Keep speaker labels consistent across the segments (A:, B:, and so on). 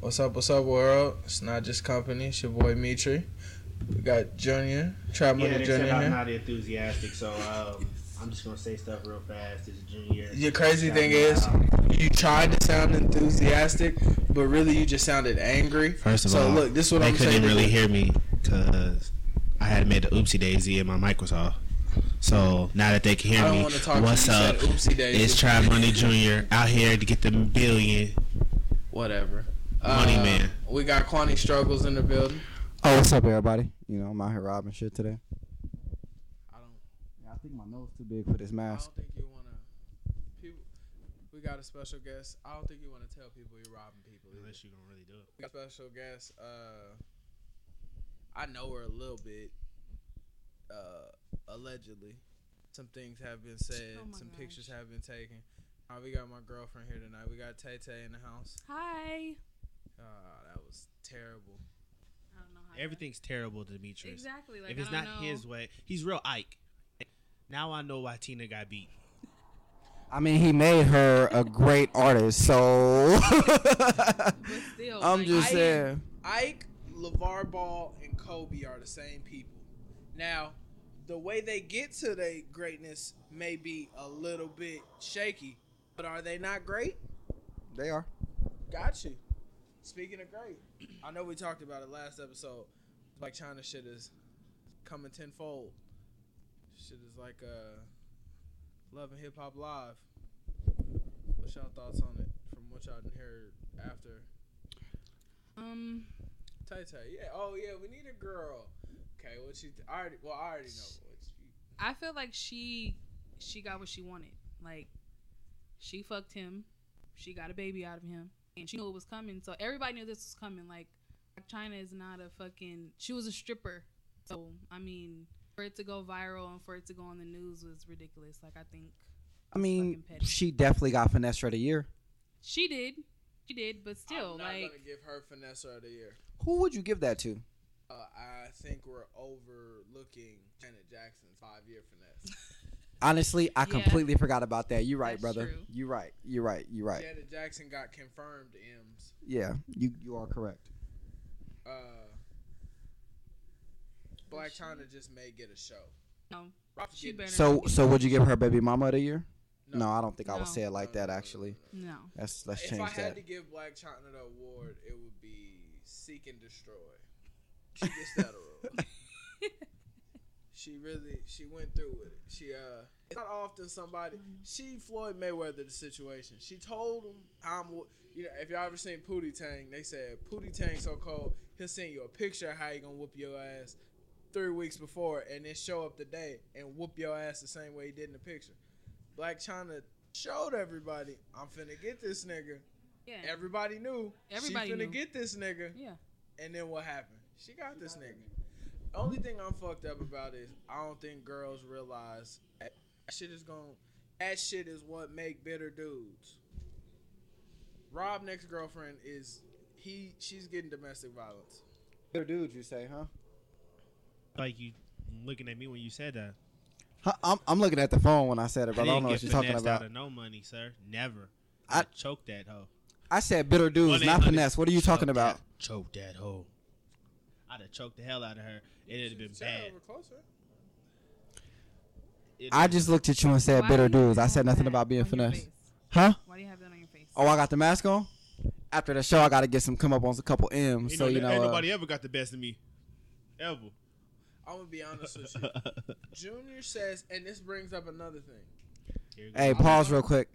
A: What's up, what's up, world? It's not just company. It's your boy Mitri. We got Junior, Trap
B: Yeah,
A: Money
B: they
A: Junior
B: said I'm
A: here.
B: not enthusiastic, so um, I'm just gonna say stuff real fast. It's junior.
A: Your crazy thing is, you tried to sound enthusiastic, but really you just sounded angry.
C: First of
A: so
C: all,
A: look, this is what
C: they
A: I'm
C: couldn't
A: saying. to
C: really
A: you.
C: hear me because I had made the oopsie daisy in my Microsoft. So now that they can hear
A: I don't
C: me,
A: want to talk
C: what's
A: to you.
C: up?
A: You said oopsie daisy.
C: It's Try Money Jr. out here to get the billion.
A: Whatever. Uh,
C: Money man.
A: We got Quantity Struggles in the building.
D: Oh, what's up, everybody? You know, I'm out here robbing shit today.
A: I don't,
D: I think my nose too big for this
A: I
D: mask.
A: don't think you want to. People, we got a special guest. I don't think you want to tell people you're robbing people. either.
C: you don't really do it.
A: We got a special guest. Uh, I know her a little bit. Uh, allegedly, some things have been said.
E: Oh my
A: some
E: gosh.
A: pictures have been taken. Uh, we got my girlfriend here tonight. We got Tay Tay in the house.
E: Hi.
A: Uh, that was terrible.
E: I don't know how
C: Everything's terrible, Demetrius.
E: Exactly. Like,
C: if it's
E: I don't
C: not
E: know.
C: his way, he's real Ike. Now I know why Tina got beat.
D: I mean, he made her a great artist, so
E: But still,
D: I'm
E: like,
D: just
E: I-
D: saying.
A: Ike, LeVar Ball, and Kobe are the same people. Now, the way they get to their greatness may be a little bit shaky, but are they not great?
D: They are.
A: Got you. Speaking of great, I know we talked about it last episode. Like China shit is coming tenfold. Shit is like uh, Love and Hip Hop Live. What's y'all thoughts on it from what y'all done heard after
E: Um,
A: Tay Tay? Yeah. Oh yeah, we need a girl. Okay. What you? Th- I already. Well, I already know. What you,
E: I feel like she she got what she wanted. Like she fucked him. She got a baby out of him, and she knew it was coming. So everybody knew this was coming. Like China is not a fucking. She was a stripper. So I mean, for it to go viral and for it to go on the news was ridiculous. Like I think
D: I mean,
E: Fucking petty.
D: she definitely got finesse for the year.
E: she did, she did, but still,
A: I'm not
E: like
A: gonna give her finesse of the year.
D: Who would you give that to?
A: Uh, I think we're overlooking Janet Jackson's five-year finesse.
D: Honestly, I
E: Yeah.
D: completely forgot about that. You're right,
E: That's
D: brother.
E: true.
D: You're right. You're right. You're right.
A: Janet Jackson got confirmed M's.
D: Yeah, you you are correct.
A: uh, Black
E: she-
A: China just may get a show.
E: no,
A: Rock
E: She
A: getting-
E: better-
D: So so would you give her baby mama of the year? No, I don't think I
E: No.
D: would say it like
A: No, no,
D: that.
A: no, no,
D: Actually,
A: no, no.
E: no.
D: that's let's
A: If I
D: change
A: had
D: that.
A: to give Black China the award, it would be Seek and Destroy. She gets that award. She really, she went through with it. She, uh, it's not often somebody. She Floyd Mayweather the situation. She told him, "I'm." w- You know, if y'all ever seen Pootie Tang, they said Pootie Tang so cold. He'll send you a picture of how he gonna whoop your ass three weeks before, and then show up today and whoop your ass the same way he did in the picture. Black China showed everybody, "I'm finna get this nigga."
E: Yeah.
A: Everybody knew.
E: Everybody
A: she finna
E: knew.
A: get this nigga.
E: yeah.
A: And then what happened? She got this nigga. Only thing I'm fucked up about is I don't think girls realize that that shit is going. That shit is what make bitter dudes. Rob next girlfriend is he? She's getting domestic violence.
D: They're dudes, you say, huh?
C: Like you looking at me when you said that.
D: Huh, I'm, I'm looking at the phone when I said it,
C: I
D: but I,
C: didn't
D: don't know what
C: get
D: you're talking
C: finessed
D: about.
C: Out of no money, sir. Never.
D: I-
C: I, choked that hoe.
D: I said bitter dudes, not
C: 1-800
D: finesse. What are you talking
C: Choked
D: about?
C: that- Choked that hoe. I'd have choked the hell out of her. It'd have been
A: Shit,
C: bad.
A: we're closer.
C: It'd
D: I
C: have
D: just looked at you and said
E: Why
D: bitter
E: do you
D: dudes. I
E: have
D: said nothing
E: that
D: about being
E: on your
D: finesse.
E: face?
D: Huh?
E: Why do you have that on your face?
D: Oh, I got the mask on? After the show, I got to get some come up on a couple
C: Ain't
D: M's. so,
C: no-
D: you know.
C: ain't
D: uh,
C: nobody ever got the best of me, ever.
A: I'm gonna be honest with you. Junior says, and this brings up another thing.
C: Here
D: hey,
C: goes.
D: pause real quick.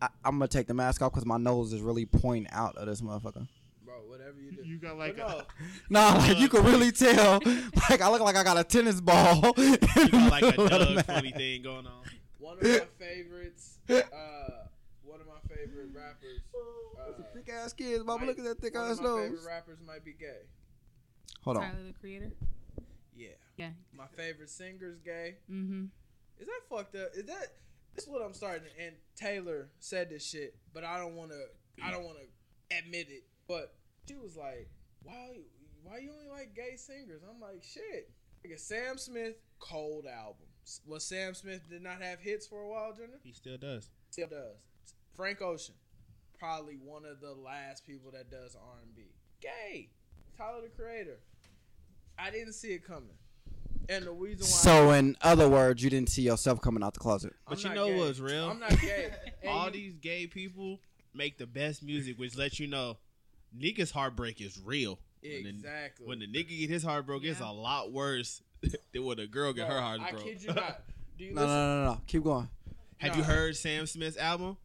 D: I, I'm going to take the mask off because my nose is really pointing out of this motherfucker.
A: Bro, whatever you do.
C: you got like
A: But no,
C: a,
D: Nah, like, you can really tell. Like, I look like I got a tennis ball. You
C: you got like a Doug funny thing going on.
A: one of my favorites. Uh, one of my favorite rappers. Uh,
D: Thick ass kids, mama. Look at that thick
A: one
D: ass
A: of my
D: nose.
A: favorite rappers might be gay.
D: Hold on.
E: Tyler the Creator.
A: Yeah.
E: Yeah.
A: My favorite singer's gay.
E: Mm-hmm.
A: Is that fucked up? Is that this is what I'm starting to- and Taylor said this shit, but I don't wanna I don't wanna admit it. But she was like, Why why you only like gay singers? I'm like, shit. Like Sam Smith cold album. S- Well Sam Smith did not have hits for a while, Jenna?
C: He still does.
A: Still does. Frank Ocean. probably one of the last people that does R and B. Gay, Tyler the Creator. I didn't see it coming, and the reason why.
D: So, in other words, you didn't see yourself coming out the closet.
A: I'm
C: But you
A: not
C: know
A: gay.
C: what's real?
A: I'm not gay. And
C: All
A: you-
C: these gay people make the best music, which lets you know nigga's heartbreak is real. When the,
A: exactly.
C: when the nigga get his heartbroke, it's
E: Yeah.
C: a lot worse than when a girl get
A: Bro,
C: her heart
A: I
C: broke.
A: kid you not. Do you
D: No, no,
A: listen?
D: no, no, no. Keep going.
C: Have you
A: Nah.
C: heard Sam Smith's album?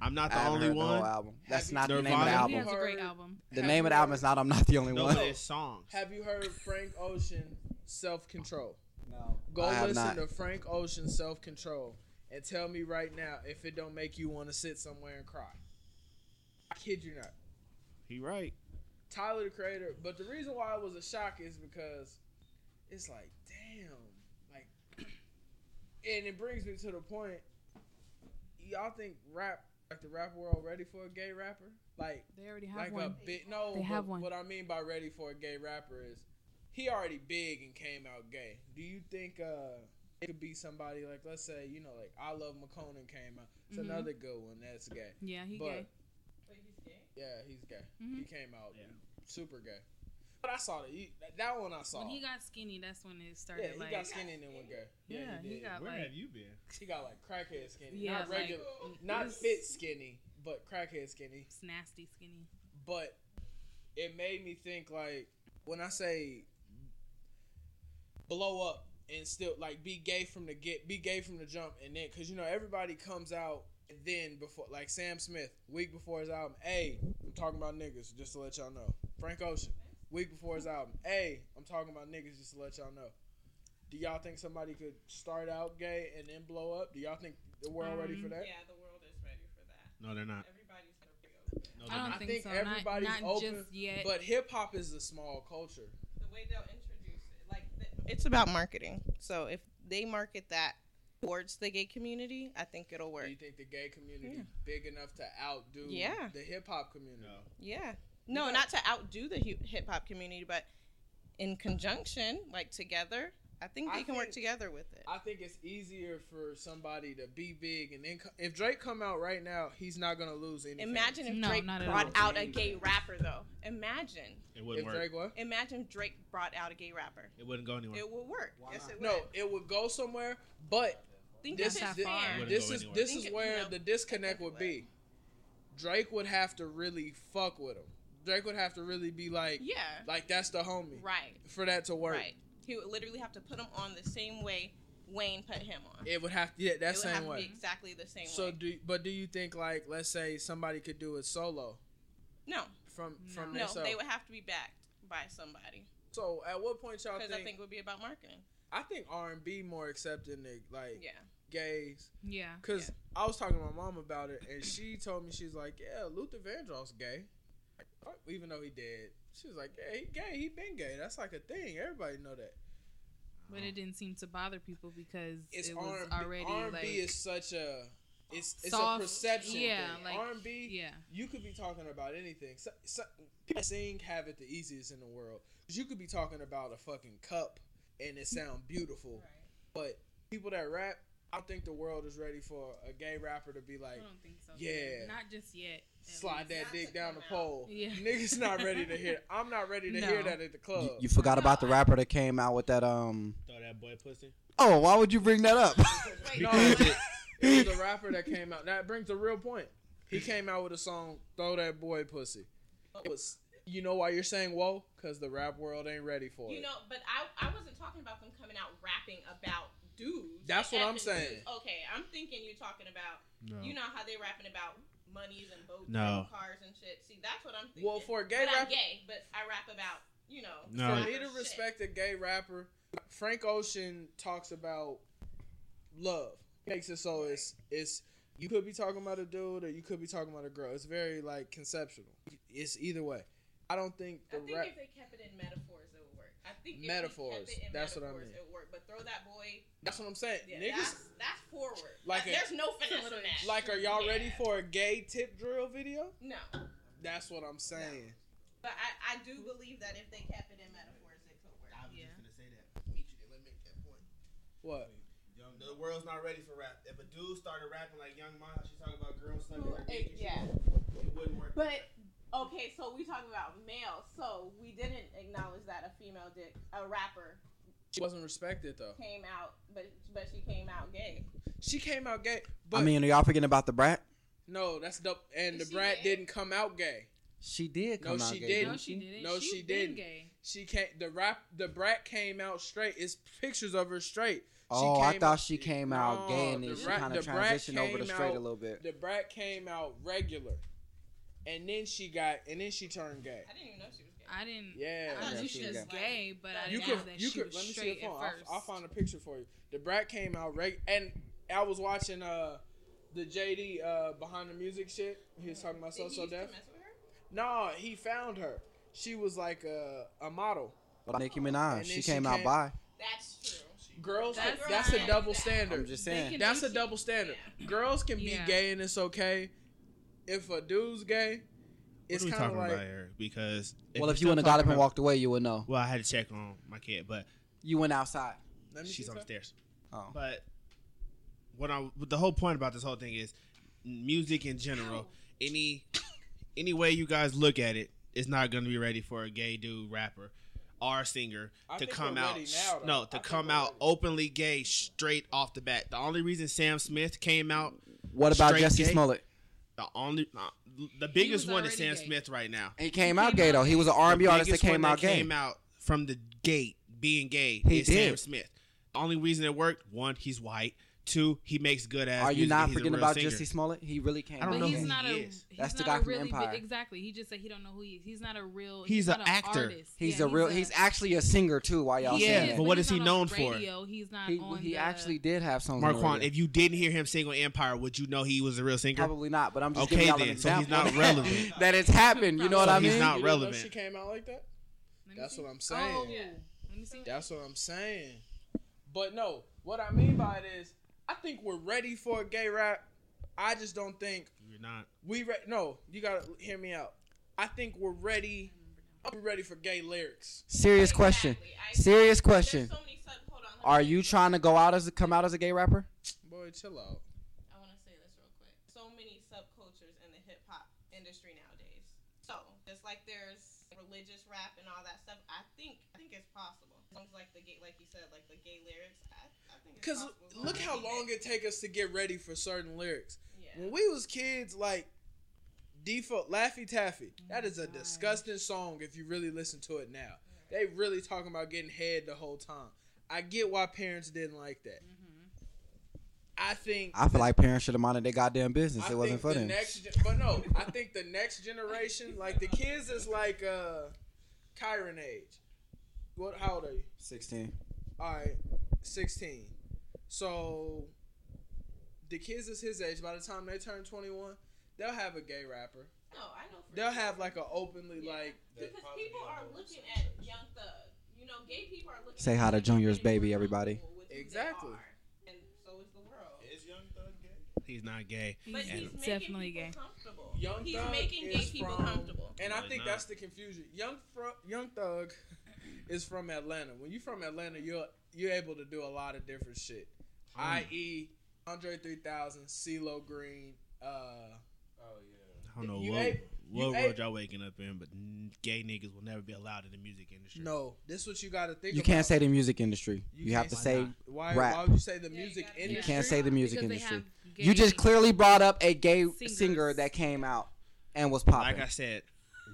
C: I'm not
D: I
C: the
D: haven't
C: only
D: heard The whole
C: one.
D: album. That's
A: Have
D: not the
C: you-
D: name of the
C: Nirvana?
E: He
D: album.
E: has a great
A: Heard-
E: album.
D: The
A: Have
D: name
A: you
D: of the album
A: heard-
D: is not. I'm not the only
C: No,
D: one.
C: but it's songs.
A: Have you heard Frank Ocean Self Control?
D: No,
A: Go
D: I have
A: listen
D: not.
A: to Frank Ocean Self Control and tell me right now if it don't make you want to sit somewhere and cry. I kid you not.
C: He right.
A: Tyler the Creator, but the reason why it was a shock is because it's like, damn, like, and it brings me to the point. Y'all think rap, like the rap world, ready for a gay rapper? Like,
E: They already have
A: like
E: one.
A: a big no.
E: They
A: but
E: have one.
A: What I mean by ready for a gay rapper is he already big and came out gay. Do you think uh it could be somebody like let's say you know like I love McConan came out. It's
E: Mhm.
A: another good one that's gay.
E: yeah, he
A: but
E: gay.
A: yeah, he's gay.
E: Mhm.
A: He came out
B: Yeah.
A: super gay. But I saw that he, that- that one I saw.
E: When he got skinny, that's when it started.
A: yeah, he
E: like,
A: got skinny and then went gay.
E: yeah, he,
A: did.
E: got like,
C: you been?
A: He got like crackhead skinny,
E: yeah,
A: not regular,
E: like,
A: not
E: it's-
A: fit skinny, but crackhead skinny.
E: It's nasty skinny.
A: but it made me think like when I say blow up and still like be gay from the get be gay from the jump and then because you know everybody comes out and then before like Sam Smith week before his album hey I'm talking about niggas just to let y'all know Frank Ocean week before his album hey I'm talking about niggas just to let y'all know do y'all think somebody could start out gay and then blow up do y'all think the world ready
E: Um,
A: for that
F: Yeah, the world is ready for that.
C: No, they're not.
F: Everybody's gonna be
C: No,
E: I
C: they're
E: don't
C: not.
E: think,
A: think
E: so.
A: everybody's
E: not, not
A: open,
E: just yet.
A: but hip hop is a small culture
F: The way they'll introduce it, like the- it's about marketing. So if they market that towards the gay community, I think it'll work.
A: Do you think the gay community big enough to outdo
F: Yeah.
A: the hip hop community?
C: No.
F: Yeah. No, not to outdo the hip hop community, but in conjunction, like together, I think
A: I
F: they can work
A: think-
F: together with it.
A: I think it's easier for somebody to be big and then co- if Drake come out right now, he's not gonna lose anything.
F: Imagine if
E: No,
F: Drake
E: not at
F: brought
E: all.
F: out a gay rapper, though. Imagine.
C: It
A: if
C: wouldn't work.
A: Drake what?
F: Imagine if Drake brought out a gay rapper.
C: It wouldn't go anywhere.
F: It will work. Yes, it will.
A: No, it would go somewhere, but
F: Think
A: this
F: this
A: is
E: that's
A: thi-
E: not far.
C: Wouldn't
A: this
C: go
A: is
C: anywhere.
A: this is
F: Think-
A: where
F: no.
A: the disconnect would be. Drake would have to really fuck with him. Drake would have to really be like,
F: Yeah.
A: like that's the homie
F: Right.
A: for that to work.
F: Right. He would literally have to put him on the same way Wayne put him on.
A: It would have to yeah,
F: It
A: that
F: would
A: same
F: have
A: way.
F: to be exactly the same
A: so
F: way.
A: do but do you think like let's say somebody could do it solo
F: No,
A: from from
F: no,
A: themselves?
F: they would have to be backed by somebody
A: So at what point y'all
F: because
A: think,
F: I think it would be about marketing.
A: R and B more accepting the like
F: Yeah.
A: gays?
E: yeah.
A: Cause I was talking to my mom about it and she told me she's like, yeah, Luther Vandross gay, Like, what? even though he dead. She was like, yeah, he gay. He been gay. That's like a thing. Everybody know that.
E: But it didn't seem to bother people because
A: It's
E: it was
A: R
E: already
A: and
E: like
A: B is such a it's it's
E: Soft-
A: a perception.
E: yeah,
A: thing.
E: like-
A: R and B.
E: yeah.
A: you could be talking about anything. So, so, people sing have it the easiest in the world. 'Cause you could be talking about a fucking cup and it sound beautiful, but people that rap, I don't think the world is ready for a gay rapper to be
E: I
A: like
E: don't think so.
A: Yeah.
E: Not just yet. at
A: slide
E: least.
A: that
F: Not
A: dick
F: to
A: down the
F: come out.
A: pole.
E: Yeah.
A: Niggas not ready to hear. I'm not ready to hear
E: No.
A: that at the club.
D: You, you forgot
F: No,
D: about the
F: I-
D: rapper that came out with that. Um.
C: Throw that boy pussy.
D: Oh, why would you bring that up?
F: Wait,
A: no,
F: what?
A: it, it was a rapper that came out. That brings a real point. He came out with a song, "Throw That Boy Pussy." It was. You know why you're saying whoa? Cause the rap world ain't ready for it.
F: You know, but I, I wasn't talking about them coming out rapping about dudes.
A: That's
F: like
A: what I'm
F: effing
A: saying.
F: dudes. Okay, I'm thinking you're talking about,
C: No.
F: you know how they rapping about monies and boats
C: No.
F: and cars and shit. See, that's what I'm thinking.
A: well, for a gay
F: but I'm
A: rapper,
F: gay, but I rap about, you know.
C: No.
A: For
C: Right.
A: me to
F: shit.
A: respect a gay rapper, Frank Ocean talks about love. Makes it so it's it's you could be talking about a dude or you could be talking about a girl. It's very like conceptual. It's either way. I don't think
F: I
A: the
F: think
A: rap
F: if they kept it in metaphors, it would work. I think if they
A: Metaphors,
F: kept it in
A: that's what I
F: metaphors,
A: mean.
F: It would work, but throw that boy.
A: that's what I'm saying.
F: Yeah,
A: Niggas
F: that's, that's forward.
A: Like
F: Like,
A: a-
F: there's no finesse in that.
A: like are y'all
F: Yeah.
A: ready for a gay tip drill video?
F: No,
A: That's what I'm saying.
F: but I, I do believe that if they kept it in metaphors, it could work.
B: I was
E: Yeah.
B: just gonna say that. Meet you there. Let me make that point.
A: What?
B: Young- The world's not ready for rap. If a dude started rapping like Young Ma, she talking about girls sucking her dick and shit,
F: Yeah,
B: It wouldn't work.
F: But okay, so we talking about male, so we didn't acknowledge that a female did a rapper
A: She wasn't respected though.
F: came out, but but she came out gay.
A: She came out gay, but
D: I mean, are y'all forgetting about the brat?
A: no, that's dope. And the
E: Is she
A: brat
E: gay?
A: didn't come out gay.
D: She did
A: No,
D: come out
A: she
D: gay,
A: didn't.
E: No, she didn't.
A: No,
E: She's
A: she
E: been
A: didn't.
E: Gay.
A: She came. The rap. The brat came out straight. It's pictures of her straight. She
D: Oh, I
A: came
D: thought
A: out-
D: she came out gay and
A: No,
D: then
A: the
D: she
A: brat-
D: kind
A: the
D: of
A: brat
D: transitioned over to
A: came
D: straight
A: out-
D: a little bit.
A: The brat came out regular, and then she got, and then she turned gay.
F: I didn't even know she was gay.
E: I didn't.
A: Yeah,
E: I thought
D: Yeah,
E: she,
D: she
E: was
D: was
E: just gay, but I
A: you
E: didn't
A: could,
E: know that
A: you
E: she
A: could.
E: was
A: Let me see your
E: straight
A: phone.
E: at
A: I'll,
E: first.
A: I'll find a picture for you. The brat came out reg, and I was watching uh the JD uh behind the music shit. He was talking about so so deaf. No, he found her. She was like a a model.
D: But Nicki
A: And
D: Minaj,
A: then
D: she
A: she
D: came out
A: came-
D: by.
F: That's true.
A: Girls, that's,
E: That's
A: that's a
E: not-
A: double
D: I'm
A: standard.
D: just
E: They
D: saying.
E: can
A: That's
E: do
A: a double standard. Girls can be
E: Yeah.
A: gay and it's okay. If a dude's gay,
C: What
A: it's
C: are we
A: kind of
C: talking
A: like
C: about here? Because we're
D: Well, if you
C: still
D: wouldn't have got up
C: talking
D: and
C: about-
D: walked away, you would know.
C: well, I had to check on my kid, but
D: You went outside.
A: let me
C: she's
A: see
C: on the
A: something.
C: stairs.
D: Oh,
C: But what I but the whole point about this whole thing is music in general. Any any way you guys look at it, it's not going to be ready for a gay dude rapper or singer
A: I
C: to
A: think
C: come
A: we're
C: out.
A: ready now, though.
C: no,
A: I
C: to
A: think
C: come
A: we're
C: out
A: ready.
C: openly gay straight off the bat. The only reason Sam Smith came out,
D: what about
C: Straight
D: Jesse
C: gay?
D: Smollett?
C: the only uh, the biggest
E: was
C: one is
E: already
C: Sam
E: gay.
C: Smith right now.
D: He came
E: He
D: out
E: came
D: gay
E: out
D: though. He was an R&B
C: the
D: artist that
C: biggest
D: came
C: one
D: out gay.
C: Came out from the gate being gay.
D: He
C: is Sam
D: did.
C: Smith. The only reason it worked: one, he's white. Two, he makes good ass.
D: Are you
C: music.
D: not
C: He's a
D: forgetting
C: real
D: about
C: singer.
D: Jesse Smollett? He really came.
C: I don't
E: but
D: out
C: know
E: he's
C: who
D: gay.
E: not
C: he
E: a.
C: is.
E: He's
D: That's the
E: not
D: guy
E: a
D: from
E: really big-
D: Empire.
E: exactly. He just said he don't know who he is. He's not a real.
C: He's
E: not
C: an actor.
E: artist.
D: He's
E: Yeah,
D: a real.
E: a-
D: He's actually a singer too. Why y'all
C: He
D: saying
C: is,
D: that?
C: but what is
E: he's
C: he
E: not on
C: known for?
E: radio. He's not
D: He,
E: on.
D: he
E: the-
D: actually did have songs. on the
C: Marquand,
D: radio.
C: if you didn't hear him sing on Empire, would you know he was a real singer?
D: probably not, but I'm just
C: Okay
D: giving y'all an
C: then, so he's
D: example
C: not relevant.
D: that it's happened. You know what
C: So
D: I
C: he's
D: mean?
C: not
A: You didn't know
C: relevant.
A: She came out like that.
E: Let me
A: That's
E: see.
A: what I'm saying.
E: Oh, let me see.
A: That's what I'm saying. But no, what I mean by it is, I think we're ready for a gay rap. I just don't think
C: You're not.
A: we re- no. You gotta hear me out. I think we're ready. I'm ready for gay lyrics.
D: Serious question. Serious question. Are you trying to go out as a, come out as a gay rapper?
A: Boy, chill out.
F: I want to say this real quick. So many subcultures in the hip hop industry nowadays. So just like there's religious rap and all that stuff, I think I think it's possible. Songs like the gay, like you said, like the gay lyrics. I, I think it's
A: Cause
F: possible.
A: look how long it take us to get ready for certain lyrics.
F: Yeah.
A: When we was kids, like default Laffy Taffy. That is a
E: gosh.
A: disgusting song if you really listen to it now. They really talking about getting head the whole time. I get why parents didn't like that. I think
D: I feel like parents should have minded their goddamn business.
A: I
D: It wasn't
A: think
D: for
A: the
D: them.
A: next gen- but no, I think the next generation, like the kids, is like uh, Kyron age. What? How old are you?
D: Sixteen.
A: All right, sixteen. So the kids is his age. By the time they turn twenty one, they'll have a gay rapper.
F: No, I know. For
A: They'll
F: sure.
A: have like a openly like. th-
F: because people are looking at Young Thug. You know, gay people are looking.
D: Say
F: at
D: hi to
F: them
D: Junior's
F: and they're
D: baby,
F: comfortable
D: everybody.
F: with who they
A: Exactly.
F: are. And so is the world.
B: Is Young Thug gay?
C: He's not gay.
E: He's
F: But
C: And-
F: he's making
E: definitely
F: people
E: gay.
F: comfortable.
A: Young
F: he's
A: Thug
F: making gay
A: is
F: people
A: from-
F: comfortable.
A: And I
C: No, he's
A: think
C: not.
A: that's the confusion. Young Fro- Young Thug is from Atlanta. When you're from Atlanta, you're you're able to do a lot of different shit. I.e., Andre 3000, CeeLo Green. Uh,
B: Oh yeah.
C: I don't know
A: You
C: what,
A: ate-
C: what
A: you
C: world
A: ate-
C: y'all waking up in, but n- gay niggas will never be allowed in the music industry.
A: no, this is what you got to think.
D: You
A: about.
D: can't say the music industry.
A: You
D: You have
A: can't-
D: to
C: why
D: say
C: not?
A: why.
D: rap.
A: Why would you say the
F: Yeah, you
A: music
F: gotta-
A: industry?
D: you can't say the music
E: Because they
D: industry.
E: have
D: You just
E: gay-
D: clearly brought up a gay
E: Singers.
D: singer that came out and was popular.
C: Like I said,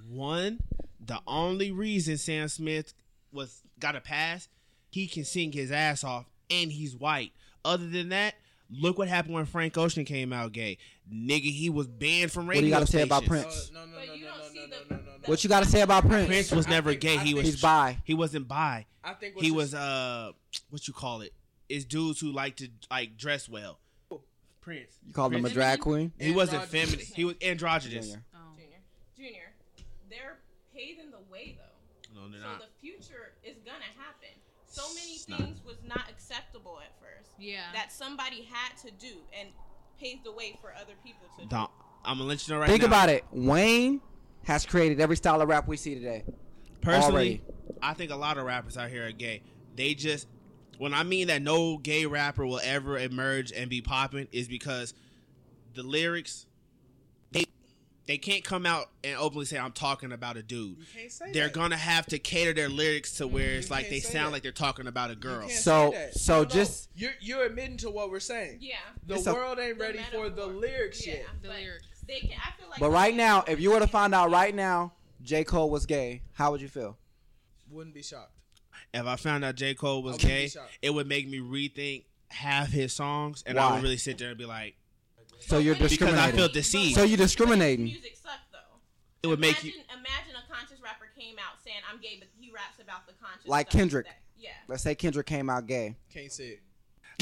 C: one, the only reason Sam Smith was got a pass, he can sing his ass off and he's white. Other than that, look what happened when Frank Ocean came out gay. Nigga, he was banned from
D: do
C: radio.
D: you gotta say about
C: stations.
A: No,
D: Prince.
A: no, no,
F: But
A: no,
F: you
A: no,
F: don't
A: no,
F: see
A: no,
F: the-
A: no, no, no.
D: what you got to say about Prince?
C: Prince was
A: I
C: never
A: think-
C: gay.
A: I
C: He was
A: think-
D: He's bi.
C: He wasn't bi.
A: I think what
C: he
A: you-
C: was uh what you call it? It's dudes who like to like dress well. Prince.
D: You called him a
C: Prince-
D: drag queen.
C: He wasn't
A: Androgynous.
C: feminine. He was androgynous.
D: Junior.
E: Oh.
F: Junior. Junior. They're paid in the way though.
C: No, they're
F: so
C: not.
F: the future is gonna happen. So many
C: It's not.
F: things was not acceptable at first
E: Yeah.
F: that somebody had to do and paved the way for other people to do.
C: Don't. I'm gonna let you know right
D: Think
C: now.
D: about it. Wayne has created every style of rap we see today.
C: Personally, I think a lot of rappers out here are gay. They just when I mean that no gay rapper will ever emerge and be popping is because the lyrics they They can't come out and openly say I'm talking about a dude.
A: You can't say
C: They're
A: that.
C: gonna have to cater their lyrics to where it's
A: You
C: like
A: can't
C: they
A: say
C: sound
A: that.
C: like they're talking about a
A: You
C: girl.
A: can't say
D: So-
A: that.
D: so
A: No, no.
D: just-
A: you're you're admitting to what we're saying.
F: Yeah.
A: The
D: It's a-
A: world ain't
F: The
A: ready for the
F: metaphor.
A: lyrics
F: Yeah.
A: yet.
E: The
F: But
E: lyrics.
F: They can. I feel like.
D: But right now, if you were to find out right now J. Cole was gay, how would you feel?
A: Wouldn't be shocked.
C: If I found out J Cole was
A: I wouldn't be
C: gay,
A: shocked.
C: it would make me rethink half his songs, and I
D: Why?
C: would really sit there and be like,
D: So you're
C: because
F: Because I
C: I
D: discriminating.
C: feel deceived.
D: so you're
F: His
D: discriminating.
F: music sucked though.
C: it would make you.
F: imagine, Imagine a conscious rapper came out saying I'm gay, but he raps about the conscious.
D: Like
F: stuff
D: Kendrick.
F: that- yeah.
D: Let's say Kendrick came out gay.
A: Can't say it.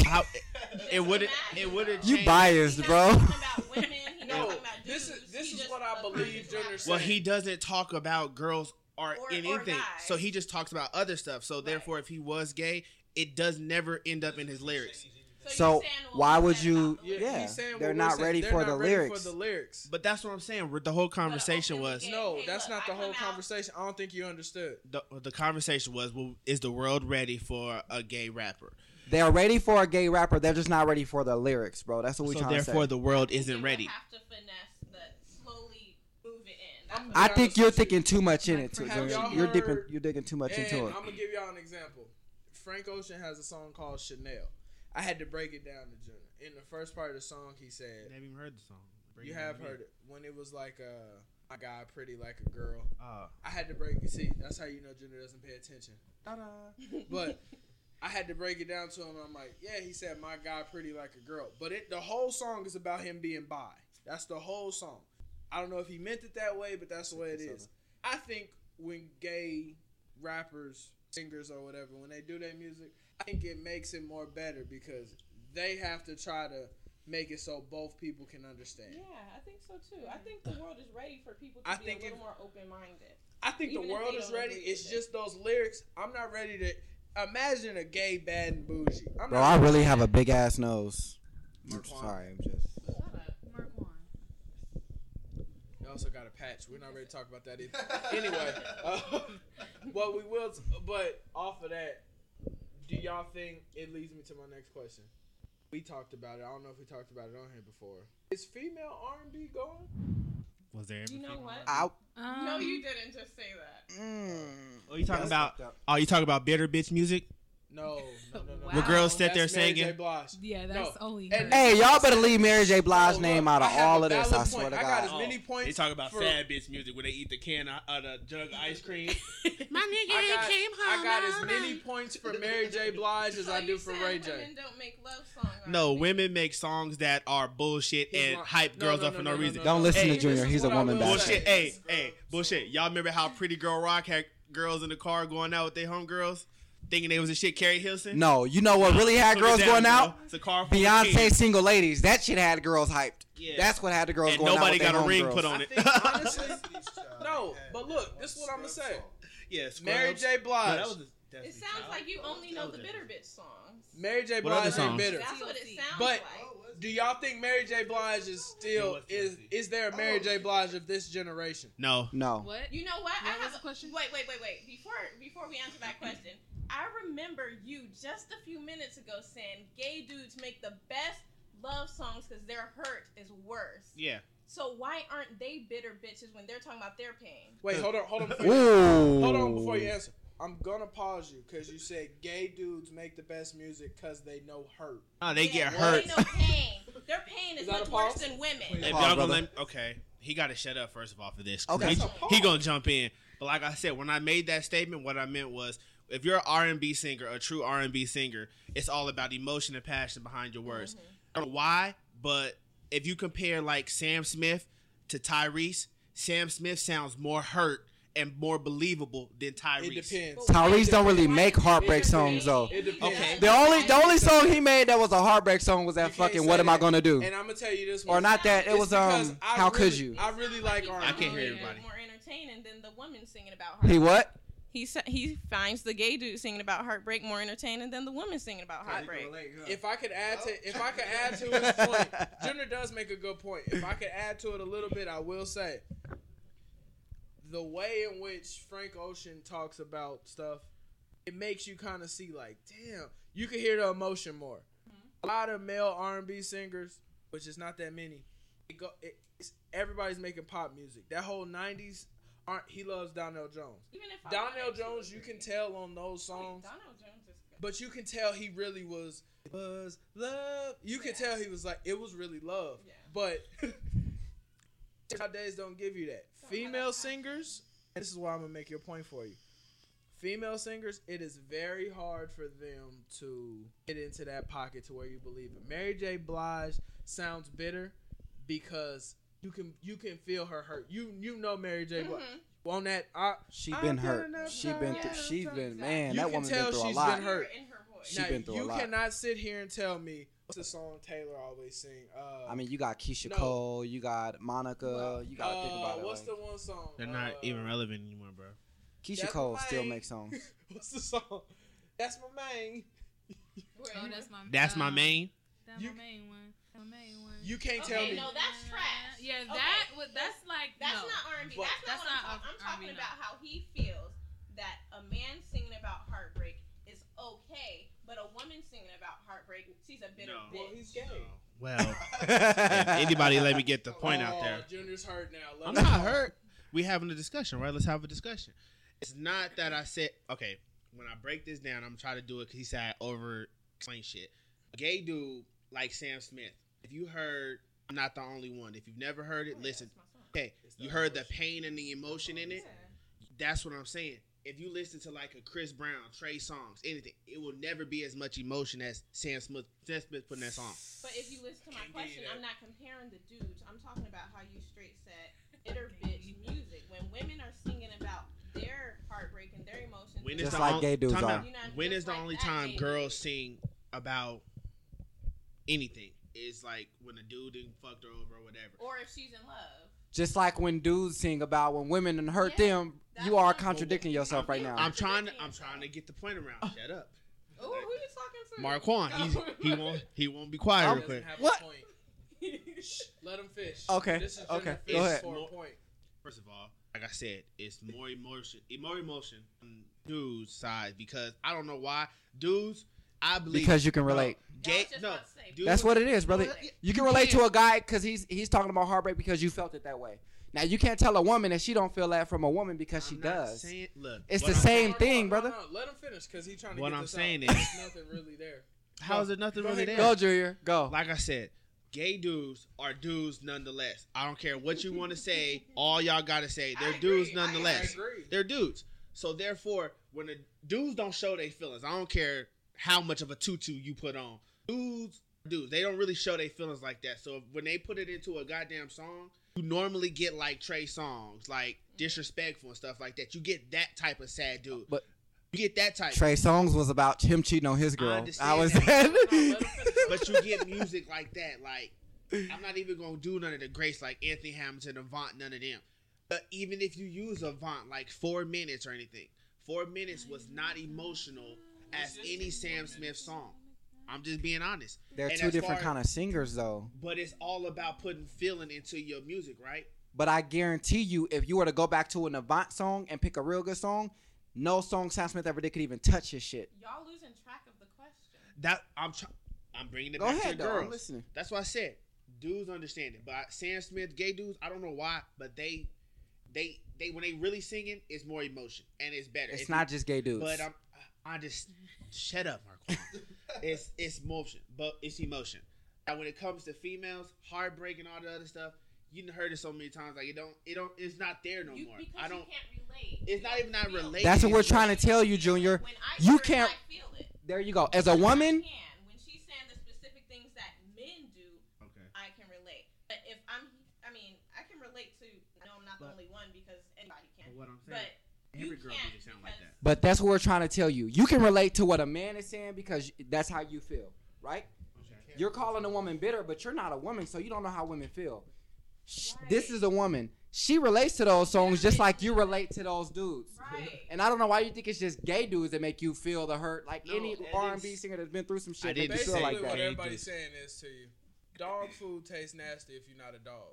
C: I-
F: Just
C: it wouldn't.
F: imagine,
C: It wouldn't.
F: though.
D: You
C: change-
D: biased,
F: He's
D: bro.
F: not talking about women. He's not
A: No,
F: talking about
A: this
F: dudes.
A: is- this
F: He's
A: is
F: just
A: what I
F: a
A: believe
F: conscious
A: Jenner
F: rapper.
A: said.
C: Well, he doesn't talk about girls or,
F: Or- or
C: anything,
F: guys.
C: so he just talks about other stuff. So therefore, if he was gay, it does never end up in his lyrics.
F: you're
D: So
F: saying what
D: why
F: we
D: would
F: said
D: you?
F: about the lyrics.
D: Yeah,
A: He's saying what
D: they're
A: we're
D: not
A: saying.
D: ready
A: They're
D: for
A: not
D: the
A: ready
D: lyrics.
A: For the lyrics.
C: But that's what I'm saying. The whole conversation
F: openly
C: was
F: gay.
A: no,
F: Hey,
A: that's
F: look,
A: not the
F: I
A: whole
F: come out-
A: conversation. I don't think you understood.
C: the, the conversation was well, is the world ready for a gay rapper?
D: They're ready for a gay rapper. They're just not ready for the lyrics, bro. That's what we're
C: so
D: trying to
C: therefore,
D: say.
C: the world
F: You
C: isn't
F: would
C: ready.
F: Have to finesse the slowly move it in.
A: I'm-
F: That's what
D: I
A: Be
D: think
A: honest
D: you're
A: with you.
D: thinking too much in it.
E: Like,
D: Too.
A: have y'all
D: You're dipping.
A: heard-
D: You're digging too much
A: And
D: into it.
A: I'm gonna give y'all an example. Frank Ocean has a song called Chanel. I had to break it down to Junior. In the first part of the song, he said,
C: haven't even heard the song.
A: "You have heard it when it was like uh, I got pretty like a girl."
C: Uh,
A: I had to break. See, that's how you know Junior doesn't pay attention. Ta-da. But I had to break it down to him. I'm like, yeah, he said my guy pretty like a girl, but it the whole song is about him being bi. That's the whole song. I don't know if he meant it that way, but that's the way it is. I think when gay rappers, singers, or whatever, when they do their music, I think it makes it more better because they have to try to make it so both people can understand.
F: Yeah, I think so too. I think the world is ready for people to
A: I
F: be
A: think
F: a little
A: if-
F: more open minded.
A: I think the
F: Even if
A: world
F: they
A: is
F: don't
A: ready.
F: agree with
A: It's
F: it.
A: just those lyrics. I'm not ready to imagine a gay, bad, and bougie. I'm
D: Bro,
A: not
D: I
A: ready
D: really
A: for
D: have a
A: that.
D: big ass nose. I'm
A: Marquand.
D: sorry, I'm just.
F: Shut up.
E: Mark one.
A: They also got a patch. We're not ready to talk about that either. anyway, uh, but we will. But off of that, do y'all think it leads me to my next question? We talked about it. I don't know if we talked about it on here before. Is female R&B going?
C: was there?
F: You know what?
D: I,
E: Um,
F: no, you didn't just say that.
D: mm,
C: Oh, you talking
D: That's
C: about?
D: fucked up.
C: Oh, you talking about bitter bitch music?
A: No, no, no, no.
E: Wow.
A: no.
E: Where girls
A: No,
C: sit there
A: that's Mary J.
C: singing?
A: Blige.
E: Yeah,
A: No.
E: that's only.
A: And-
E: her.
D: Hey, y'all better leave Mary J. Blige's
A: Look,
D: name out of
A: I have
D: all
A: a
D: of this.
A: valid
D: I swear
A: point.
D: to
A: I got
D: God.
A: as many points.
C: Oh, They talk about
A: for-
C: sad bitch music when they eat the can out of the jug of ice cream.
E: My nigga
A: I got, I got as many points for Mary J. Blige as
F: So
A: I do
F: you
A: for
F: said
A: Ray J.
F: Women don't make love songs.
C: no,
F: already.
C: women make songs that are bullshit
A: He's
C: and
A: lying.
C: hype
A: No,
C: girls
A: no,
C: up for
A: no,
C: no,
A: no, no,
C: reason.
A: no.
D: Don't listen
C: Hey,
D: to Junior.
A: this is
D: He's a
A: what I
D: woman
A: will
D: basher.
A: say.
C: Bullshit. Hey, hey, bullshit. Y'all remember how Pretty Girl Rock had girls in the car going out with their homegirls, thinking they was a shit. Carrie Hilson.
D: No, you know what really
C: Put
D: had
C: it
D: girls
C: down,
D: going
C: bro.
D: out?
C: It's a car. full of
D: Beyonce
C: kids.
D: single ladies. That shit had girls hyped.
C: Yeah.
D: That's what had the girls
C: And
D: going out.
C: nobody
D: with their
C: got a ring
D: homegirls.
C: put on
A: I
C: it.
A: think, honestly, no, but look, this is what I'm going to say.
C: yeah.
A: Mary J. Blige.
F: It sounds like you only know the bitter bitch songs.
A: Mary J.
C: What other
A: Blige ain't
C: songs?
A: bitter.
F: That's what it sounds
A: But-
F: like.
A: Do y'all think Mary J. Blige is still, is is there a Mary J. Blige of this generation?
C: No.
D: No.
E: What?
F: You know what?
E: What
F: I
E: was
F: have
E: the
F: a
E: question?
F: Wait, wait, wait, wait. Before before we answer that question, I remember you just a few minutes ago saying gay dudes make the best love songs because their hurt is worse.
C: Yeah.
F: So why aren't they bitter bitches when they're talking about their pain?
A: Wait, hold on, hold on. before you-
D: Ooh.
A: Hold on before you answer. I'm going to pause you because you said gay dudes make the best music because they know hurt.
C: No, they
F: Yeah,
C: get
F: they
C: hurt.
F: know pain. Their pain is,
A: Is that
F: much
A: a
F: worse
A: pause?
F: than women.
C: If
D: Pause,
C: y'all gonna
D: brother.
C: let me- okay, he got to shut up first of all for this. 'cause
D: Okay.
C: he,
A: That's a
C: he
A: pause.
C: gonna jump in. But like I said, when I made that statement, what I meant was, if you're an R and B singer, a true R and B singer, it's all about emotion and passion behind your words. I don't know why, but if you compare like Sam Smith to Tyrese, Sam Smith sounds more hurt and more believable than Tyrese.
A: It depends.
D: Tyrese don't really
F: Why
D: make
F: is it
D: heartbreak
F: bitter
D: songs
F: bitch?
D: though.
A: It depends.
C: Okay.
D: The only the only song he made that was a heartbreak song was that
A: You can't
D: fucking
A: say
D: "What Am I
A: that.
D: Gonna Do?"
A: And I'm gonna tell you this
D: Or
A: one.
D: not that it
A: It's
D: was
A: because
D: um.
A: I
D: How could
A: really-
D: you?
A: I really like
F: He
A: R&B.
C: I can't hear
F: sounds
C: everybody.
F: More entertaining than the woman singing about
D: He
F: heartbreak.
D: what?
F: He sa- he finds the gay dude singing about heartbreak more entertaining than the woman singing about heartbreak.
A: If I could add to if I could add to his point, Junior does make a good point. If I could add to it a little bit, I will say the way in which Frank Ocean talks about stuff, it makes you kind of see like, damn, you can hear the emotion more. A lot of male R and B singers, which is not that many, It go, it, it's, everybody's making pop music. That whole '90s, aren't he loves Donnell Jones.
F: Even if I
A: Donnell
F: wanted to
A: Jones, you
F: agree.
A: can tell on those songs,
F: Donnell Jones is good.
A: but you can tell he really was it was love. You can
F: Yeah.
A: tell he was like it was really love,
F: Yeah.
A: but nowadays don't give you that.
F: have that
A: Female
F: passion.
A: singers, and this is why I'm gonna make your point for you. Female singers, it is very hard for them to get into that pocket to where you believe it. Mary J. Blige sounds bitter because you can you can feel her hurt. You you know Mary J. Blige
F: Mhm.
A: on that. I,
D: She
A: I'm
D: been
A: good
D: hurt.
A: enough
D: She been
F: to-
D: through. She been
F: exactly.
D: man.
A: You
D: that
A: can
D: woman
A: tell
D: been through a
A: she's
D: lot.
A: been hurt.
F: in her voice.
D: She
A: now,
D: been through a
A: you
D: lot.
A: cannot sit here and tell me what's the song Taylor always sing. Uh,
D: I mean, you got Keisha
A: No.
D: Cole. You got Monica. you gotta think
A: uh,
D: about it.
A: What's
D: like,
A: the one song?
C: They're not
A: Uh,
C: even relevant anymore, bro.
D: Keisha
A: that's
D: Cole still
A: like-
D: makes songs.
A: What's the song? That's my main.
F: Where
E: Oh,
F: you-
E: that's my.
C: That's my
E: um,
C: main.
E: That's
A: You-
E: my main one. That's my main one.
A: You can't
F: Okay,
A: tell me.
F: no, that's trash.
E: Yeah,
F: Okay,
E: that was. That's like
F: That's
E: no.
F: not R and B.
A: But-
F: That's
E: That's
F: not what I'm
E: not
F: talking. I'm
E: R- R&B,
F: talking
E: no.
F: about how he feels that a man singing about heartbreak is okay, but a woman singing about heartbreak, she's a bitter
C: No.
F: bitch.
A: Well, he's gay.
C: Well, if anybody let me get the point out
A: Oh,
C: there.
A: Junior's hurt now.
C: I'm
A: Let him
C: not
A: go.
C: hurt. We having a discussion, right? Let's have a discussion. It's not that I said okay. When I break this down, I'm trying to do it because he said I over explain shit. Gay dude like Sam Smith. If you heard, I'm not the only one. If you've never heard
F: Oh,
C: it,
F: yeah,
C: listen.
F: that's my song.
C: Okay,
A: It's
C: you
A: the
C: heard the
A: emotion.
C: pain and the emotion in it.
F: Yeah.
C: That's what I'm saying. If you listen to like a Chris Brown, Trey Songs, anything, it will never be as much emotion as Sam Smith, Sam Smith putting that song.
F: But if you listen to my
A: Can't give you
F: question,
A: that.
F: I'm not comparing the dudes. I'm talking about how you straight set bitter bitch music when women are singing about their heartbreak and their emotions.
C: When
F: and
C: is
D: Just
C: the
D: like
C: on-
D: gay dudes
C: time
D: are.
C: out.
F: You know,
C: when
F: just
C: is the
F: like
C: only
F: that
C: time
F: gay
C: girls
F: dude.
C: sing about anything? It's like when a dude didn't fucked her over or whatever.
F: or if she's in love.
D: Just like when dudes sing about when women and hurt
F: Yeah,
D: them,
F: that's
D: you are
F: what I'm
D: contradicting
F: saying.
D: yourself right
F: I'm-
D: now.
C: I'm trying to I'm trying to get the point around. Shut up.
F: Oh, who you talking to?
C: Marquand, he's he won't he won't be quiet real
A: Doesn't
C: quick.
A: have a
D: What?
A: point. Let him fish.
D: Okay,
A: This is
D: okay,
A: Junior
D: go
A: Fish
D: ahead.
A: For a
C: Mo-
A: point.
C: First of all, like I said, it's more emotion e, more emotion on dudes side because I don't know why. Dudes, I believe
D: Because you can relate.
C: No, gay,
F: I was just
C: no,
F: about to say,
C: dudes-
D: That's what it is, brother.
C: Yeah,
D: You can relate
C: can't-
D: to a guy because he's he's talking about heartbreak because you felt it that way. Now you can't tell a woman that she don't feel that from a woman because she
C: I'm not
D: does.
C: saying- look,
D: It's
C: what
D: the
C: I'm-
D: same
A: No, no,
D: thing,
A: no,
D: brother.
A: No, let him finish because he's trying to
C: What
A: get
C: I'm
A: this
C: saying
A: out.
C: is-
A: There's nothing really there.
C: How is it nothing
A: Go
C: really
A: ahead,
C: there?
D: Go, Junior. Go.
C: like I said, gay dudes are dudes nonetheless. I don't care what you want to say. All y'all gotta say
F: I
C: they're
F: agree,
C: dudes
F: I
A: I
C: nonetheless.
A: agree.
C: They're dudes. So therefore, when the dudes don't show their feelings, I don't care how much of a tutu you put on. Dudes, dudes, they don't really show their feelings like that. So when they put it into a goddamn song, you normally get like Trey songs, like disrespectful and stuff like that. You get that type of sad dude.
D: But-
C: you get that type.
D: Trey Songz was about him cheating on his girl.
C: understand
D: I, was
A: No, let him finish.
C: but you get music like that. Like I'm not even gonna do none of the greats like Anthony Hamilton, Avant, none of them. But even if you use Avant like four minutes or anything, four minutes was not emotional as any Sam Smith song. I'm just being honest.
D: They're
C: And
D: two
C: as
D: different
C: far-
D: kind of singers though.
C: But it's all about putting feeling into your music, right?
D: But I guarantee you, if you were to go back to an Avant song and pick a real good song, no song Sam Smith ever did could even touch his shit.
F: Y'all losing track of the question.
C: That I'm try- I'm bringing it
D: Go
C: back to
D: ahead, though.
C: the
D: I'm
C: girls.
D: listening.
C: That's why I said dudes understand it, but Sam Smith, gay dudes, I don't know why, but they, they, they when they really singing, it's more emotion and it's better.
D: It's
C: If
D: not just gay dudes.
C: But um, I'm, I just shut up, Mark. it's it's emotion, but it's emotion. And when it comes to females, heartbreak and all the other stuff, you done heard it so many times. Like it don't, it don't, it's not there no
F: You,
C: more.
F: because
C: I don't.
F: You can't relate.
C: It's not even not
F: related.
C: related.
D: That's what we're
C: anymore.
D: trying to tell you, Junior.
F: When I
D: You
F: hear it,
D: can't-
F: I feel it.
D: There you go. As a woman,
F: I can. When she's saying the specific things that men do,
C: Okay.
F: I can relate. But if I'm, I mean, I can relate to. I know I'm not
C: But-
F: the only one because anybody
C: But
F: can.
C: what I'm saying,
F: But you
C: every girl
F: can't
C: music sound like
F: because-
C: that.
D: but that's what we're trying to tell you. You can relate to what a man is saying because that's how you feel, right?
C: Okay.
D: You're calling a woman bitter, but you're not a woman, so you don't know how women feel. Sh This is a woman. She relates to those songs just like you relate to those dudes.
F: right.
D: And I don't know why you think it's just gay dudes that make you feel the hurt. Like
C: No,
D: any
C: I didn't
D: R and B
C: s-
D: singer that's been through some
C: I
D: shit,
C: didn't
D: makes you feel
C: say
D: like
A: what
D: that.
C: gay
A: everybody's
C: dudes.
A: saying is to you. Dog food tastes nasty if you're not a dog.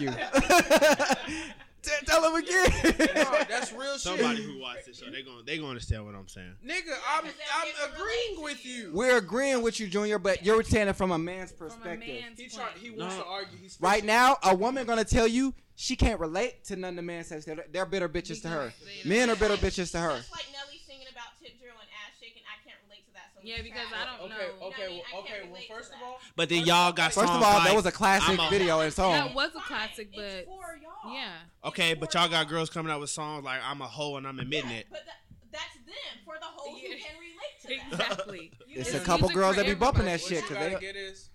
D: you. T- Tell him again.
A: No, that's real
C: Somebody
A: shit.
C: who watched this show, they gonna they gonna understand what I'm saying.
A: Nigga, I'm I'm agreeing with you.
D: We're agreeing with you, Junior, but you're saying it from a man's perspective.
E: From a man's
A: He
E: point.
A: tried. He wants
C: No.
A: to argue. He's
D: right now, a woman gonna tell you she can't relate to none of the man sex. They're, they're bitter bitches to her. Men are bitter bitches to her.
F: Just like Nelly singing about tip drill and ass shaking, I can't relate to that. So
E: Yeah, because I don't
A: Okay,
E: know.
F: You know what I
A: okay,
F: mean? I
A: well, okay.
F: can't
A: Well,
F: relate
A: first
F: to
A: of
F: that.
A: all,
C: But then y'all got
D: First of
C: songs
D: all,
C: like,
D: that was a classic
C: I'm a-
D: video and song.
E: That was a classic, but-
F: it's for y'all.
E: Yeah.
C: okay,
F: It's
C: but
F: for
C: y'all got
F: y'all.
C: girls coming out with songs like "I'm a hoe" and I'm admitting
F: Yeah,
C: it.
F: But that, that's them for the whole who
E: Yeah.
F: can relate to that.
E: Exactly.
F: You
D: It's
F: know?
D: a couple
E: music
D: girls
E: for
D: that be bumping that
E: everybody.
A: what
D: shit
A: you
D: because
A: gotta
D: they.
A: get is.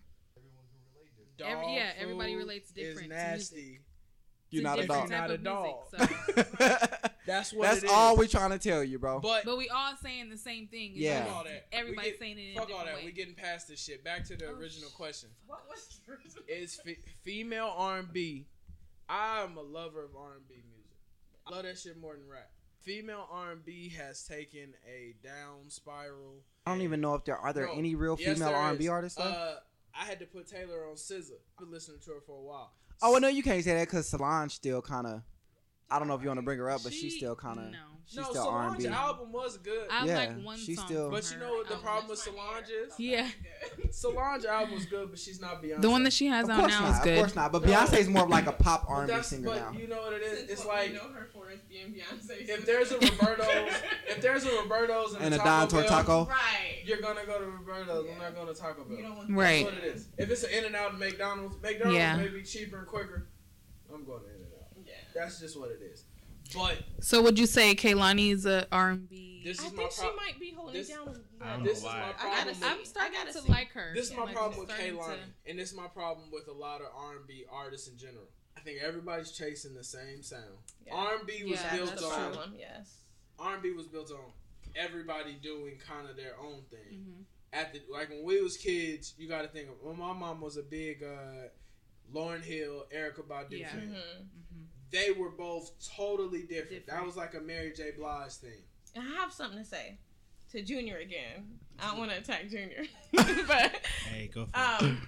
E: Every-
A: dog
E: yeah, everybody
A: food
E: relates different
A: Is
E: to
A: nasty.
D: You're
E: It's
D: not a dog.
E: different
A: You're
E: type
A: not a
E: of music,
A: dog.
E: so-
A: That's what.
D: That's
A: it is.
D: all we're trying to tell you, bro.
A: But
E: But we all saying the same thing. It's
D: Yeah.
E: just
A: fuck all that.
E: Everybody
A: we get,
E: saying it in a
A: Fuck all
E: different
A: that.
E: way.
A: We getting past this shit. Back to the
E: Oh,
A: original
E: sh-
A: question.
F: What was yours?
A: Is fe- female R&B? I'm a lover of R&B music. I love that shit more than rap. Female R&B has taken a down spiral.
D: I don't even know if there are there
A: No.
D: any real
A: Yes,
D: female
A: there
D: R and B
A: is.
D: artists. left?
A: Uh, I had to put Taylor on Scissor. I've been listening to her for a while.
D: oh, well, no, you can't say that because Solange still kind of. I don't know if you want to bring her up, but she's
E: She-
D: still kind of.
E: No.
D: She's
A: No,
D: still R and
A: Solange's
D: B.
A: album was good.
E: I
D: Yeah,
E: like one
D: she's
E: song.
D: still-
E: from
A: But you
E: her
A: know what the
E: album.
A: problem with
F: That's my
A: Solange
F: hair.
A: is?
E: Yeah.
A: Solange album was good, but she's not Beyonce.
E: The one that she has
D: Of
E: out
D: course
E: now is
D: not. Of
E: good.
D: course not. But Beyonce's more of like a pop R
A: But
D: and B
A: that's-
D: singer
A: but
D: now.
A: you know what it is?
F: Since
A: it's
F: what we
A: like
F: know her for is being Beyonce.
A: if there's a Roberto's, if there's a Roberto's and,
D: And a Don
A: Taco Bell,
D: Tortaco.
F: right,
A: you're gonna go to Roberto's. I'm not going to Taco
F: you
A: Bell.
F: don't want
E: Right.
A: That's what it is. If it's an In and Out and McDonald's, McDonald's
E: Yeah.
A: may be cheaper and quicker. I'm going to In and Out.
F: Yeah.
A: That's just what it is. But
E: So would you say Kaylani is a R&B?
A: this is
F: I
A: my
F: think she
A: problem.
F: might be holding
A: this-
F: down with
B: I don't
A: This is
B: know why.
A: my
F: I gotta
A: problem.
F: see.
E: I'm starting
F: I gotta
E: to
F: see.
E: like her.
A: This is my
E: Like,
A: problem with
E: starting to-
A: Kaylani, and this is my problem with a lot of R and B artists in general. I think everybody's chasing the same sound.
F: Yeah.
A: R and B was
E: Yeah,
A: built
E: that's
A: on
E: true.
F: Yes.
A: R and B was built on everybody doing kind of their own thing.
E: Mhm.
A: At the like when we was kids, you got to think of well, my mom was a big uh, Lauren Hill, Erica Badu
E: Yeah.
A: fan.
F: Mm-hmm.
E: Mhm.
A: They were both totally different. That
E: Different.
A: was like a Mary J. Blige thing.
F: And I have something to say to Junior again. I don't want to attack Junior, but
C: Hey, go for it.
F: um,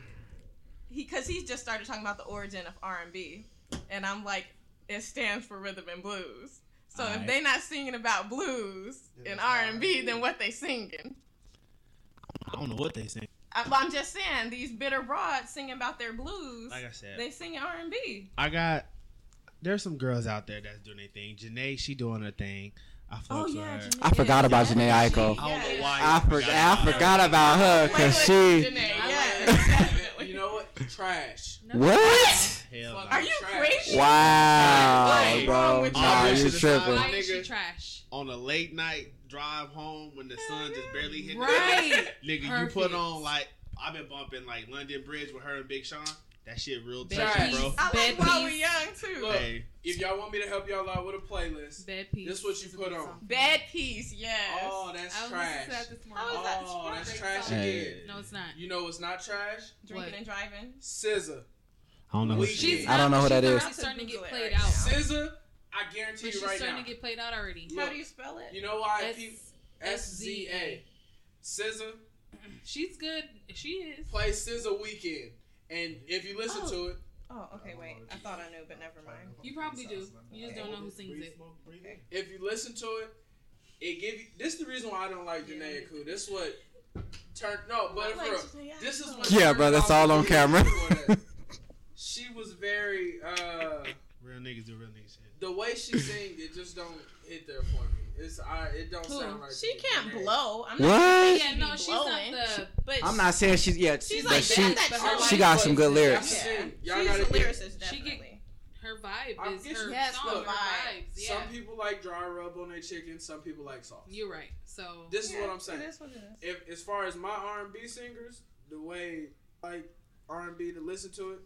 F: he because he's just started talking about the origin of R and B, and I'm like, it stands for rhythm and blues. So if
C: Aight.
F: they not singing about blues
B: Then
F: in
B: it's
F: R
B: not
F: and B,
B: R&B.
F: then what they singing?
C: I don't know what they sing.
F: I, well, I'm just saying these bitter broads singing about their blues.
C: Like I said,
F: They sing R and B.
C: I got. There's some girls out there that's doing their thing. Janae, she doing her thing. I fucks
E: Oh,
F: Oh,
C: with her.
D: I forgot about Janae
C: I don't
D: Aiko.
C: know why.
D: I,
C: you
D: for, I
C: about
D: forgot about her because she.
A: you know what? Trash.
E: No.
D: What?
C: her. Hell
A: Fuck.
C: no.
F: Are you crazy?
D: Wow,
C: Hey,
D: bro.
F: what's
D: Nah,
C: wrong with
D: you
C: you?
D: tripping.
E: Why is she
A: Nigga.
E: trash?
C: on a late night drive home when the sun just barely hit
E: Right.
C: the nigga
E: Perfect.
C: you put on like I've been bumping like London Bridge with her and Big Sean. That shit real
E: Big
C: touchy,
A: Piece.
C: bro.
F: I
E: Bad
F: like while we're
E: piece.
F: young too.
A: Look.
C: Hey,
A: If y'all want me to help y'all out with a playlist,
E: Bad piece.
A: This is what you
E: is a
A: put
E: good
A: on.
E: song.
F: Bad piece, yes.
A: oh, that's
E: I was listening
A: trash.
E: to that this
F: How
E: morning.
F: is that
A: oh, that's
F: trash?
A: trash
C: Hey.
A: again.
E: No, it's not.
A: You know it's not trash.
F: Drinking
E: What?
F: and driving.
A: Scissor.
C: I don't
A: know who she
E: She's
A: is.
D: I don't
E: not,
D: know who
E: but
D: that
E: she's
D: is.
E: already starting to
F: Google
E: get
F: it
E: played
F: right
E: out.
F: now.
A: Scissor. I
E: But
A: guarantee
E: she's
A: you right
E: starting
A: now.
E: to get played out already.
A: Look.
F: How do you spell it?
A: You know why?
E: S-
A: S Z A. Scissor.
E: She's good. She is.
A: Play Scissor Weekend. And if you listen
F: Oh.
A: to it,
F: Oh, okay, wait. I thought I knew, but never mind.
E: You probably do. You just don't know who sings it.
A: if you listen to it, it give you. This is the reason why I don't like Janae Aku. This is what turned. No, but for real. This is what
D: Yeah,
A: turned
D: bro, that's
A: off
D: all
A: the
D: on
A: Janae
D: camera.
A: Aiko on that. she was very. uh
C: Real niggas do real niggas shit.
A: The way she sings, it just don't hit there for me. It's I. It don't
E: Who?
A: sound right.
F: She
A: to me.
F: can't
A: Janae.
F: blow.
D: What?
F: I'm not saying she
E: Yeah,
F: be
E: no, she's
F: blowing,
E: not the.
F: But
D: I'm not saying she's yeah,
F: She's
D: but
F: like
D: she.
F: that.
A: Her
F: That's
D: she
A: wife
D: got
A: was-
D: some good lyrics.
A: That's the
F: Yeah.
A: thing. Y'all
F: She's
A: gotta
F: a
A: get-
F: lyricist,
E: She get-
F: definitely.
E: Her vibe
A: I'm
E: is
A: just-
E: her
F: Yes,
E: song.
A: look,
E: her vibes. Yeah.
A: Some people like dry rub on their chicken. Some people like sauce.
E: You're right. So
A: This is
F: Yeah,
A: what I'm saying.
F: It is what it is.
A: If as far as my R and B singers, the way like R and B to listen to it,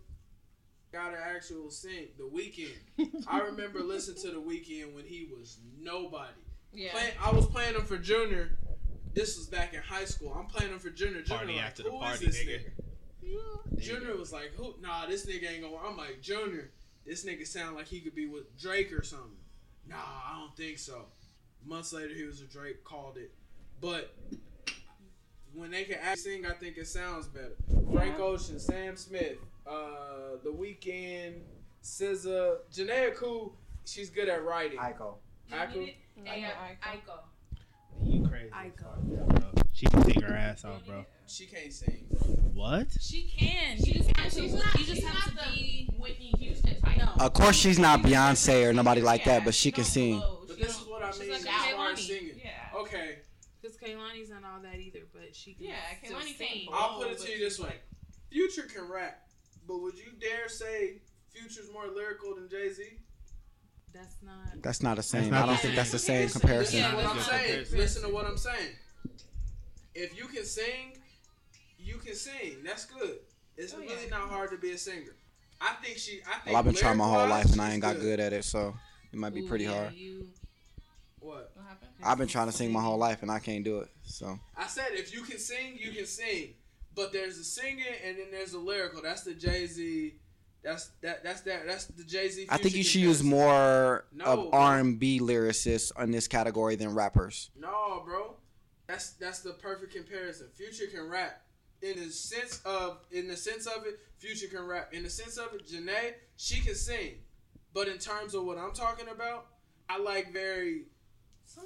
A: got an actual sing. The Weekend. I remember listening to The Weekend when he was nobody.
F: Yeah.
A: Play, I was playing him for Junior. This was back in high school. I'm playing him for Junior. Junior
C: Party
A: like,
C: after the
A: "Who is
C: party,
A: this
C: nigga."
A: nigga? Junior was like, "Who? Nah, this nigga ain't gonna." I'm like, "Junior, this nigga sound like he could be with Drake or something." Nah, I don't think so. Months later, he was a Drake. Called it, but when they can act sing, I think it sounds better. Frank Ocean, Sam Smith, uh, The Weeknd, SZA, Janae Cool. She's good at writing.
D: Ico.
A: Aiko?
E: Aiko. Aiko.
C: You crazy.
E: Aiko.
C: She can sing her ass off, bro.
A: She can't sing.
C: What?
E: She can. She
F: She's
E: just
F: not-
E: has to.
F: she's not-
E: You just
F: she's
E: have
F: not
E: to
F: the
E: be.
F: Whitney Houston type.
E: No.
D: Of course, she's not Beyonce or nobody like that,
F: Yeah,
D: but she can
F: don't
D: sing.
F: blow.
A: But
F: She
A: this
F: don't-
A: is Oh. what I
F: she's
A: mean
F: like
A: as
F: a
A: far as
F: Kehlani.
A: singing.
F: Yeah.
A: Okay,
E: Because Kaylani's not all that either, but she can.
F: Yeah,
E: still
F: Kehlani
E: sing.
F: can't
A: I'll
F: Oh,
A: put it
F: but
A: to you this way: Future can rap, but would you dare say Future's more lyrical than Jay Z?
E: That's not.
D: That's not the same.
C: not
D: I don't
E: the
D: think
E: same.
D: that's the same
F: Listen,
D: comparison.
A: Listen to what
E: Yeah,
A: I'm
E: that's
A: saying.
C: comparison.
A: Listen to what I'm saying. If you can sing, you can sing. That's good. It's
F: Oh,
A: really
F: yeah.
A: not hard to be a singer. I think she. I think
D: Well, I've been trying my whole
A: lyric-wise,
D: life and I
A: she's
D: ain't got good at it, so it might be
E: Ooh,
D: pretty
E: yeah,
D: hard.
E: you-
A: What?
F: What happened?
D: I've been trying to sing my whole life and I can't do it. So
A: I said if you can sing, you can sing. But there's the singing and then there's the lyrical. That's the Jay Z. That's that. That's that. That's the Jay Z.
D: I think you should use more
A: No,
D: of
A: bro.
D: R and B lyricists on this category than rappers.
A: No, bro. That's that's the perfect comparison. Future can rap. In the sense of in the sense of it, Future can rap. In the sense of it, Janae, she can sing. But in terms of what I'm talking about, I like very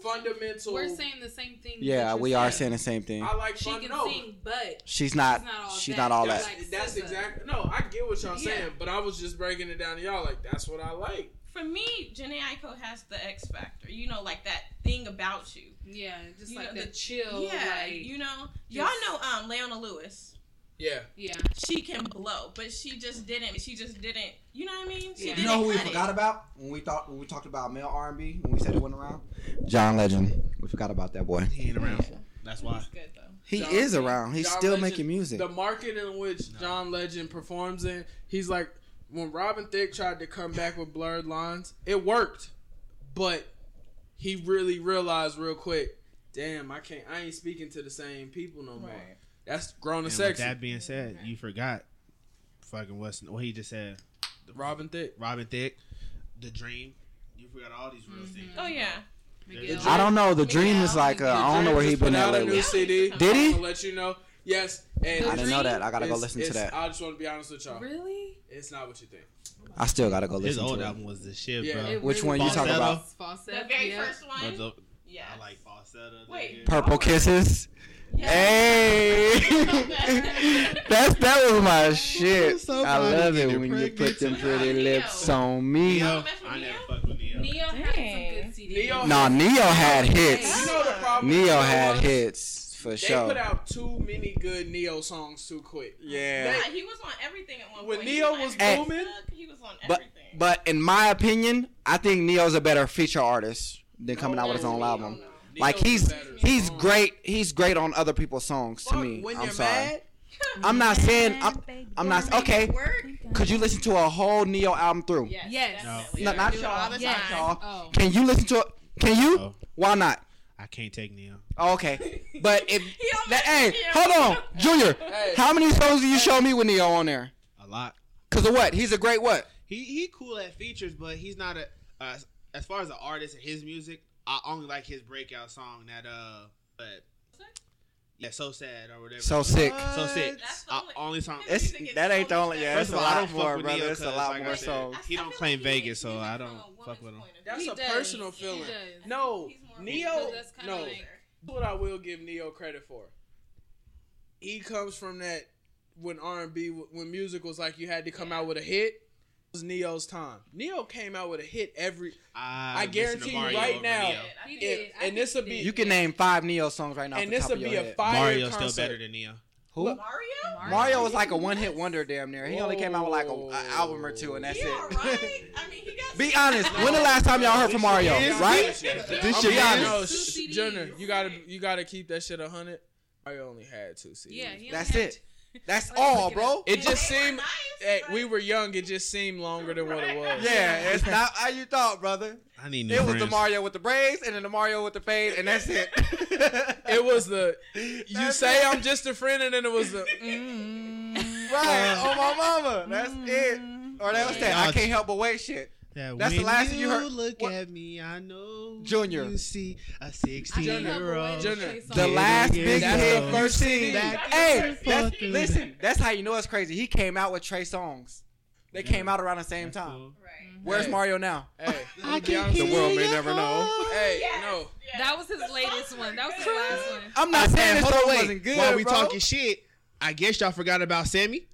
A: fundamental
E: We're saying the same thing.
D: Yeah,
E: that you're
D: we are saying the same thing.
A: I like
E: She
A: fun,
E: can
A: no,
E: sing, but
D: She's not.
E: She's not all
D: She's
E: that.
D: not all
A: that's,
D: that.
E: like
A: that's
E: SZA.
A: exactly no, I get what y'all
F: Yeah.
A: saying, but I was just breaking it down to y'all like that's what I like.
F: For me, Janae Aiko has the X factor. You know, like that thing about you.
E: yeah, just
F: You
E: like
F: know,
E: the,
F: the-
E: chill.
F: yeah,
E: like,
F: you know, y'all
E: just-
F: know um Leona Lewis.
A: Yeah.
E: yeah.
F: She can blow, but she just didn't. She just didn't. You know what I mean? She
E: Yeah.
F: didn't
E: You
F: cut it.
D: about when we thought when we talked about male R and B when we said it went around? John Legend. We forgot about that boy.
C: He ain't around. That's why.
F: It's good though.
D: He
A: John-
D: is around. He's
A: John
D: still
A: Legend-
D: making music.
A: The market in which John Legend performs in, he's like when Robin Thicke tried to come back with blurred lines, it worked, but he really realized real quick, damn, I can't, I ain't speaking to the same people no more. That's grown and
C: And with
A: sexy.
C: that being said, you forgot fucking what's what he just said.
A: Robin Thicke.
C: Robin Thicke, The Dream. You forgot all these real things.
F: Oh yeah.
E: Miguel.
D: I don't know. The dream is
E: Miguel,
D: like uh, I
A: Dream
D: don't know where
A: just
D: he
A: put
D: been at
A: out a
D: lately.
A: new CD.
F: Did
A: I'm
D: he?
A: gonna let you know. Yes, and
D: I didn't know that. I gotta go
A: it's-
D: listen to
A: it's-
D: that.
A: I just want to be honest with y'all.
E: Really?
A: It's not what you think.
D: I still gotta go
C: His
D: listen
C: old
D: to it.
C: album was the shit,
A: Yeah.
C: bro.
E: It
D: Which one
C: you
E: was.
C: talking about?
E: Falsetto.
F: The very
E: yeah.
F: first
C: But
F: one.
C: the-
F: Yeah.
C: I like falsetto. nigga.
F: Wait.
D: Purple Kisses.
F: Yeah.
D: Hey, that's that was my shit.
C: So
D: I
C: glad
D: love
C: you
D: it
C: get
D: when you put
C: pregnant.
D: them pretty
F: Neo.
D: lips on me.
C: Neo.
F: Neo. don't mess with
C: I never
F: Neo?
C: fucked with Neo.
E: Neo had some
F: Dang.
E: good CDs.
A: Neo-
D: Nah, Neo had
A: You
D: hits.
A: know the problem. you
D: Neo
A: know
D: had
A: what?
D: hits for
A: They
D: sure.
A: put out too many good Neo songs too quick.
D: Yeah.
F: Yeah, he was on everything at one
A: When
F: point.
A: Neo
F: he
A: was
F: on every
A: booming-
F: drug, he was on
D: But-
F: everything.
D: But in my opinion, I think Neo's a better feature artist than coming out
A: Oh,
D: with his own
F: Neo,
D: album.
F: no.
D: Like
A: Neo's
D: he's
A: better
D: he's
A: song.
D: great. He's great on other people's songs to
A: Fuck,
D: me.
A: when
D: I'm
A: you're
D: sorry.
A: mad,
E: Um,
D: I'm not saying I'm I'm not okay.
F: Work.
D: Could you listen to a whole Neo album through?
F: Yes.
E: Yes.
F: definitely.
D: No, not
F: Do it all
D: y'all.
F: the
D: Not
E: Yes.
F: time.
D: y'all.
E: Oh.
D: Can you listen to it? Can you?
C: Oh,
D: Why not?
C: I can't take Neo.
D: Oh, okay. But if
F: He almost
D: that, hey,
F: did.
D: hold on, Junior.
A: Hey.
D: How many songs do you show me with Neo on there?
C: A lot.
D: Cause of what? He's a great what?
C: He he cool at features, but he's not a uh, as far as the artist and his music. I only like his breakout song that uh, but yeah, so sad or whatever.
D: So sick.
C: So sick.
F: That's the
C: Uh,
F: only-
C: only song.
F: It's- that ain't the only- yeah,
C: First of all, I don't fuck with Neo. 'cause, like I said,
F: I-
C: He
F: I
C: don't
F: feel
C: claim
F: like he-
C: Vegas, so
F: he's
C: I
F: from
C: don't
F: a
C: fuck
F: woman's
C: with him.
F: point of
A: That's
F: view.
A: a
E: does.
A: personal
E: He
A: feeling.
E: does.
A: No,
F: He's more of a-
A: Neo.
E: 'Cause that's kinda
A: No,
E: like-
A: what I will give Neo credit for. He comes from that when R and B when music was like you had to come out with a hit. It was Neo's time. Neo came out with a hit every.
C: I,
A: I
C: listen to
A: guarantee you
C: Mario
A: right
C: over
A: now-
C: Neo.
E: He
F: Yeah,
E: did. I
A: and this
E: think
A: would
E: he
A: be-
D: You
E: did.
D: can name five Neo songs right now. off
A: and
D: the
A: this
D: top
A: would
D: of your
A: be a
D: head.
A: fire
C: Mario's
A: concert.
C: still better than Neo.
D: Who?
F: Mario?
D: Mario was like a one hit wonder, damn near. He only came out with like
A: Whoa.
D: an album or two, and that's
F: He
D: it.
F: alright. I mean, he got.
D: Be
F: some-
D: honest. When the last time y'all heard from Mario?
C: Is
D: Right?
C: This
A: I'll
C: shit
A: be
C: is-
A: honest. No,
E: Two
A: sh-
E: CDs.
A: Junior, you gotta you gotta keep that shit a hundred. Mario only had two CDs.
E: Yeah. He only
D: That's
E: had-
D: it. That's
E: Like,
D: all,
E: look it
D: bro.
E: up.
A: It just
F: They were
A: seemed-
F: nice,
A: Hey,
F: but-
A: we were young. It just seemed longer than what it was.
D: Yeah, it's not how you thought, brother.
C: I need new
D: It was
C: friends.
D: the Mario with the braids, and then the Mario with the fade, and that's it.
A: It was the you
D: That's
A: say
D: it.
A: I'm just a friend, and then it was the mm.
D: Mm. right
C: Uh,
D: on my mama. That's it. Or that was that. I can't help but wait. Shit.
C: That
D: That's the
C: when
D: last thing you heard-
C: Look
D: What?
C: at me, I know.
D: Junior.
C: you see a
E: I can't help but
C: sixteen-year-old.
E: wait
A: Junior.
E: to say
A: The
D: The
E: something.
D: last
C: yeah,
D: big
C: yeah.
D: hit
C: That's the
D: you
A: first
D: seen.
A: CD.
D: Hey,
C: Fucking-
D: that's, listen. That's how you know it's crazy. He came out with Trey songs. They came out around the same time.
F: Right.
E: Mhm.
D: Where's
A: Hey.
D: Mario now?
A: Hey,
C: I
A: Beyonce-
C: can
G: The world
C: hear
G: may
C: you
G: never know.
C: call.
A: Hey,
F: Yes,
A: no.
F: yes.
E: That was his
F: The
E: latest
F: songs
E: one.
F: were
E: That was his
F: good.
E: last one.
D: I'm
C: I
D: not saying
C: said,
D: this
C: hold
D: song
C: on,
D: wasn't
C: wait.
D: good,
C: While we
D: bro.
C: talking shit, I guess y'all forgot about Sammy.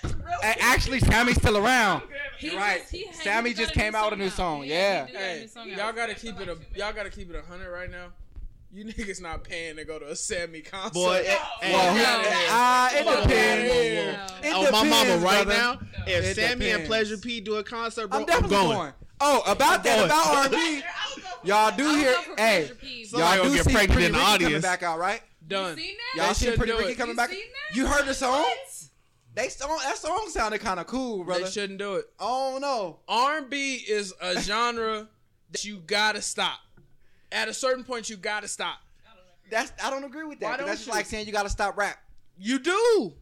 F: Forget real
D: Hey, actually, Sammy's still around.
E: He
D: You're right.
E: just- he had- he
D: Sammy
E: got
D: just came out with a new song. Yeah.
E: he did got a
A: Hey,
E: new song out.
A: y'all gotta keep it a y'all gotta keep it a hundred right now. You niggas not paying to go to a Sammy concert.
C: Boy, eh,
F: Hey,
D: Well,
F: get
E: out of here.
D: ah,
A: Come
D: it
A: on,
D: depends.
A: man.
D: It
C: oh, my mama
D: depends,
C: right
D: brother.
C: now. If
D: It
C: Sammy and
D: depends.
C: Pleasure P do a concert, bro,
D: I'm
C: I'm,
D: definitely
C: going.
D: going. Oh, about that,
C: going.
D: about R&B. Y'all do
E: I
D: hear,
E: love her
D: hey,
E: Pleasure P, but-
C: Somebody
D: y'all
C: gonna
D: do
C: get
D: see
C: pregnant
D: Pretty
C: in the
D: Ricky coming
C: audience.
D: back out, right?
A: done.
E: You seen that?
D: Y'all
A: They
D: see
A: should
D: Pretty
A: do
D: Ricky
A: it.
D: coming
E: You
D: back.
E: seen that?
D: You heard the song?
E: What?
D: They song that song sounded kind of cool, brother.
A: They shouldn't do it.
D: Oh no,
A: R&B is a genre that you gotta stop. At a certain point, you gotta stop.
D: that's I don't agree with that.
A: Why
D: 'cause That's
A: don't
D: just
A: you?
D: like saying you gotta stop rap.
A: You do.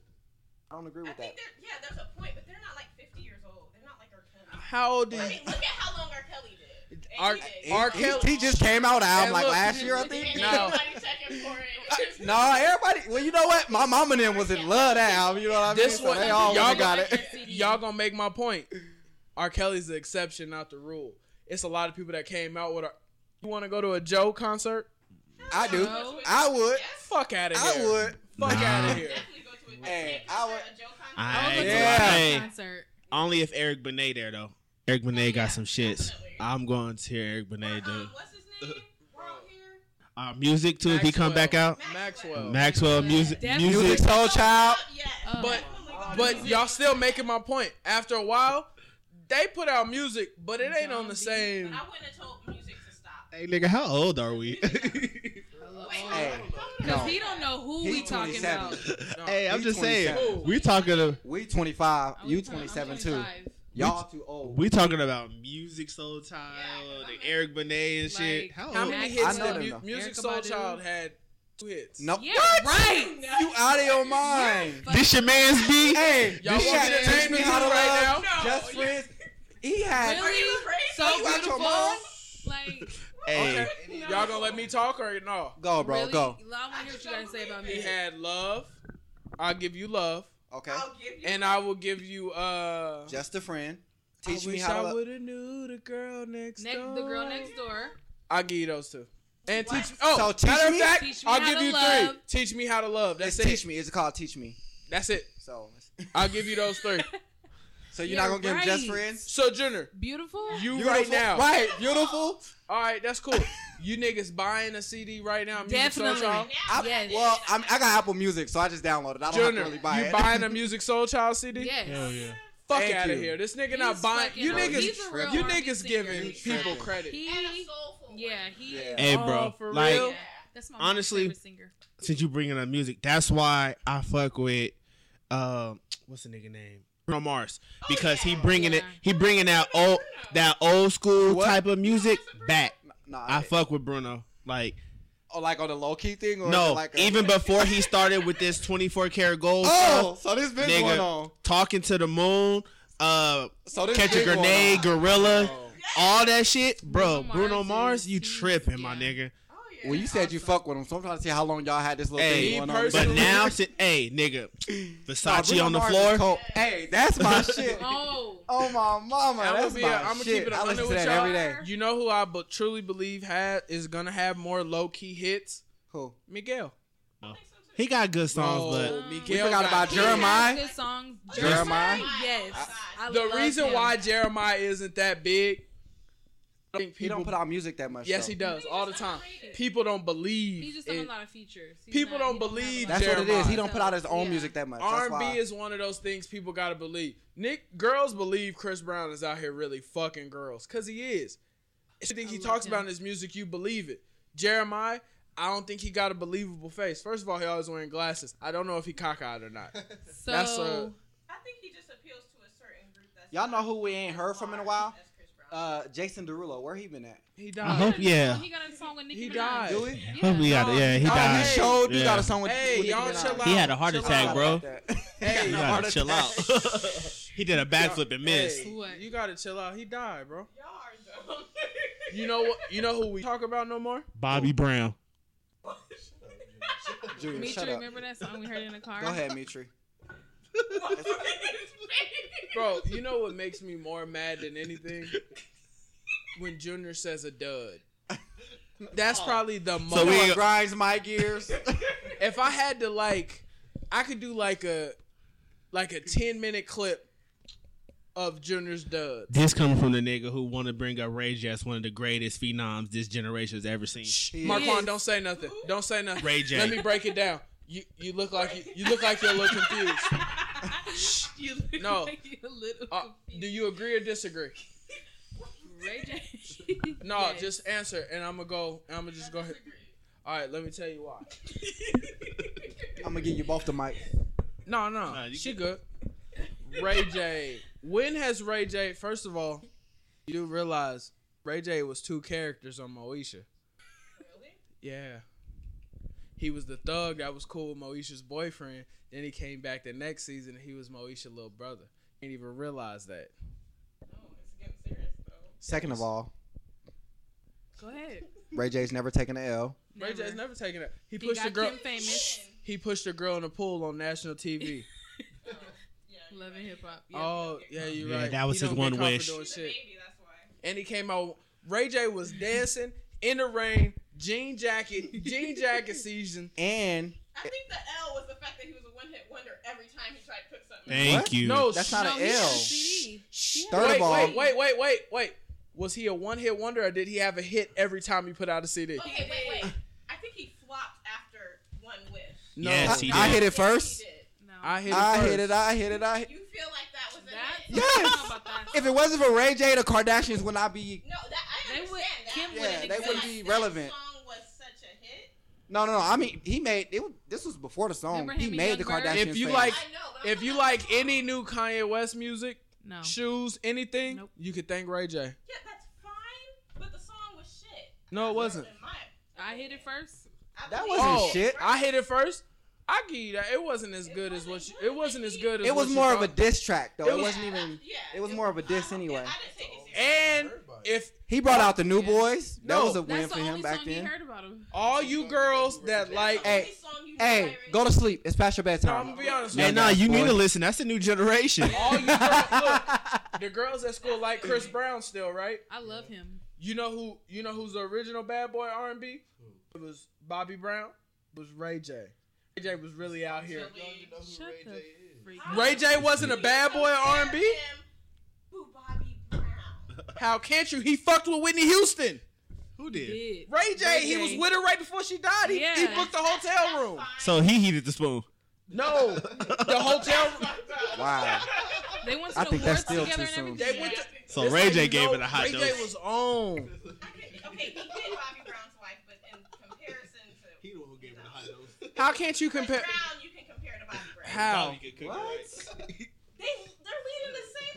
D: I don't agree
F: I
D: with that.
F: think there, yeah, there's a point, but they're not like 50 years old. They're not like R. Kelly.
A: How old do
F: I
A: you?
F: mean, look at how long R. Kelly did. And
A: R-
F: he did.
A: R.
F: So
D: He-
A: Kelly-
D: He, just came out album
A: Hey,
D: like
A: look.
D: last year, I
F: And
D: think.
F: ain't
A: No.
F: nobody checking for it.
D: No, everybody. Well, you know what? My mama then was in love that album. You know what I mean?
A: This
D: So
A: one-
D: they all
A: y'all
D: got
E: like
D: it.
E: that CD.
A: Y'all gonna make my point. R. Kelly's the exception, not the rule. It's a lot of people that came out with. A, you want to go to a Joe concert?
D: I do.
E: No.
D: I would.
F: Yes,
A: Fuck out of
D: I
A: here.
D: would.
A: Fuck
C: Nah.
A: out of here.
F: definitely go to a
D: Hey,
F: Is
D: I
F: there
D: would-
F: a Joe concert?
E: I
C: I ain't
E: was at
D: Yeah.
E: the last
C: gonna lie.
E: concert.
C: Only if Eric Benet there though. Eric Benet got some shits.
F: Definitely.
C: I'm going to hear Eric
F: Or, um,
C: Benet do
F: what's his name? World here.
C: uh, music too. If he come back out,
A: Maxwell.
C: Maxwell music,
E: Definitely.
D: Music
C: music.
D: Soul Child.
F: Yes.
E: Uh,
A: But-
F: Definitely go to
A: But
F: music.
A: y'all still making my point. After a while, they put out music, but it ain't on the
F: But
A: same.
F: I wouldn't have told music to stop.
C: Hey nigga, how old are we?
F: Wait,
E: Because
D: Hey,
F: hold on, hold on.
D: no.
E: he don't know who
D: He
E: we talking
D: 27.
E: about.
C: hey, I'm
D: He
C: just saying.
D: 27.
C: We talking to,
D: We 25.
E: I'm
D: You
E: twen- I'm
D: 27 too.
E: 25.
D: Y'all too old.
C: we talking about music soul child
F: Yeah,
C: and Eric Benet and shit.
E: like,
C: How old?
A: How many
E: Maxwell.
A: hits
D: I know
A: did
D: them,
A: Mu-
D: though.
A: Music
E: Erykah
A: Soul
E: Badu.
A: Child had? Two hits.
D: No.
E: Yeah,
D: What?
E: right.
D: You out of your mind.
E: Fuck.
C: this your man's beat?
D: Hey,
A: Y'all
D: this
A: want
D: shit
A: me to
D: teach
A: name
D: me
A: it
D: how to
A: right
D: love.
A: now? Oh, No.
D: Just friends. He had.
E: Really?
F: Are you crazy?
E: So
D: You out your
E: beautiful.
D: mind?
E: Like,
C: Hey,
A: Okay. Y'all gonna let me talk or no?
D: Go, bro.
E: really,
D: Go.
E: I want to hear what you got to say about
A: He
E: me.
A: had love. I'll give you love,
D: Okay.
F: I'll give you.
A: and I will give you uh.
D: Just a friend.
A: I
D: Teach me
A: wish
D: how to
A: I
D: love.
A: would have knew the girl next
E: Next,
A: door.
E: the girl next door.
A: I'll give you those two. And
F: What?
A: teach me. Oh,
D: So teach
A: matter
D: me-
A: of fact,
E: Teach me
A: I'll
E: how
A: give
E: to
A: you
E: love.
A: three. Teach me how to love. That's
D: It's
A: it.
D: teach me. It's called teach me.
A: That's it.
D: So,
A: I'll give you those three.
D: so you're not
E: You're
D: gonna give him just
E: right.
D: friends.
A: So Junior,
E: Beautiful.
A: you
D: Beautiful.
A: right now.
D: Right. Beautiful.
A: All right, that's cool. you niggas buying a CD right now? Music
E: Definitely.
A: Soul Child?
F: Now,
D: I,
E: Yes.
D: Well, I'm, I got Apple Music, so I just downloaded. it. I don't
A: Junior,
D: have to really buy
A: you
D: it.
A: buying a Music Soul Child CD?
E: Yes.
A: Fuck
D: Thank
A: out of
D: you.
A: here. This nigga
E: He's
A: not buying.
E: fucking-
A: You
D: No,
A: niggas,
D: he's
E: he's a real
A: you
E: R&B
A: niggas
E: singer.
A: giving
E: He's
A: people
D: tripping.
A: credit.
E: He,
F: and a soulful. one.
E: yeah, he.
D: Yeah.
C: hey,
A: Oh,
C: bro.
A: for
C: like,
A: real?
E: yeah. That's my
C: Honestly-
E: favorite singer.
C: since you bringing up music, that's why I fuck with um what's the nigga name Bruno Mars because he bringing it
E: Oh, Yeah.
C: he bringing that old that old school
D: What?
C: type of music back.
D: Nah,
C: I fuck with Bruno. Like
D: oh, like on the low key thing, or
C: no,
D: like a-
C: even before he started with this twenty four karat gold
D: Oh,
C: stuff,
D: so this been
C: Nigga.
D: going on.
C: talking to the moon, uh,
D: So Oh, this
C: catch a
D: been going
C: grenade,
D: on.
C: gorilla,
D: Oh.
C: all that shit, bro.
E: Bruno
C: Bruno
E: Mars
C: Mars,
E: is-
C: you
E: he's-
C: tripping, my
E: yeah.
C: nigga.
F: Oh, yeah.
D: Well, you said you fuck with him, so I'm trying to see how long y'all had this little
C: Hey,
A: me
D: thing going on.
C: But
A: personally-
C: now, si- hey, nigga,
D: Nah,
C: Versace
D: Bruno
C: on the
D: Mars is
C: floor.
D: cold. Hey, that's my shit.
E: Oh.
D: Oh my mama,
A: I'ma
D: that's
A: be-
D: my
A: I'ma keep
D: shit.
A: it a
D: I
A: hundred
D: listen to
A: with
D: that
A: y'all.
D: every day.
A: You know who I but truly believe ha is gonna have more low key hits?
D: Cool.
A: Miguel.
C: He got good songs,
A: Bro,
C: but
E: Um,
A: Miguel
D: We forgot
A: got
D: about
A: hits.
E: He has
D: Jeremiah.
E: Good songs.
D: Jeremiah?
E: Yes. I
A: The
E: love
A: reason
E: him.
A: why Jeremiah isn't that big, I think
D: He
A: people.
D: don't put out music that much.
A: yes,
D: though.
A: he does all the time.
F: Underrated.
A: People don't believe.
E: He's just on a
A: in-
E: lot of features. He's
A: People
E: not-
A: don't
E: he have a
A: believe
E: lot
D: That's what
E: of-
D: it is. He
A: Jeremiah.
D: don't put out his own
E: Yeah.
D: music that much. That's
A: R&B
D: why.
A: is one of those things people gotta believe. Nick girls believe Chris Brown is out here really fucking girls, cause he is. It's the thing
E: I
A: he
E: love
A: talks
E: him.
A: about in his music, you believe it. Jeremiah, I don't think he got a believable face. First of all, he always wearing glasses. I don't know if he cockeyed or not.
E: So
A: That's a-
F: I think he just appeals to a certain group. That's
D: Y'all know
F: not
D: who we ain't heard
F: as
D: from in a
F: large
D: while?
F: as Chris Brown.
D: Uh, Jason Derulo, where he been at?
A: He
C: I
A: died.
C: hope yeah.
E: He got a song with Nicki
A: He
E: Minaj.
A: died.
D: Do we?
E: Yeah.
C: Hope he got it. Yeah, he
A: Oh,
D: Oh,
C: died.
D: he showed you
C: Yeah.
D: got a song with.
A: Hey,
D: with Nicki
A: y'all
D: Minaj.
A: chill out.
C: He had a heart
A: Chill
C: attack,
A: out.
C: bro.
D: Hey,
C: You
A: no,
C: gotta chill out. he did a backflip and missed.
A: Hey,
E: What?
A: you gotta chill out. He died, bro.
F: Y'all are dumb.
A: You know what? You know who we talk about no more?
C: Bobby Brown.
D: Junior,
E: Mitri,
D: shut up.
E: remember that song we heard in the car?
D: Go ahead, Mitri.
A: Bro, you know what makes me more mad than anything? When Junior says a dud. That's probably the most.
C: we-
D: It grinds my gears.
A: if I had to like, I could do like a, like a ten minute clip of Junior's dud.
C: This coming from the nigga who want to bring up Ray J as one of the greatest phenoms this generation has ever seen.
A: Marquand, don't say nothing. Don't say nothing.
C: Ray J.
A: Let me break it down. You you look like you, you look like you're a little confused.
E: you look
A: No.
E: like you're a little
A: Uh, do
E: confused.
A: you agree or disagree?
E: Ray J.
A: No,
E: Yes.
A: just answer, and I'm gonna go. And I'm gonna just go ahead. All right, let me tell you why.
D: I'm gonna give you both the mic.
A: No, no,
C: Nah, you
A: she good. Ray J. When has Ray J. First of all, you do realize Ray J. was two characters on Moesha.
F: Really?
A: Yeah. He was the thug that was cool with Moesha's boyfriend. Then he came back the next season and he was Moesha's little brother. Didn't even realize that.
F: No, it's getting serious though.
D: Second of all,
E: Go ahead.
D: Ray J's never taken an L.
A: Ray J's never taken it. He
E: He
A: pushed
E: got
A: a girl.
E: Kim famous.
A: He pushed a girl in the pool on national TV.
F: Oh, yeah, you're
E: Loving
F: right.
E: hip hop. Yeah.
A: oh yeah, you're
C: Yeah,
A: right.
C: that was
A: He don't
C: his
A: get
C: one
A: caught for
C: wish.
A: doing
F: She's a
A: shit.
F: baby, that's why.
A: And he came out. Ray J was dancing in the rain, jean jacket, jean jacket season.
D: And
F: I think the L was the fact that he was a one hit wonder every time he tried to put something. in.
C: Thank
D: What?
C: you.
A: No,
D: that's
A: sh-
D: not
E: No,
D: an
E: he had a
D: L.
E: CD.
D: Shh.
E: Yeah.
D: Third
A: wait,
D: of all,
A: wait, wait, wait, wait, wait. Was he a one hit wonder or did he have a hit every time he put out a CD?
F: Okay, wait, wait. I think he flopped after one wish.
A: No,
C: Yes,
D: I,
C: he
D: I
C: did.
D: hit it
F: Yes, he
D: first.
F: did.
E: No.
A: I hit it.
D: I
A: first.
D: hit it. I hit it. I hit.
F: You feel like that was an
E: That's-
F: hit?
D: Yeah.
E: I don't know about that.
D: If it wasn't for Ray J, the Kardashians would not be.
F: No, that I
E: They
F: understand
E: would-
F: that.
E: Kim
F: but
E: wouldn't
F: I feel
E: they wouldn't
F: like
D: be
F: that
D: relevant.
F: Song was such a hit.
D: No, no, no. I mean, he made it. was- This was before the song.
E: Remember him
D: He
E: and
D: made the
E: Young Bird?
D: Kardashians.
A: If you
D: famous.
A: like-
F: I know, but I'm
A: If
F: talking
A: you
F: about
A: like
F: the song.
A: any new Kanye West music,
E: no.
A: shoes, anything,
E: Nope.
A: you could thank Ray J.
F: yeah, that's fine. But the song was shit.
A: No, it wasn't.
F: In my-
E: I hit it first.
F: I
D: That
F: believe
D: wasn't
F: it.
A: Oh,
D: shit.
A: I hit it first. I give you that. It wasn't as good as what you. It wasn't as good as.
D: it was
A: what you
D: more of a
A: thought.
D: diss track though.
A: It
D: It
A: was-
D: wasn't even.
F: Yeah,
D: it was more of a
F: I
D: diss
F: don't-
D: anyway.
F: I didn't take it serious.
A: And if
D: He brought out the New
E: Yeah.
D: Boys. That
A: No.
D: was a
E: That's
D: win
E: the
D: for
E: only
D: him back
E: song
D: then.
E: he heard about him.
A: all you girls that like,
F: That's the
D: Hey,
F: only song you know
D: Hey,
F: I
D: go to
F: really-
D: sleep. It's past your
A: no,
D: bedtime.
A: I'm gonna be honest.
C: Hey,
A: with you.
C: nah, you need
D: Boy.
C: to listen. That's the new generation.
A: All you girls, look, the girls at school like Chris Brown still, right?
E: I love him.
A: You know who? You know who's the original bad boy R and B? It was Bobby Brown. It was Ray J. Ray J was really out here.
E: Shut the freak.
A: Ray J wasn't a bad boy
F: Compare
A: R and B.
F: him to Bobby Brown.
A: How can't you? He fucked with Whitney Houston.
C: Who
E: He did.
A: Ray J,
E: Ray
A: he
E: J.
A: was with her right before she died. He, he
E: Yeah.
A: booked the
F: That's-
A: hotel
F: that's
A: room.
F: fine.
C: So he heated the spoon.
A: No, the hotel. room.
D: Wow.
E: They went to
D: I
E: the
D: think that's
E: awards
D: still
E: together
D: too
E: and
D: soon.
E: everything.
A: They went to.
C: So
A: this
C: Ray
A: how
C: J
A: you
C: gave
A: know
C: it a hot
A: Ray
C: dose.
A: J was on.
F: Okay, he did Bobby Brown's wife, but in comparison to
B: He the one who gave it a hot dose.
A: How can't you
F: Chris
A: compare?
F: Brown, you can compare to Bobby Brown.
A: How?
F: They they're leading the same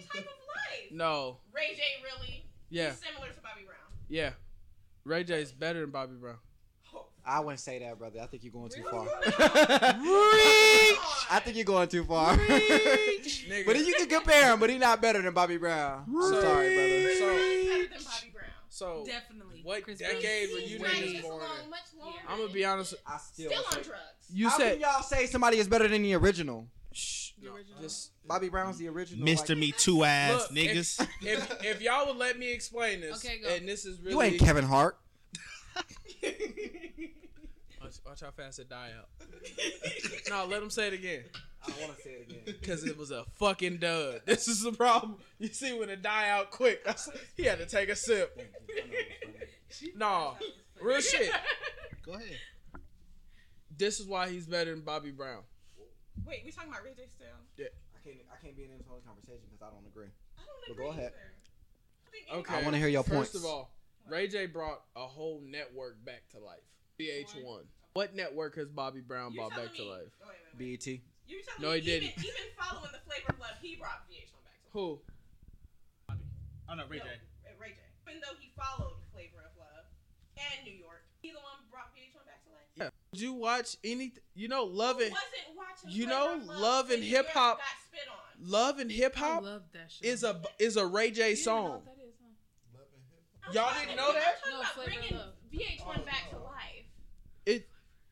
F: type of life.
A: No.
F: Ray J really
A: Yeah.
F: is similar to Bobby Brown.
A: Yeah. Ray J is better than Bobby Brown.
D: I wouldn't say that, brother. I think you're going too far. I
F: I
D: think you're going too far.
A: Nigga.
D: but you can compare him, but he's not better than Bobby Brown. I'm
A: So-
D: sorry, brother.
A: So,
F: better than Bobby Brown.
A: so
E: Definitely.
A: What
E: Chris
A: decade
E: Brown.
A: were you
E: Right.
A: niggas
F: It's
A: born
F: long,
A: in?
F: much longer
A: I'm gonna
F: than
A: be
F: him.
A: honest.
D: I still.
F: Still on
D: say-
F: drugs.
A: You
D: How
A: said
D: can y'all say somebody is better than the original?
A: Shh, no,
E: original.
A: just-
D: Bobby Brown's the original.
C: Mr.
D: Like,
C: Me Too ass
A: Look,
C: niggas.
A: if if y'all would let me explain this,
E: Okay, go.
A: and this is really
D: you ain't Kevin Hart.
A: Watch, watch how fast it die out. no, let him say it again.
D: I want to say it again.
A: Cause it was a fucking dud. This is the problem. You see when it die out quick. That's, he had to take a sip. No, real shit.
C: Go ahead.
A: This is why he's better than Bobby Brown.
F: Wait, we talking about Ray J still?
D: I can't. I can't be in this whole conversation because I don't agree.
F: I don't
D: Well,
F: agree
D: go ahead.
F: either. I think
A: Okay.
D: I want to hear your
A: First
D: points.
A: of all, Ray J brought a whole network back to life. VH1. What network has Bobby Brown
F: You're
A: brought
F: telling
A: back to
F: me-
A: life?
F: oh, wait, wait, wait.
D: BET.
F: You're telling
A: No,
F: me
A: he
F: even, Even following the Flavor of Love, he brought VH1 back to life.
A: Who? Oh no,
F: No, uh, Ray J. Even though he followed Flavor of Love and New York, he the one brought VH1 back to life.
A: Did you watch any? You know, love
F: Who
A: and
F: Wasn't watching
A: You
F: Flavor
A: know,
F: of Love,
A: Love and
F: when
A: Hip
F: New York
A: Hop-
F: got spit on.
A: love and hip
E: I
A: hop
E: love that shit.
A: is a is a Ray J
E: You don't even know
A: song.
E: what that is, huh?
F: I'm
A: Y'all
F: talking-
A: didn't know that?
F: I'm
E: No,
F: talking about
E: Flavor of
F: bringing
E: Love.
F: VH1 back to life.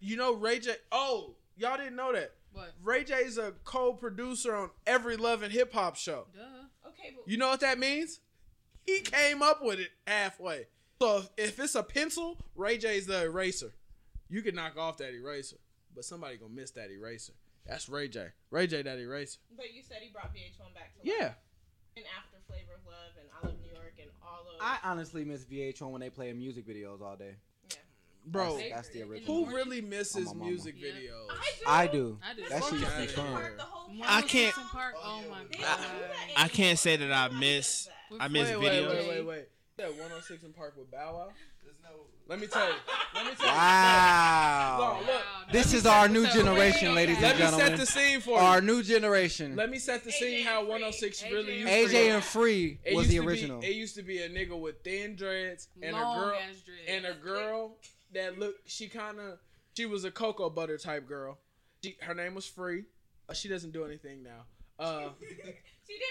A: You know, Ray J. Oh, y'all didn't know that.
E: What?
A: Ray J's a co-producer on every Love and Hip Hop show.
E: Duh.
F: Okay, but
A: You know what that means? He came up with it halfway. So if, if it's a pencil, Ray J's the eraser. You can knock off that eraser, but somebody gonna miss that eraser. That's Ray J. Ray J that eraser.
F: but you said he brought VH1 back to life.
A: Yeah.
F: And after Flavor of Love and I Love New York and all of
D: I honestly miss VH1 when they play music videos all day.
A: Bro,
D: That's- that's the
E: In
D: original.
A: who
E: morning.
A: really misses
D: Oh, my mama.
A: music
E: Yeah.
A: videos?
D: I do.
E: I do.
D: That shit used to be
A: Get
D: fun.
A: out of
F: The whole
E: When
C: I
E: was
C: can't-
E: Hudson Park? Oh my
F: They
E: god.
F: don't do that
C: I can't say
F: anymore.
C: that I
F: Nobody does
C: miss-
F: that.
C: I miss
A: wait,
C: video.
A: Wait, wait, wait, wait. That 106 in Park with Bow Wow.
B: There's no.
A: Let me tell you. Let me tell you.
D: Wow.
A: Look, look.
E: Wow,
D: This
E: that
D: is
E: was
D: our new
E: so
D: generation,
E: weird.
D: ladies and
A: Let me set
D: gentlemen.
A: the scene for you.
D: Our new generation.
A: Let me set the scene how 106 really used to
D: AJ
A: be.
D: and Free
A: It
D: was
A: used
D: the
A: to be-
D: original.
A: it used to be a nigga with thin dreads and
E: Long
A: a girl
E: ass dread.
A: and a girl that looked. She kind of she was a cocoa butter type girl. She, her name was Free. Uh, She doesn't do anything now. Uh,
F: She did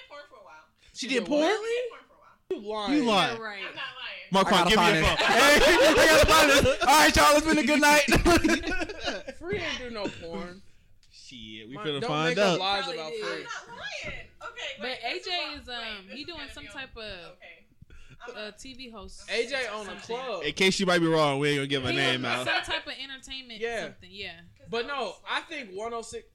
F: porn for a while.
C: She
A: did
C: did
A: porn?
C: porn?
F: She did porn for a while.
A: You lying?
C: You lying.
E: You're right.
F: I'm not lying.
C: Mark,
D: I gotta
C: give me
D: find
C: your
D: it.
C: phone.
D: Hey, I gotta find it. All right, y'all. It's been a good night.
A: Free ain't do no porn.
C: Shit, we
A: Mar-
C: finna
A: don't
C: find
A: make up
C: out.
A: lies
E: Probably
A: about
E: did.
A: Free.
F: I'm not lying. Okay,
E: But
F: wait, this
E: AJ is
F: wrong. Wait,
E: um
F: this
E: he
F: is
E: doing
F: gonna
E: some
F: be
E: type
F: on-
E: of
F: Okay. I'm
E: uh,
F: not-
E: TV host.
A: AJ on a
E: Something.
A: club.
C: In case you might be wrong, we ain't gonna give her
E: He
C: name
E: was
C: out.
E: Some type of entertainment.
A: Yeah.
E: Something. Yeah.
F: 'cause
A: But
F: I
A: no,
F: was
A: I
F: like-
A: think 106.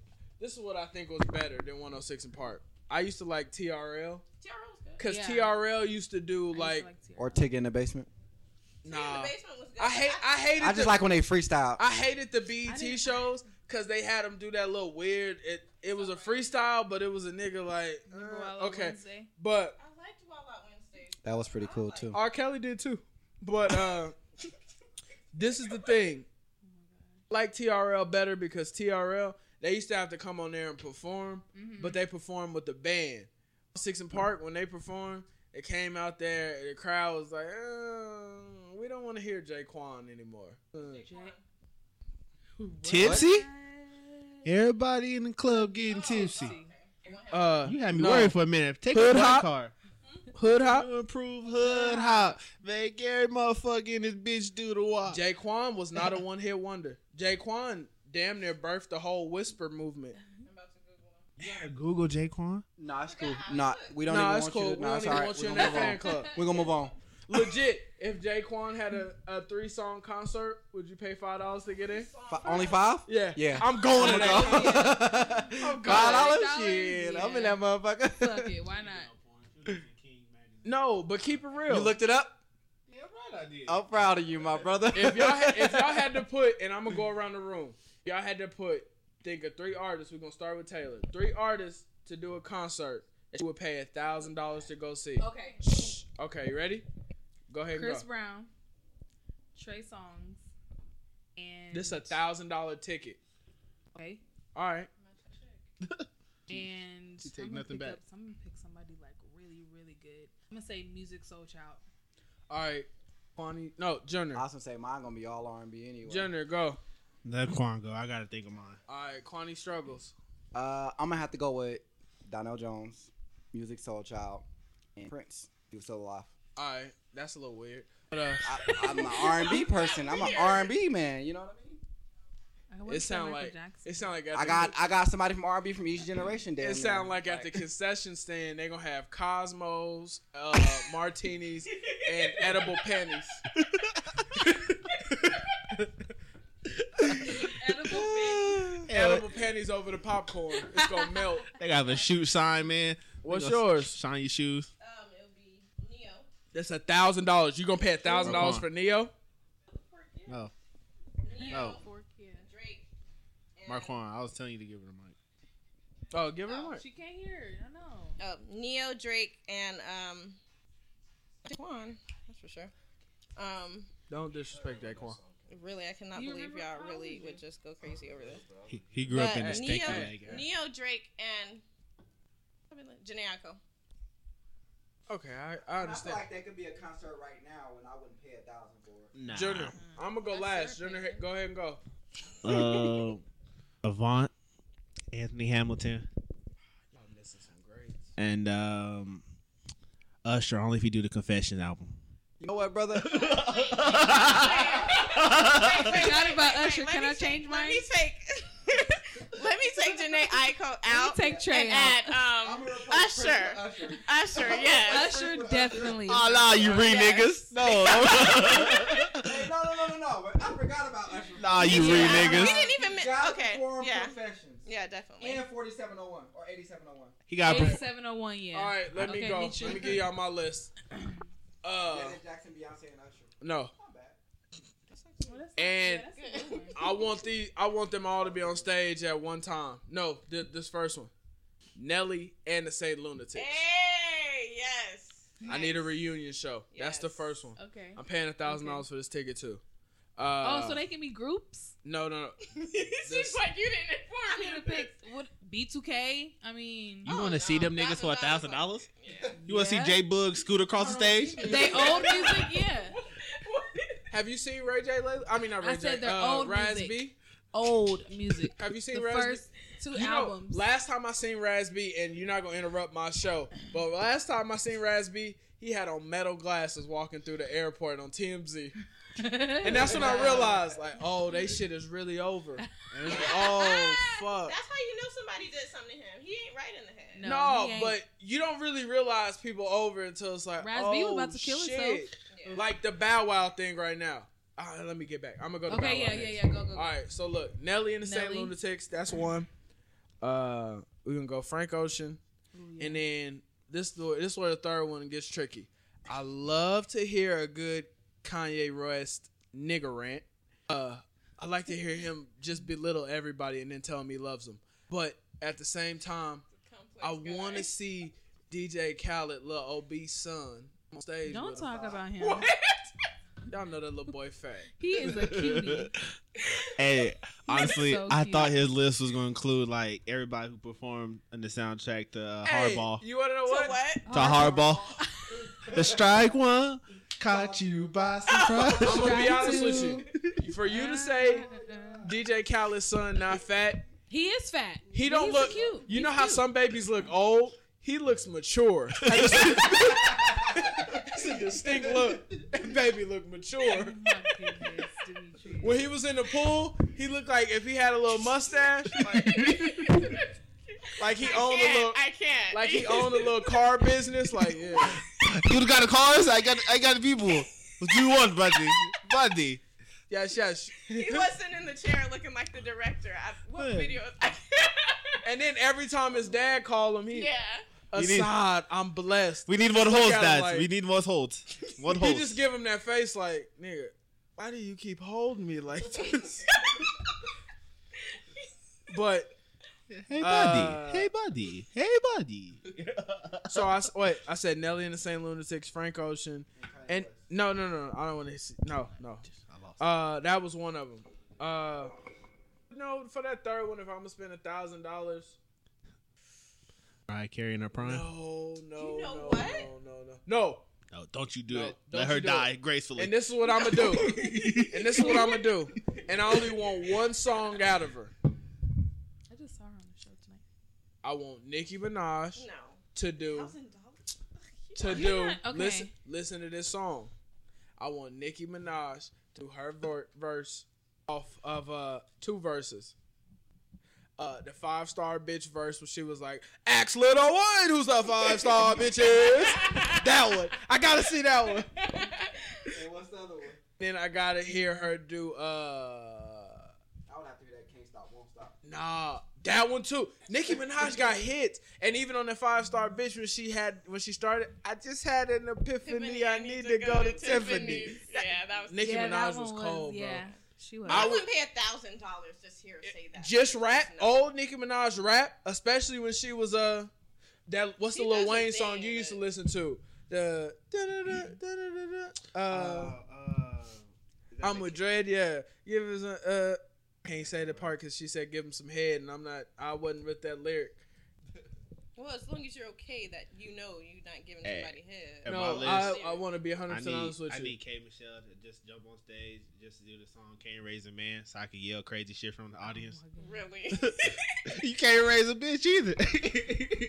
A: This is what I think was better than 106 in Park. I used to like TRL
F: TRL was good.
A: because
E: Yeah.
A: TRL used to do
E: I used
A: like
E: to like
D: or
E: Tierra.
D: Tig in the basement.
A: nah.
F: The basement was good.
A: I hate I hated
D: I just
A: the,
D: like when they freestyle.
A: I hated the
E: I
A: BET
E: didn't-
A: shows because they had them do that little weird. It it was a freestyle, but it was a nigga like
E: Remember
A: uh,
E: Wild Out
A: okay.
E: Wednesday?
A: But
F: I liked Wild Out Wednesdays.
D: That was pretty cool too.
A: R. Kelly did too. But uh, this is the thing.
E: Oh
A: Like TRL better because TRL they used to have to come on there and perform,
E: Mhm.
A: but they performed with the band. Six and Park when they performed, it came out there. The crowd was like, uh, "We don't want to hear Jaquan anymore." Uh,
F: Big one.
C: Tipsy? Everybody in the club getting tipsy.
A: Uh,
C: You had me
A: no.
C: worried for a minute. Take
A: Hood
C: a
A: hop?
C: black car.
A: Hood hop.
C: You improve hood hop. Make every motherfucker in this bitch do the walk.
A: Jaquan was not a one hit wonder. Jaquan damn near birthed the whole whisper movement.
F: I'm about to Google
C: Google
F: him.
C: Jaquan.
D: Nah, it's cool. Nah, we don't
A: nah,
D: even
A: it's
D: want
A: cool.
D: you.
A: we
D: To, nah,
A: don't
D: it's
A: even
D: all right.
A: want you
D: We're
A: in
D: gonna
A: that
D: move
A: fan
D: on.
A: club.
D: We're gonna move on.
A: Legit, if Jaquan had a, a three song concert, would you pay five dollars to get in?
D: Fi only five?
A: Yeah.
D: Yeah.
A: I'm going to
D: I'ma
A: that.
D: go.
A: I'm going.
D: Five dollars?
E: $5?
D: Shit, I'm in
E: Yeah.
D: that motherfucker.
E: Fuck it. Why not?
A: No, but keep it real.
D: You looked it up.
B: Yeah, right. I did.
D: I'm proud of you, my brother.
A: if y'all had, if y'all had to put, and I'm gonna go around the room. Y'all had to put think of three artists. We're gonna start with Taylor. Three artists to do a concert that you would pay a thousand dollars to go see.
F: Okay.
A: Okay, you ready? Go ahead. and go.
E: Chris Brown, Trey Songs, and
A: This a thousand dollar ticket.
E: Okay.
A: All right.
E: And
C: She take
E: I'm gonna
C: nothing
E: pick
C: back.
E: Up, I'm gonna pick somebody like really, really good. I'm gonna say Music Soul Child.
A: All right. Funny. No, Junior.
D: I was gonna say mine gonna be all R&B anyway.
A: Junior, go.
C: Let Quan go. I gotta think of mine.
A: All right. Kwani struggles.
D: Uh, I'm gonna have to go with Donnell Jones, Music Soul Child, and Prince. He was still alive.
A: All right. That's a little weird. But uh,
D: I, I'm an R&B person. I'm an R&B man. You know what I mean?
E: I wanna
A: it
E: say
A: sound
E: Michael
A: like
E: Jackson.
A: it sound like
D: I got I got somebody from R&B from each generation. Damn
A: it
D: near.
A: sound like at the concession stand they gonna have Cosmos, uh, martinis, and edible pennies.
E: Edible Benny.
A: edible pennies over the popcorn. It's gonna melt.
C: They got a shoe sign, man.
A: What's
C: They gonna
A: yours?
C: Shine your shoes.
F: Um, it'll be Neo.
A: That's a thousand dollars. You gonna pay a thousand dollars for Neo?
C: No. Oh.
F: Neo,
E: Fork, yeah.
F: Drake, and-
C: Marquand, I was telling you to give her the mic.
A: Oh, give it a mic.
E: She can't hear. it, I know.
F: Oh, Neo, Drake, and um, Jaquan. That's for sure. Um,
A: Don't disrespect Jaquan.
F: really, I cannot
E: You
F: believe
E: remember
F: y'all really
E: Prodigy?
F: would just go crazy over this.
C: He, he grew up in the
F: But
C: stinky
F: Neo,
C: leg.
F: Neo, Drake, and Janaeako.
A: Okay, I, I understand.
D: that could be a concert right now, and I wouldn't pay a thousand for it.
C: Nah.
A: Junior, I'm gonna go
E: That's
A: last.
E: their
A: Junior,
E: opinion.
A: go ahead and go.
C: Uh, Avant, Anthony Hamilton,
A: Y'all missing some grades.
C: and um, Usher. Only if you do the Confession album.
D: You know what, brother?
F: Wait, wait,
E: Not
F: wait,
E: about
F: wait,
E: Usher.
F: wait,
E: Can
F: let
E: I
F: me
E: change
F: take- Let
E: mine?
F: me take. let me
G: take Janae Aiko out
E: take Trey
G: and
E: out.
G: add um, Usher.
D: Usher.
G: Usher, yes.
E: Usher definitely.
C: Allah, you re
G: Yes.
C: niggas. No.
D: Hey, no, no, no, no, no. I forgot about Usher.
C: nah, you
G: Yeah.
C: re
G: We
C: niggas.
G: didn't even min-
D: Job
G: okay.
D: performed
G: Yeah.
D: Professions.
G: Yeah, definitely.
D: And 4701 or 8701.
C: He got. a perf-
E: 8701, yeah.
A: All right, let me
E: Okay,
A: go.
E: me too.
A: let me give y'all my list. Uh,
D: Janet Jackson, Beyonce, and Usher.
A: no,
D: Not bad.
E: Well, that's-
A: And-
E: yeah, that's a good one.
A: I want these. I want them all to be on stage at one time. No, th- this first one, Nelly and the Saint Lunatics.
G: Hey, yes.
A: I need a reunion show. That's the
G: Yes.
A: first one.
E: okay.
A: I'm uh, paying a thousand
E: Okay.
A: dollars for this ticket too.
E: Oh,
A: Uh,
E: so they can be groups?
A: no, no, no.
G: She's like, you
E: I
G: didn't
E: need to
G: inform me.
E: pick what B2K. I mean,
C: You want to see them niggas for a thousand dollars? You want to see J Bug scoot across the stage?
E: they old music, yeah.
A: Have you seen Ray J lately? I mean, not
E: I
A: Ray J.
E: said their
A: uh,
E: old
A: Raz
E: music.
A: B.
E: Old music.
A: Have you seen
E: The
A: Raz B?
E: first two
A: You know,
E: albums.
A: last time I seen Raz B, and you're not gonna interrupt my show, but last time I seen Raz B, he had on metal glasses walking through the airport on TMZ, and that's when I realized, like, oh, they shit is really over. And it's like, oh fuck.
F: That's how you know somebody did something to him. He ain't right in the
E: No,
F: head.
A: No,
E: he ain't.
A: but you don't really realize people over until it's like,
E: Raz
A: oh,
E: B was about to kill
A: shit.
E: himself.
F: Yeah.
A: Like the Bow Wow thing right now. Ah, let me get back. I'm gonna go. To Bow Wow
E: Okay, yeah,
A: next.
E: yeah, yeah. Go, go, go.
A: All right, so look, Nelly and the Saint
E: Nelly.
A: Lunatics. That's one. Uh, we can go Frank Ocean,
E: Ooh, yeah.
A: and then this this is where the third one gets tricky. I love to hear a good Kanye West nigger rant. Uh, I like to hear him just belittle everybody and then tell him he loves them. But at the same time, I want to see DJ Khaled, Lil obese son, on stage.
E: Don't
A: with him.
E: talk about him.
A: Y'all know that little boy fat.
E: He is a cutie.
C: Hey, honestly,
E: So
C: I
E: cute.
C: thought his list was going to include like everybody who performed in the soundtrack to uh,
A: Hey,
C: Hardball.
A: You want to know
G: So
A: what?
G: what?
C: To Hardball. the strike one caught you by
A: I'm
C: surprise.
A: gonna be
E: Trying
A: honest
E: to.
A: with you. For you to say DJ Khaled's son not fat,
E: he is fat.
A: he
E: But
A: don't
E: he's
A: look.
E: cute.
A: You
E: He's
A: know how
E: cute.
A: some babies look old. He looks mature. It's a distinct look. That baby look mature.
E: Oh my goodness, Demetrius.
A: When he was in the pool, he looked like if he had a little mustache, like, like he owned a little,
G: I can't.
A: like he owned a little car business. Like yeah,
C: you got the cars? I got I got the people. What do you want, buddy? Buddy.
A: yes, yes.
G: He wasn't in the chair looking like the director. I, what
C: What?
G: video?
A: And then every time his dad called him, he
G: yeah.
C: You need-
A: Assad, I'm blessed.
C: We need one hold,
A: at him
C: Dad.
A: like-
C: we need one hold. One
A: He
C: hold.
A: just give him that face like, nigga, why do you keep holding me like this? but
C: hey, buddy.
A: Uh,
C: hey, buddy. Hey, buddy.
A: so I s- wait. I said Nelly and the Saint Lunatics, Frank Ocean, and no, no, no, no, I don't want to. see No, no.
C: I lost.
A: Uh, that was one of them. Uh, no, for that third one, if I'm gonna spend a thousand dollars,
C: All right, carrying her prime.
A: no, no,
F: You know
A: no,
F: what?
A: no, no, no,
C: No, don't you do
A: No,
C: it.
A: don't
C: Let
A: you
C: her
A: do
C: die gracefully.
A: And this is what I'm gonna do. and this is what I'm gonna do. And I only want one song out of her.
E: I just saw her on the show tonight.
A: I want Nicki Minaj
F: No.
A: to do.
F: Thousand dollars?
A: to
E: You're
A: do.
E: not- okay.
A: Listen, listen to this song. I want Nicki Minaj to do her ver- verse off of uh two verses. Uh, the five star bitch verse where she was like, "Ask little one who's the five star bitch is." that one, I gotta see that one.
D: And what's the other one?
A: Then I gotta hear her do uh.
D: I would have to do that Can't Stop, Won't Stop.
A: Nah, that one too. Nicki Minaj got hit, and even on the five star bitch when she had when she started, I just had an epiphany. I, need, to, go, to Tiffany.
G: Yeah, that was.
A: Nicki
E: Yeah, that
A: Minaj was
E: one
A: cold,
E: Yeah, she was.
A: I
F: I
A: would-
F: wouldn't pay a thousand dollars just here to say
A: bro.
F: that.
A: Just rap, Oh.
F: No.
A: old Nicki Minaj rap, especially when she was uh that what's the
F: She
A: Lil
F: does her
A: Wayne song
F: thing,
A: you used to
F: but-
A: listen to? The da-da-da, da-da-da-da, uh, I'm with Dread, yeah. Give us a uh can't say the part because she said give him some head, and I'm not. I wasn't with that lyric.
F: Well, as long as you're okay that you know you're not giving
C: Hey.
F: somebody head.
C: Am
A: No,
C: I
A: I,
F: listening?
A: I want to be
C: I
A: 100
C: need,
A: percent honest with
C: I
A: you.
C: need K Michelle to just jump on stage, just to do the song "Can't Raise a Man," so I can yell crazy shit from the
A: Oh
C: audience.
G: Really?
C: you can't raise a bitch either.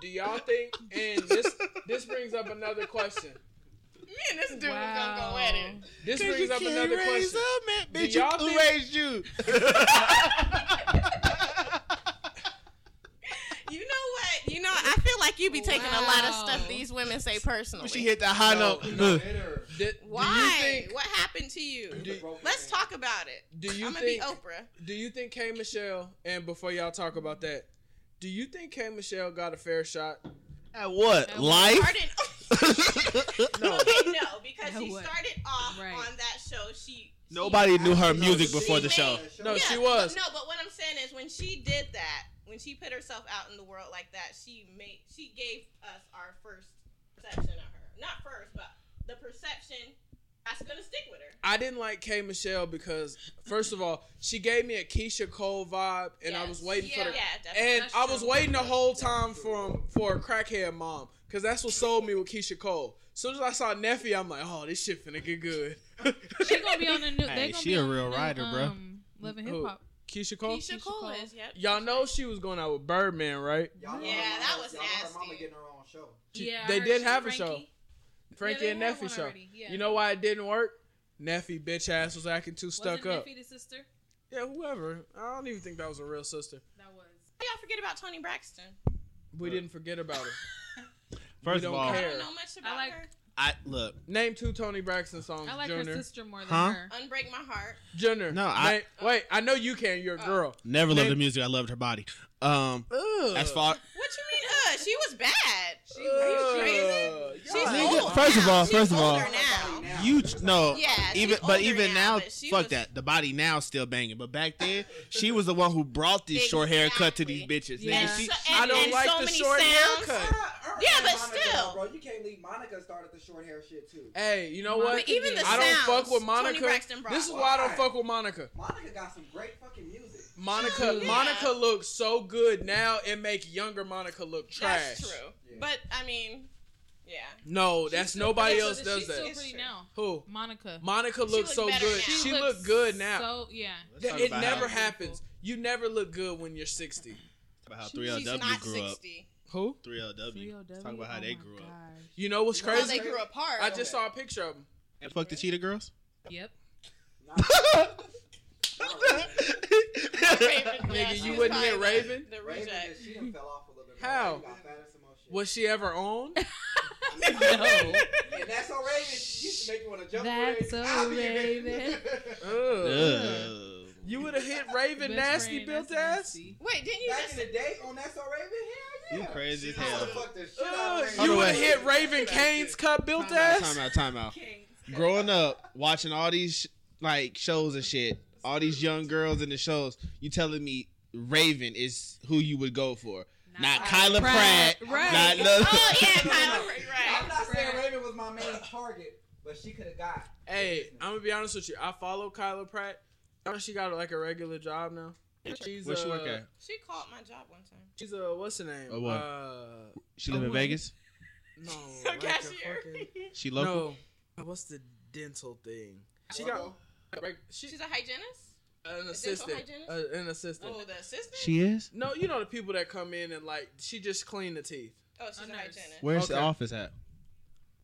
A: Do y'all think? And this this brings up another question.
G: Me and this dude was gonna
E: Wow.
G: go at it.
A: This brings up another question.
C: up, man.
A: Do y'all think-
C: raised you?
F: like you be taking a lot of
E: Wow.
F: stuff these women say personally.
C: When she hit that high
A: No,
C: note,
A: no.
C: look,
A: Do,
F: Why?
A: Do you think,
F: what happened to you?
A: do,
F: Let's talk about it.
A: do you
F: I'm gonna
A: think
F: be Oprah.
A: do you think K Michelle and before y'all talk about that, do you think K Michelle got a fair shot?
C: at what
E: At what?
C: life?
F: Pardon.
C: no,
F: okay, no, because
E: At
F: she
E: what?
F: started off
E: Right.
F: on that show. She
C: nobody
F: she,
C: knew her
B: No,
C: music
B: she
C: before the
F: made-
C: show.
A: No,
F: Yeah,
A: she was.
F: but no, but what I'm saying is when she did that, when she put herself out in the world like that, she made she gave us our first perception of her. Not first, but the perception that's gonna stick with her.
A: I didn't like K Michelle because first of all, she gave me a Keisha Cole vibe, and I was
E: Yes.
A: waiting
F: Yeah,
A: for the.
F: definitely.
A: And
E: That's
A: I was
E: true.
A: waiting the whole time for for a crackhead mom, cause that's what sold me with Keisha Cole. As soon as I saw Neffy, I'm like, oh, this shit finna get good.
E: She gonna be on the new.
C: Hey,
E: they gonna
C: she
E: be
C: a
E: on the
C: real
E: new,
C: rider, bruh.
E: um, Love and Hip
A: Who?
E: Hop.
A: Keisha Cole.
E: Keisha Cole is,
F: yep.
A: Y'all know she was going out with Birdman, right?
F: know Yeah, her that mama- was y'all know her nasty. mama getting
D: her own show.
A: She-
E: Yeah, I
A: they
E: heard
A: did
E: she-
A: have a
E: Frankie.
A: show.
E: Yeah,
A: Frankie
E: they
A: and
E: had
A: Neffy
E: one
A: show.
E: already, yeah.
A: You know why it didn't work? Neffy bitch ass was acting too stuck
E: Wasn't
A: up.
E: Neffy the sister?
A: Yeah, whoever. I don't even think that was a real sister.
E: That was.
F: Why y'all forget about Tony Braxton?
A: We didn't forget about her.
C: First of
A: don't
C: all,
F: I
A: care.
F: don't know much about
E: like-
F: her.
C: I look.
A: Name two Tony Braxton songs,
E: I like
A: Junior.
E: her sister more than
C: Huh?
E: her.
F: Unbreak My Heart.
A: Junior.
C: No, I-
A: Name- wait, I know you can. You're a
E: Uh,
F: Oh.
A: girl.
C: Never
A: Name-
C: loved the music. I loved her body. Um,
A: Ugh.
C: as far
F: What you mean? Uh, she was bad.
A: Ugh.
F: you
A: Ugh.
F: She's
C: Nigga,
F: old.
C: first
F: now.
C: of all,
F: She's
C: first of all,
F: older now.
C: you no,
A: Oh,
F: Yeah, she's
C: even but
F: older
C: even now,
F: but she
C: fuck
F: was-
C: that. The body now still banging, but back then she was the one who brought this short haircut to these bitches.
E: Yeah.
C: Nigga,
F: And
C: she,
F: so-
A: I
F: and-
A: don't
F: and
A: like
F: so
A: the
F: many
A: short
F: sounds.
A: haircut.
F: Yeah, but still.
D: bro, you can't leave. Monica started the short hair shit too.
C: Eh.
A: Hey, you know
E: Monica
A: what?
F: But even the
A: I don't
F: sounds,
A: fuck with
F: Toni
A: Monica.
F: Braxton brought.
A: This is why I don't fuck with Monica.
D: Monica got some great fucking music.
A: Monica,
F: Yeah.
A: Monica looks so good now. It make younger Monica look trash.
F: That's true.
D: Yeah.
F: But I mean, yeah.
A: No, that's nobody
E: She's
A: else
E: still-
A: does
E: she's
A: that.
E: Still pretty
F: Sure.
E: now.
A: Who?
E: Monica.
A: Monica looks
F: look
A: so
F: better
A: good.
F: now.
A: She,
F: She
A: look good now.
E: So yeah.
A: Th-
C: Let's
A: it
C: talk about
A: never
E: how-
A: happens. You never look good when you're 60.
C: about how
F: She's
C: 3LW
F: not
C: grew up.
F: sixty. Oh
A: Who?
C: 3LW. Let's talk oh about how they grew up.
A: You know what's
D: No,
F: Well,
A: crazy?
F: they grew apart.
A: I just saw a picture of them.
C: And fuck the cheetah girls.
E: Yep.
D: Not- not really.
F: Raven, yeah,
A: Nigga,
F: she
A: you
F: was
A: wouldn't hit
F: probably the-
A: Raven?
F: The
D: Raven,
F: reject.
D: she done fell off a little bit.
A: How?
D: She got fat and some more shit.
A: Was she ever on?
E: No.
D: And that's so Raven. She used to make you want to jump.
E: That's
D: Raven.
E: so
D: I'll be
E: Raven.
A: Ugh.
C: Ugh.
A: You would have hit Raven
E: Best
A: nasty
E: friend,
A: built
E: that's
A: ass.
E: nasty.
F: Wait, didn't you
D: Back
F: just?
D: in the day, on that's so Raven, hell
C: You
D: yeah.
C: crazy as
D: I
C: hell.
D: would've fucked the shit out
A: Ugh.
D: of
C: Hold
A: You
C: on,
D: Raven.
A: would have
C: wait.
A: hit Raven Kane's cut built
C: Time out,
A: ass.
C: time out, time out. Growing up, watching all these sh- like shows and shit, all these young girls in the shows, you telling me Raven is who you would go for, not Kyla Pratt,
E: Right.
C: not none-
F: Oh yeah, Kyle.
D: I'm
F: Right.
D: not saying Raven was my main target, but she could have got.
A: Hey, I'm gonna be honest with you. I follow Kyla Pratt. I know she got like a regular job now. She's
C: Where she
A: uh,
C: work at?
F: She called my job one time.
A: She's a what's her name?
C: A what?
A: Uh,
C: She live
E: A
C: in
E: woman.
C: Vegas.
A: no,
F: A
A: like a
F: cashier.
A: Oh, fucking-
C: She local.
A: no. What's the dental thing? She got like, she,
F: She's a hygienist.
A: uh, an assistant,
F: hygienist?
A: uh, an assistant.
F: Oh, the assistant.
C: She is.
A: No, you know the people that come in and like she just clean the teeth.
F: Oh, she's
E: A
F: a,
E: nurse.
F: hygienist.
C: Where's the
A: Okay.
C: office at?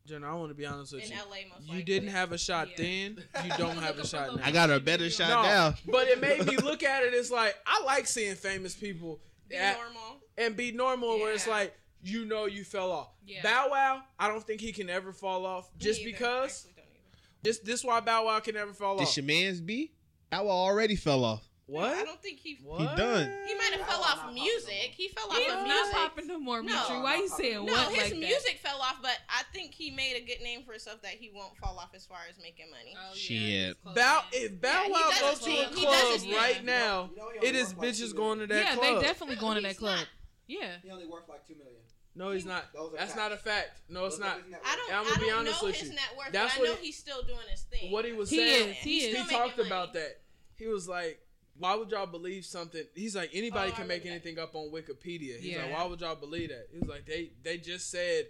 A: Jenna, I want to be honest with
F: In
A: you.
F: LA, most likely.
A: You didn't have a shot
E: Yeah.
A: then. You don't have a shot now.
C: I got her a better shot
A: No.
C: now.
A: But it made me look at it as like I like seeing famous people
F: Be
A: at-
F: normal.
A: and be normal. Where it's
F: Yeah.
A: like you know you fell off.
E: Yeah.
A: Bow Wow, I don't think he can ever fall off.
F: Me
A: Just
F: either.
A: because
F: Actually, don't either.
A: this this why Bow Wow can never fall
C: Did
A: off.
C: your man's be? That one already fell off.
A: what?
F: No, I don't think he.
A: what?
C: done.
F: He might have fell
D: Not
F: off
D: popping no
F: music.
D: more.
F: He fell off
E: He's
F: of
E: not
F: music.
E: popping no more,
F: No.
E: Mitri. Why you saying
F: No,
E: what
F: his
E: like
F: music fell off, but I think he made a good name for himself that he won't fall off as far as making money.
E: that? Oh, yeah,
C: Shit.
E: it's close,
A: Bow
E: man.
A: if Bow
F: Yeah, he
A: Wow
F: does
A: goes
F: his
A: to a
F: thing. He does
A: club
F: his thing.
A: right now,
D: You know he only
A: it is
D: worth like
A: bitches
D: two
A: going to
D: million.
A: that
E: yeah,
A: club.
E: they definitely going to
F: No,
E: that
F: he's
E: club.
F: not.
E: Yeah.
D: He only worth like two million.
A: no, he's not.
D: Those are
A: That's
D: facts.
A: not a fact. No, it's
D: Look up
A: not.
D: his net worth.
F: I don't.
A: And I'm gonna
F: I
A: be
F: don't
A: honest
F: know
A: with
F: his
A: you.
F: net worth,
A: That's
F: but I know
A: what he-
F: he's still doing his thing.
A: What he was
E: He
A: saying,
E: is, he
A: he
E: is.
F: Still
A: talked
F: making
A: about
F: money.
A: that. He was like, "Why would y'all believe something?" He's like, "Anybody
F: Oh, I
A: can make
F: remember that.
A: anything up on Wikipedia." He's
E: Yeah.
A: like, "Why would y'all believe that?" He was like, "They they just said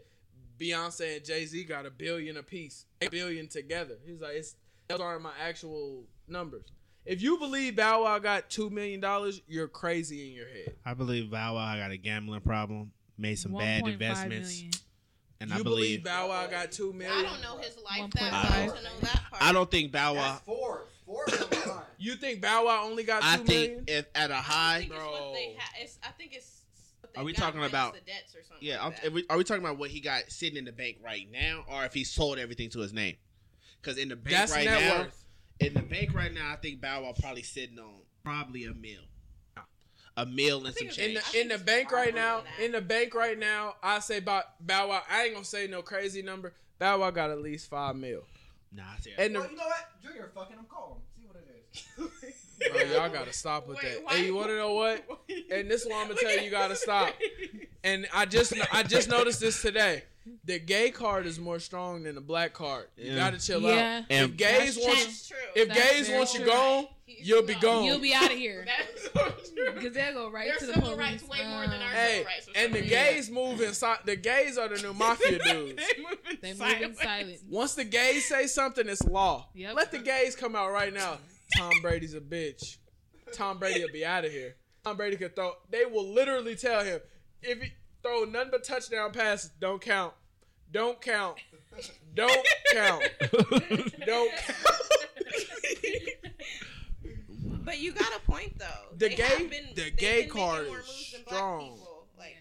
A: Beyonce and Jay Z got a billion apiece, a billion together." He's like, "It's those aren't my actual numbers." If you believe Bow Wow got two million dollars, you're crazy in your head.
C: I believe Bow Wow got a gambling problem, made some bad
E: 1.5
C: investments,
E: million.
C: and
A: you
C: I believe
A: Bow Wow got two million.
F: I don't know his life that
C: 1.5.
F: well to know that part.
C: I don't think Bow Wow.
D: That's four. Four is a line.
A: You think Bow Wow only got two
C: I
A: million?
C: think if at a
F: I don't
C: high,
F: think it's what they
A: Bro.
F: ha- it's, I think it's what what they
C: Are we
F: got
C: talking
F: minus
C: about-
F: the debts or something?
C: Yeah, I'm,
F: like
C: are
F: that.
C: we- are we talking about what he got sitting in the bank right now, or if he sold everything to his name? Because in the bank
A: That's
C: right
A: net
C: now,
A: worth.
C: in the bank right now, I think Bow Wow probably sitting on probably a mil, a mil and some
F: it's-
C: change.
A: In
F: I
A: the
F: think
A: in the
F: it's
A: bank right
F: probably
A: now,
F: that.
A: in the bank right now, I say Bow Bow Wow. I ain't gonna say no crazy number. Bow Wow got at least five mil.
C: nah, I see.
A: And the,
B: Well, you know what? Junior fucking him. Call him. See what it is.
A: bro, y'all gotta stop with
G: Wait,
A: that.
G: why-
A: And you wanna know what? And this one I'm gonna tell you, you gotta stop. And I just I just noticed this today. The gay card is more strong than the black card. You
C: Yeah.
A: gotta chill out.
E: yeah.
C: And-
A: If gays
E: That's
A: want,
F: That's true.
A: if
E: That's
A: gays
E: very
A: want you
E: true.
A: gone,
F: He's
A: you'll be
F: gone.
A: gone.
E: You'll be out of here.
G: That's so true.
E: Because they'll go right
G: Their
E: to the
G: civil
E: police. Uh,
G: rights way more than our-
A: Hey,
G: Rights or
A: and the
G: something.
A: gays move inside. The gays are the new mafia dudes.
G: they moving
E: They move in
G: sideways.
E: silent.
A: Once the gays say something, it's law.
E: Yep.
A: Let the gays come out right now. Tom Brady's a bitch. Tom Brady will be out of here. Tom Brady could throw. They will literally tell him if he throw none but touchdown passes, don't count. Don't count. Don't count. Don't. Count.
F: But you got a point though.
A: The
F: They
A: gay-
F: have been-
A: the
F: they've been
A: gay
F: making
A: card
F: more
A: is
F: moves than black
A: strong.
F: people, Like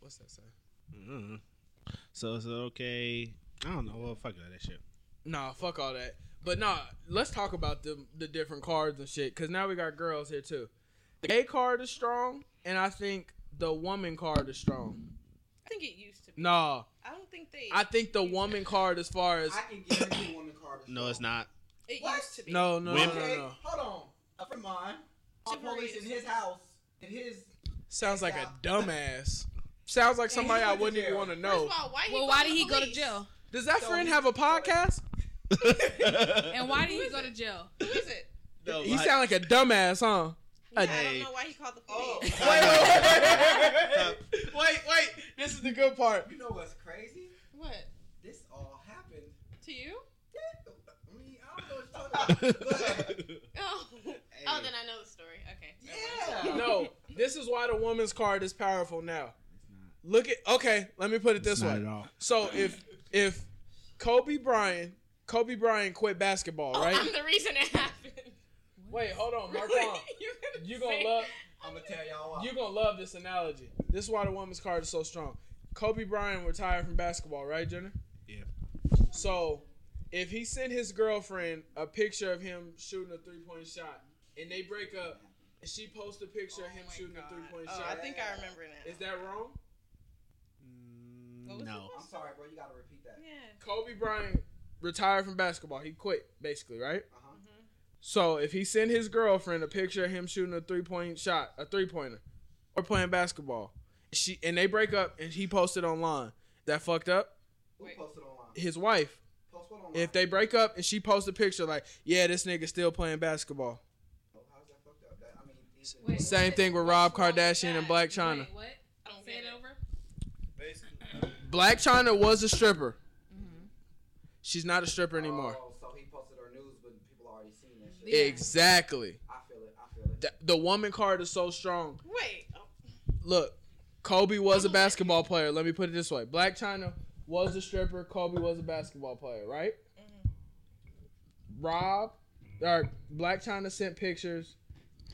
A: What's that say?
C: Mhm. So it's okay. I don't know. Well, fuck that shit.
A: Nah, fuck all that. But nah, let's talk about the the different cards and shit. Cause now we got girls here too. The gay card is strong, and I think the woman card is strong.
F: I think it used to be.
A: Nah,
F: I don't think they.
A: I think the woman card as far as
B: I can guarantee woman card.
C: No, it's not.
F: it
B: What?
F: used to be.
A: no, no, no, no,
C: Women-
B: Okay,
A: no.
B: hold on. A friend of mine called police in his house. In his.
A: Sounds like a dumbass. Sounds like somebody I wouldn't even want to
F: First
A: know.
F: of all, why he
E: Well,
F: go
E: why
F: to
E: did he go to
F: police?
E: jail?
A: Does that friend have a podcast?
E: And why did he go to jail?
F: Who is it?
C: No,
A: He sound like a dumbass, huh?
F: Yeah, I
C: Hey.
F: don't know why he called the
B: Oh.
A: Wait,
F: police.
A: wait, wait, wait, wait. This is the good part.
B: You know what's crazy?
F: What?
B: This all happened.
F: To you?
B: I mean, I don't know what you're talking about. but-
F: Oh.
B: Hey.
F: Oh, then I know the story. Okay. Never mind.
B: Yeah.
A: No, this is why the woman's card is powerful now. Look at okay, let me put it this way. So if if Kobe Bryant, Kobe Bryant quit basketball,
G: Oh,
A: right?
G: I'm the reason it happened.
A: Wait, hold on, Mark
G: You're gonna
A: You gonna
G: say-
A: love
B: I'm gonna tell y'all why.
A: you gonna love this analogy. This is why the woman's card is so strong. Kobe Bryant retired from basketball, right, Jenner?
C: Yeah.
A: So if he sent his girlfriend a picture of him shooting a three point shot and they break up and she posts a picture of him
F: my
A: shooting
F: God.
A: a three point
F: Oh, I
A: shot,
F: think I remember now.
A: is that wrong?
F: What was the
C: no.
B: I'm
F: question?
B: sorry, bro. You gotta repeat that.
F: Yeah.
A: Kobe Bryant retired from basketball. He quit, basically, right?
B: Uh huh.
A: So if he sent his girlfriend a picture of him shooting a three point shot, a three pointer, or playing basketball, she and they break up, and he posted online. That fucked up
B: Who
F: Wait.
B: posted online?
A: his wife.
B: Post what online?
A: If they break up and she posts a picture like, yeah, this nigga still playing basketball.
B: Oh, how's that fucked up? That, I mean, these are-
E: Wait.
A: Same thing with Rob Kardashian and Black China.
E: Wait, what?
F: I don't
E: Say
F: get
E: it
F: it.
E: over.
A: Black China was a stripper. She's not a stripper anymore.
B: Oh, so he posted her news, but people already seen that shit.
E: Yeah.
A: Exactly.
B: I feel it. I feel it.
A: The, the woman card is so strong.
F: Wait. Oh.
A: look, Kobe was a basketball player. Let me put it this way: Black China was a stripper. Kobe was a basketball player, right?
F: Mm-hmm.
A: Rob, or Black China sent pictures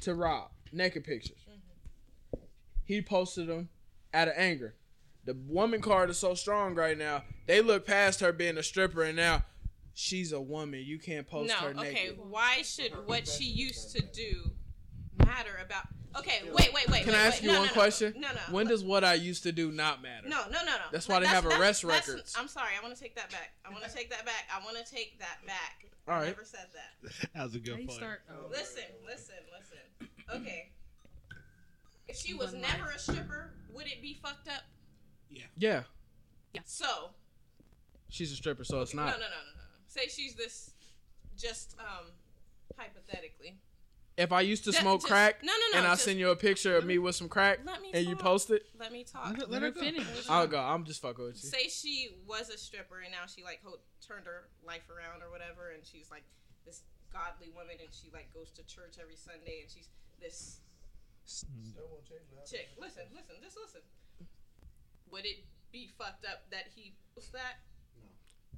A: to Rob, naked pictures.
F: Mm-hmm.
A: He posted them out of anger. The woman card is so strong right now. They look past her being a stripper, and now she's a woman. You can't post
F: No.
A: her
F: Okay.
A: naked.
F: Why should what she used to do matter about? Okay. Wait. Wait. Wait.
A: Can
F: wait,
A: I ask
F: wait.
A: you
F: No,
A: one
F: no, no.
A: question?
F: No. No.
A: When does what I used to do not matter?
F: No, no, no, no.
A: That's why they have arrest records.
F: I'm sorry. I want to take that back. I want to take that back. I want to take that back.
A: All
F: I
A: right.
F: never said that.
C: That was a good
E: How you
C: point.
E: start? Oh.
F: Listen, listen, listen. Okay. If she was
E: One
F: never a stripper, would it be fucked up?
A: Yeah,
F: So,
A: she's a stripper, so it's
F: no, no,
A: not.
F: no, no, no. no. Say she's this, just um, hypothetically.
A: if I used to
F: Ju-
A: smoke
F: just-
A: crack
F: No, no, no.
A: and I
F: just
A: send you a picture of me with some crack
F: Let me.
A: and
F: talk.
A: you post it,
F: Let me talk.
C: Let her,
E: Let
C: let her
E: her
C: go.
E: finish.
A: I'll go. Uh, I'm just fucking with you.
F: say she was a stripper and now she like ho- turned her life around or whatever and she's like this godly woman and she like goes to church every sunday and she's this
A: mm.
F: chick listen listen just listen would it be fucked up that he posts that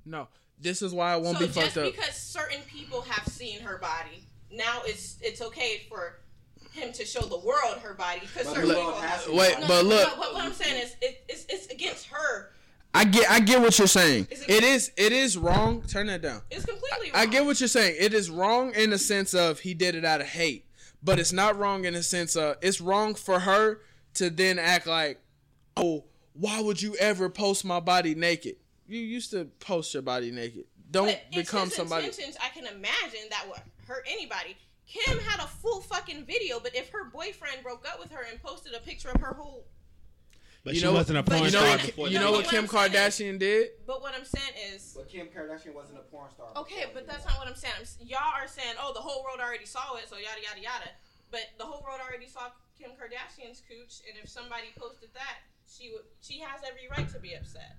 A: No, this is why I won't
F: so
A: be
F: just
A: fucked up.
F: because certain people have seen her body now it's it's okay for him to show the world her body because
H: But
F: certain
H: the
F: people
H: world has
F: have.
H: to-
A: Wait,
F: No,
A: but
F: no,
A: look,
F: what, what I'm saying is it, it's it's against her.
A: I get I get what you're saying.
F: Is it-
A: It is it is wrong. Turn that down.
F: It's completely. Wrong.
A: I get what you're saying. It is wrong in the sense of he did it out of hate, but it's not wrong in the sense of it's wrong for her to then act like, oh, why would you ever post my body naked? You used to post your body naked. Don't
F: But it's
A: become
F: his
A: somebody.
F: Intentions, I can imagine that would hurt anybody. Kim had a full fucking video, but if her boyfriend broke up with her and posted a picture of her whole,
I: But
A: you
I: she
A: know
I: wasn't a
A: what,
I: porn
A: you know
I: star
A: what,
I: before.
A: you
F: that.
A: know what
F: No,
A: Kim
F: but what I'm saying-
A: Kardashian did?
F: but what I'm saying is,
D: But Kim Kardashian wasn't a porn star.
F: okay, but that's not what I'm saying. I'm, s- y'all are saying, oh, the whole world already saw it, so yada yada yada. But the whole world already saw Kim Kardashian's cooch, and if somebody posted that, she would, she has every right to be upset.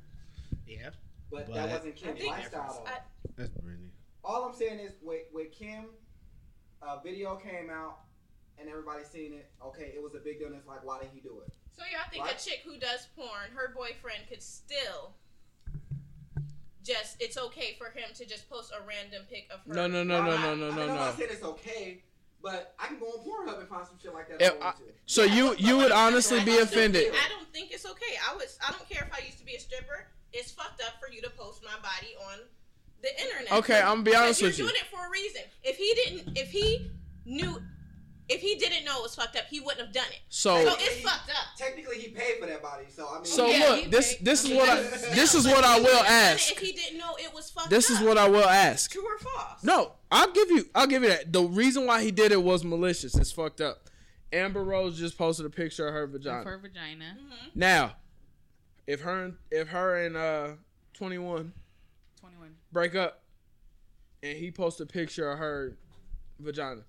I: Yeah,
D: But,
I: But-
D: that wasn't
F: I
D: Kim's
F: think,
D: lifestyle. though.
F: I-
I: that's Brittany.
D: All I'm saying is, with, with Kim, a video came out and everybody seen it. Okay, it was a big deal. And it's like, why did he do it?
F: So y'all think
D: Right.
F: a chick who does porn, her boyfriend could still just it's okay for him to just post a random pic of her.
A: No, no, no, no,
D: I'm
A: no,
D: not-
A: no,
D: I
A: no,
D: know
A: no.
D: I said it's okay, but I can go on Pornhub and find some shit like that.
A: Yeah,
D: if I want to.
A: So you you would honestly
F: I
A: be
F: don't think-
A: offended.
F: I don't think it's okay. I was I don't care if I used to be a stripper. It's fucked up for you to post my body on the internet.
A: Okay, I'm gonna be honest
F: Because
A: with
F: you're
A: you.
F: doing it for a reason. If he didn't if he knew if he didn't know it was fucked up, he wouldn't have done it. So
A: So
F: it's fucked up.
D: Technically, he paid for that body, so I mean.
A: so
E: Yeah, he
A: look, this
E: paid.
A: this is
E: I
A: what I
F: But still,
A: this is
F: but
A: what I
F: he wouldn't
A: will
F: have done it
A: ask.
F: If he didn't know it was fucked
A: This
F: up.
A: is what I will ask.
F: True or false?
A: No, I'll give you. I'll give you that. The reason why he did it was malicious. It's fucked up. Amber Rose just posted a picture of her vagina.
E: Of her vagina.
F: Mhm.
A: Now, if her and if her and uh twenty one
E: 21.
A: break up, and he posts a picture of her vagina,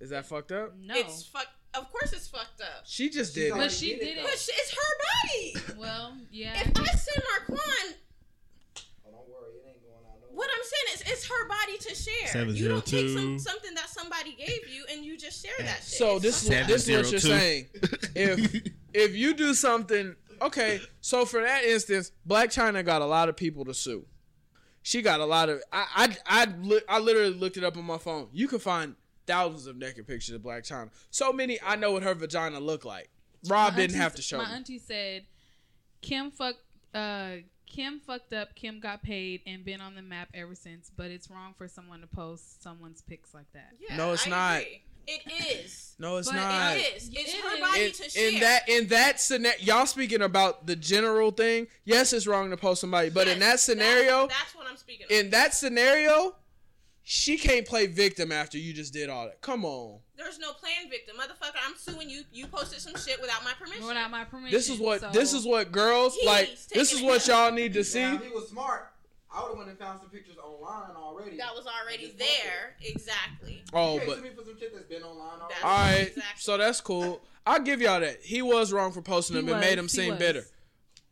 A: is that fucked up?
E: No.
F: It's fuck. Of course, it's fucked up.
A: She just
D: She's
A: did it.
D: already
E: But she did
D: though.
E: it.
F: But sh- it's her body.
E: well, yeah.
F: If I send Marquand,
D: Oh, don't worry, it ain't going out nowhere.
F: what I'm saying is, it's her body to share.
C: Seven
F: you don't
C: zero
F: take some,
C: two.
F: something that somebody gave you and you just share that shit.
A: So
F: It's
A: this is
F: fucked
A: what,
F: up.
A: this is what you're
C: 702.
A: saying. If if you do something, okay. So for that instance, Black China got a lot of people to sue. She got a lot of. I I I, li- I literally looked it up on my phone. You can find thousands of naked pictures of Black China. So many I know what her vagina looked like. Rob
E: My
A: didn't
E: auntie-
A: have to show
E: My
A: me.
E: auntie said, "Kim fucked, uh, Kim fucked up. Kim got paid and been on the map ever since. But it's wrong for someone to post someone's pics like that.
F: Yeah,
A: No, it's
F: I
A: not.
F: agree. It is.
A: no, it's
E: But it
A: not.
F: It is. It's
E: It
F: her
E: is.
F: body
A: in,
F: to share.
A: in that in that scenario, y'all speaking about the general thing. Yes, it's wrong to post somebody, but in
F: Yes,
A: that scenario,
F: that's what I'm speaking. of.
A: in that scenario, she can't play victim after you just did all that. Come on.
F: There's no plan victim, motherfucker. I'm suing you. You posted some shit without my permission.
E: Without my permission.
A: This is what
E: so-
A: this is what girls
F: He's
A: like. This
F: taking
A: is
F: it
A: what
F: down.
A: y'all need to see.
D: Now, if he was smart, I would have went and found some pictures online already.
F: that was already
D: Just post it.
F: there. Exactly.
A: Oh,
D: you can't
A: but
D: sue me for some shit that's been online already.
F: That's-
A: all right.
F: Exactly.
A: So that's cool. I'll give y'all that. He was wrong for posting
E: He
A: him. It
E: was,
A: made him
E: he
A: seem
E: was.
A: bitter.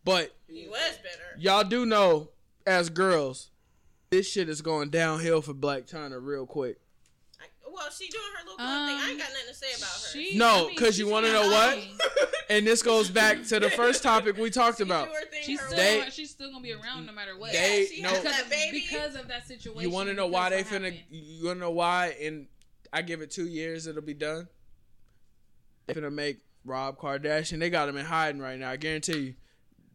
A: But
F: He was bitter.
A: y'all do know, as girls, this shit is going downhill for Black China real quick.
F: I, well, she doing her little club thing. I ain't got nothing to say about her.
E: Um, She,
A: No,
E: I mean,
A: 'cause you
E: she's
A: wanna
E: doing
A: know
E: her
A: what?
E: thing.
A: And this goes back to the first topic we talked
F: She do
A: about.
F: her thing
E: She's
F: her
E: still,
F: way.
A: They-
E: she's still gonna be around no matter what.
A: They-
F: she
A: no.
F: has
E: because,
F: that
E: of,
F: baby.
E: because of that situation.
A: You want to know
E: because
A: why they
E: what
A: finna?
E: happened.
A: You want to know why? And I give it two years, it'll be done. They finna make Rob Kardashian. They got him in hiding right now. I guarantee you,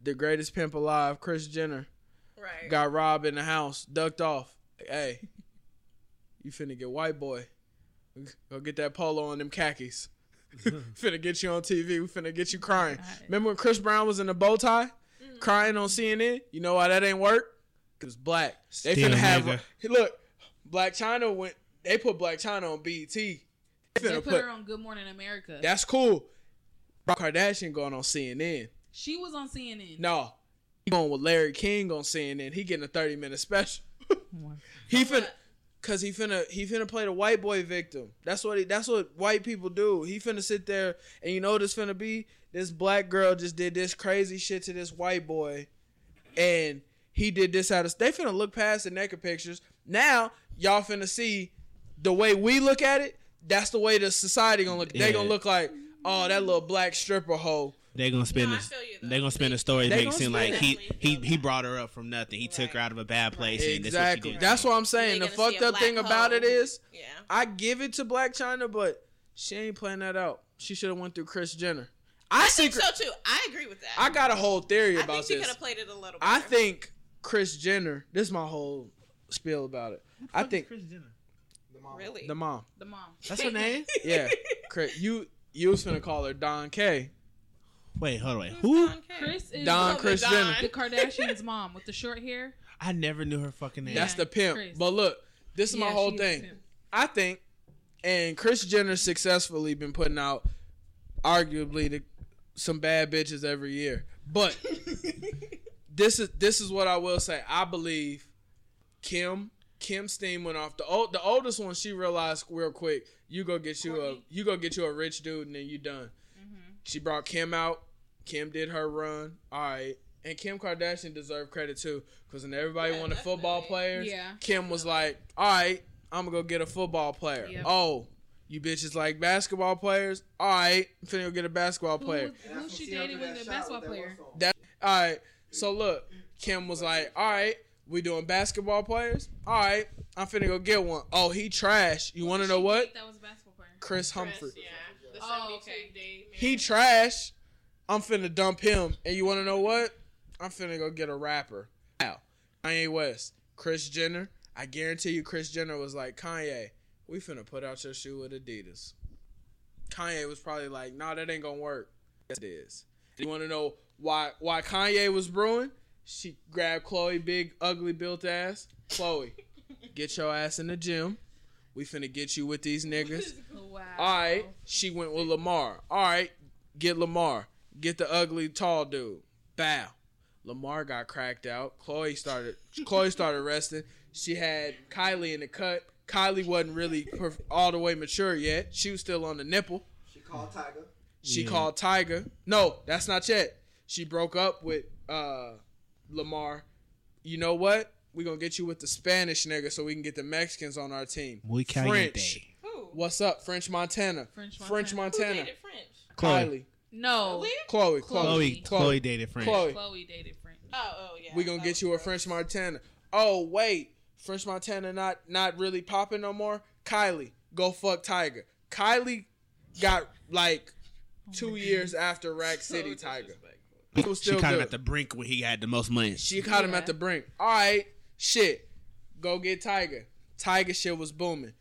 A: the greatest pimp alive, Chris Jenner,
F: right.
A: got Rob in the house, ducked off. Hey, you finna get white boy. Go get that polo on them khakis. finna get you on TV. We finna get you crying.
E: I-
A: Remember when Chris Brown was in a bow tie,
E: Mm.
A: crying on CNN? You know why that ain't work? Cause black. They
C: Still
A: finna have.
C: nigga.
A: Hey, Look, Black China went. They put Black China on BET. They
E: They
A: finna
E: put
A: put.
E: her on Good Morning America.
A: That's cool. Rob Kardashian going on CNN.
E: she was on CNN.
A: No, he going with Larry King on CNN. He getting a thirty minute special. he finna. Cause he finna he finna play the white boy victim. That's what he, that's what white people do. He finna sit there and you know what it's finna be? This black girl just did this crazy shit to this white boy and he did this out of they finna look past the naked pictures. Now y'all finna see the way we look at it, that's the way the society gonna look. They
C: Yeah.
A: gonna look like, oh, that little black stripper hoe.
C: They gonna spin
F: No, I
C: this.
F: feel you, though.
C: They gonna spin a story.
A: They
C: Make it
A: gonna
C: seem
A: spin it.
C: like he he he brought her up from nothing. He took her out of a bad place. and that's what she
A: Exactly.
C: did.
A: That's what I'm saying.
F: They
A: The
F: gonna see
A: fucked
F: a
A: up
F: black
A: thing about
F: hole.
A: it is
F: Yeah.
A: I give it to Black China, but she ain't playing that out. She should have went through Chris Jenner. I,
F: think
A: secret-
F: so too. I agree with that.
A: I got a whole theory
F: I
A: about
F: think she could
A: this.
F: have played it a little. Better.
A: I think Chris Jenner. This is my whole spiel about it. I think
C: Chris Jenner.
F: really.
A: the mom.
E: The mom.
C: That's her name.
A: Yeah, Chris, you you was gonna call her Don K.
C: Wait, hold on. Wait. Who?
E: Chris is
A: Don
E: the,
A: Chris
F: Don.
A: Jenner.
E: the Kardashians' mom with the short hair.
C: I never knew her fucking name.
A: That's
E: Yeah,
A: the pimp.
E: Chris.
A: But look, this is my
E: Yeah,
A: whole
E: she is
A: thing.
E: too.
A: I think, and Chris Jenner successfully been putting out arguably the, some bad bitches every year. But this is this is what I will say. I believe Kim Kim steam went off. The old the oldest one she realized real quick. You go get you a
E: Courtney.
A: you go get you a rich dude and then you done. She brought Kim out. Kim did her run. All right. And Kim Kardashian deserved credit too, because when everybody
F: Yeah,
A: wanted football
F: definitely.
A: players,
E: Yeah.
A: Kim was like, "All right, I'm gonna go get a football player."
E: Yep.
A: Oh, you bitches like basketball players? All right, I'm finna go get a basketball
E: Who,
A: player.
E: who she dated was a basketball player.
A: That all right. So look, Kim was like, "All right, we doing basketball players? All right, I'm finna go get one." Oh, he trash. You want to know
E: She
A: what?
E: dated That was a basketball player.
A: Chris Humphrey.
J: Yeah. The
E: Oh,
J: 72
E: okay.
J: day man.
A: He trash. I'm finna dump him. And you want to know what? I'm finna go get a rapper. Now, Kanye West, Chris Jenner. I guarantee you, Chris Jenner was like, Kanye, we finna put out your shoe with Adidas. Kanye was probably like, Nah, that ain't gonna work. Yes, it is. You want to know why? Why Kanye was brewing? She grabbed Chloe, big ugly built ass. Chloe, get your ass in the gym. We finna get you with these niggas.
E: Wow.
A: All right, she went with Lamar. All right, get Lamar. Get the ugly tall dude. Bow. Lamar got cracked out. Chloe started. Chloe started resting. She had Kylie in the cut. Kylie wasn't really perf- all the way mature yet. She was still on the nipple.
D: She called Tiger.
A: She
C: Yeah.
A: called Tiger. No, that's not yet. She broke up with uh, Lamar. You know what? We gonna get you with the Spanish nigga so we can get the Mexicans on our team.
C: Muy
A: French.
C: caliente.
F: Who?
A: What's up, French Montana?
E: French
A: French
F: Who
A: Montana.
F: dated French? Oh,
C: Chloe.
A: Kylie,
E: No.
F: Really?
A: Chloe, Chloe,
C: Chloe.
A: Chloe,
C: Chloe dated French.
A: Chloe.
E: Chloe dated French.
F: Oh, oh yeah.
A: We gonna
F: That
A: get
F: was
A: you a
F: gross.
A: French Montana. Oh wait, French Montana not not really popping no more. Kylie, go fuck Tiger. Kylie got like two years after Rack City Tiger. It was
C: She
A: still
C: caught him
A: good.
C: at the brink when he had the most money.
A: She caught him at
E: Yeah.
A: the brink. All right, shit. Go get Tiger. Tiger shit was booming.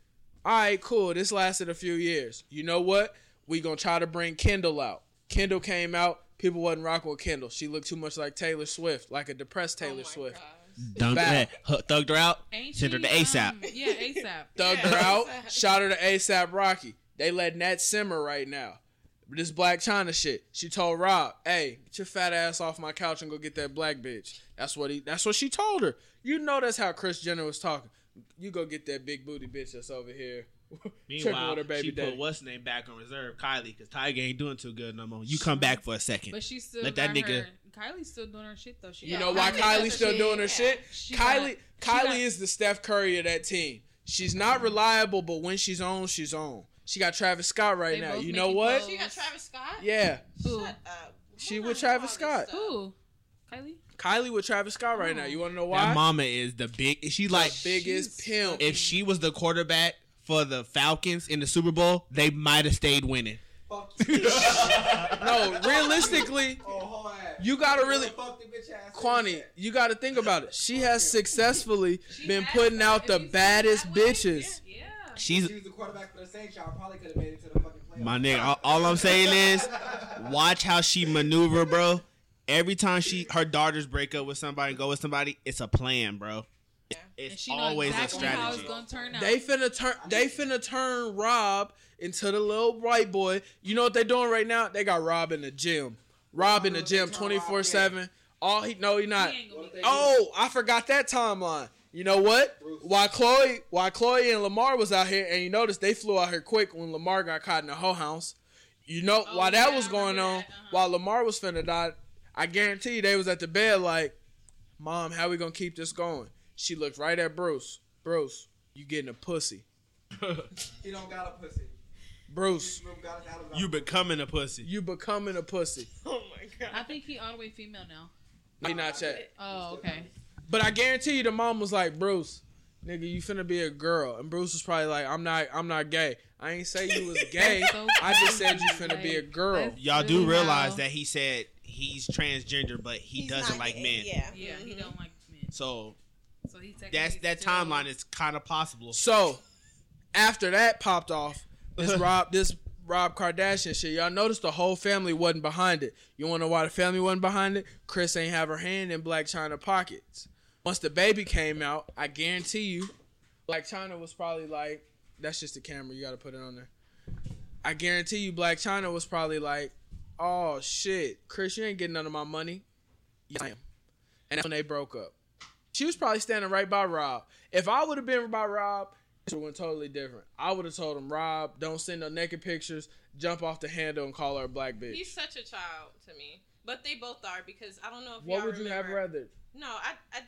A: All right, cool. This lasted a few years. You know what? We gonna try to bring Kendall out. Kendall came out. People wasn't rocking with Kendall. She looked too much like Taylor Swift, like a depressed
F: Oh
A: Taylor
F: my
A: Swift.
F: gosh.
C: Dunked
A: Bow.
C: her, hu- thugged her out.
E: Ain't
C: Sent her
E: she,
C: to ASAP.
E: um, yeah, ASAP.
A: Thugged her
F: Yeah.
A: out. Shot her to ASAP Rocky. They letting that simmer right now. This Black China shit. She told Rob, "Hey, get your fat ass off my couch and go get that black bitch." That's what he. That's what she told her. You know that's how Chris Jenner was talking. You go get that big booty bitch that's over here. Tripping
C: Meanwhile,
A: with her baby
C: she
A: daddy.
C: put what's name back on reserve, Kylie, because Tiger ain't doing too good no more. You come back for a second.
E: But she still
C: Let that
E: got
C: nigga-
E: Her, Kylie's still doing her shit though. She
A: You
E: got
A: know why
F: Kylie does her
A: Kylie's still
F: shit,
A: doing her
F: yeah.
A: shit?
E: She got-
A: Kylie,
E: she
A: Kylie
E: got-
A: is the Steph Curry of that team. She's not reliable, but when she's on, she's on. She got Travis Scott right
E: They
A: now.
E: both
A: You know
E: making
A: what?
E: clothes.
F: She got Travis Scott.
A: Yeah,
E: Who?
F: Shut up.
A: She
F: Who
A: with
F: knows
A: Travis
F: all this
A: Scott.
F: stuff?
E: Who? Kylie.
A: Kylie with Travis Scott right now. You want to know why?
C: That mama is the big. She like
A: biggest
E: She's
A: pimp.
C: if she was the quarterback for the Falcons in the Super Bowl, they might have stayed winning.
D: Fuck you.
A: No, realistically,
D: Oh, whole ass.
A: you gotta really,
D: Fuck the bitch ass.
A: Kwani, you gotta think about it. She has successfully
E: She
A: been
E: has,
A: putting out
E: if
A: the
E: you see it
A: baddest
E: that way,
A: bitches.
E: Yeah.
C: She's
D: She was the quarterback for the Saints. Y'all probably could have made it to the fucking playoffs.
C: my nigga. All, all I'm saying is, watch how she maneuver, bro. Every time she her daughters break up with somebody and go with somebody, it's a plan, bro.
E: And
C: It's
E: she
C: always
E: knows exactly
C: a
E: how it's
C: strategy.
E: gonna turn out.
A: They finna turn, they finna turn Rob into the little white boy. You know what they doing right now? They got Rob in the gym. Rob in the gym, twenty four seven. All he, no, he not.
E: He ain't gonna be-
A: Oh, I forgot that timeline. You know what? Why Chloe, why Chloe and Lamar was out here, and you notice they flew out here quick when Lamar got caught in the whole house. You know,
F: Oh,
A: while that
F: yeah,
A: was
F: I
A: going
F: remember
A: on,
F: that. Uh-huh.
A: while Lamar was finna die, I guarantee you they was at the bed like, "Mom, how we gonna keep this going?" She looked right at Bruce. Bruce, you getting a pussy.
D: He don't got a pussy.
A: Bruce,
D: Snoop got his Alabama.
C: You becoming a pussy.
A: you becoming a pussy.
F: Oh my god.
E: I think he all the way female now.
A: He not yet.
E: Oh, okay.
A: But I guarantee you the mom was like, Bruce, nigga, you finna be a girl. And Bruce was probably like, I'm not, I'm not gay. I ain't say you was gay.
E: So
A: I just said you
E: crazy,
A: finna be a
E: like,
A: girl.
E: that's
C: Y'all do
E: really
C: realize
E: how-
C: that he said he's transgender, but he
F: He's
C: doesn't
F: not
C: like
F: gay,
C: men.
F: Yeah.
E: Yeah, he
F: Mhm.
E: don't like men.
C: So
E: So he technically
C: that's that
E: still-
C: timeline is kind of possible.
A: So after that popped off, this Rob this Rob Kardashian shit, y'all noticed the whole family wasn't behind it. You wanna know why the family wasn't behind it? Chris ain't have her hand in Black China pockets. Once the baby came out, I guarantee you, Black China was probably like, that's just the camera, you gotta put it on there. I guarantee you Black China was probably like, Oh shit, Chris, you ain't getting none of my money. Yes, I am. And that's when they broke up. She was probably standing right by Rob. If I would have been by Rob, it went totally different. I would have told him, Rob, don't send no naked pictures. Jump off the handle and call her a black bitch.
F: He's such a child to me, but they both are because I don't know if
A: what
F: y'all
A: would you have
F: remember-
A: rather?
F: No, I, I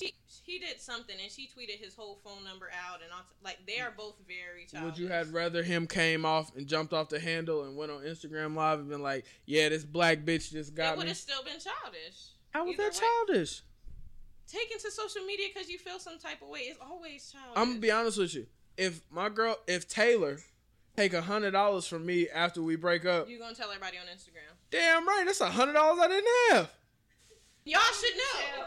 F: she, he did something and she tweeted his whole phone number out and all, like they are both very childish.
A: Would you have rather him came off and jumped off the handle and went on Instagram Live and been like, "Yeah, this black bitch just
F: It
A: got
F: would
A: me."
F: have still been childish.
A: How was
F: either
A: that
F: way.
A: childish?
F: Taken to social media because you feel some type of way is always childish.
A: I'm gonna be honest with you. If my girl, if Taylor take a hundred dollars from me after we break up,
F: You gonna tell everybody on Instagram?
A: damn right, that's a hundred dollars I didn't have.
F: Y'all should know.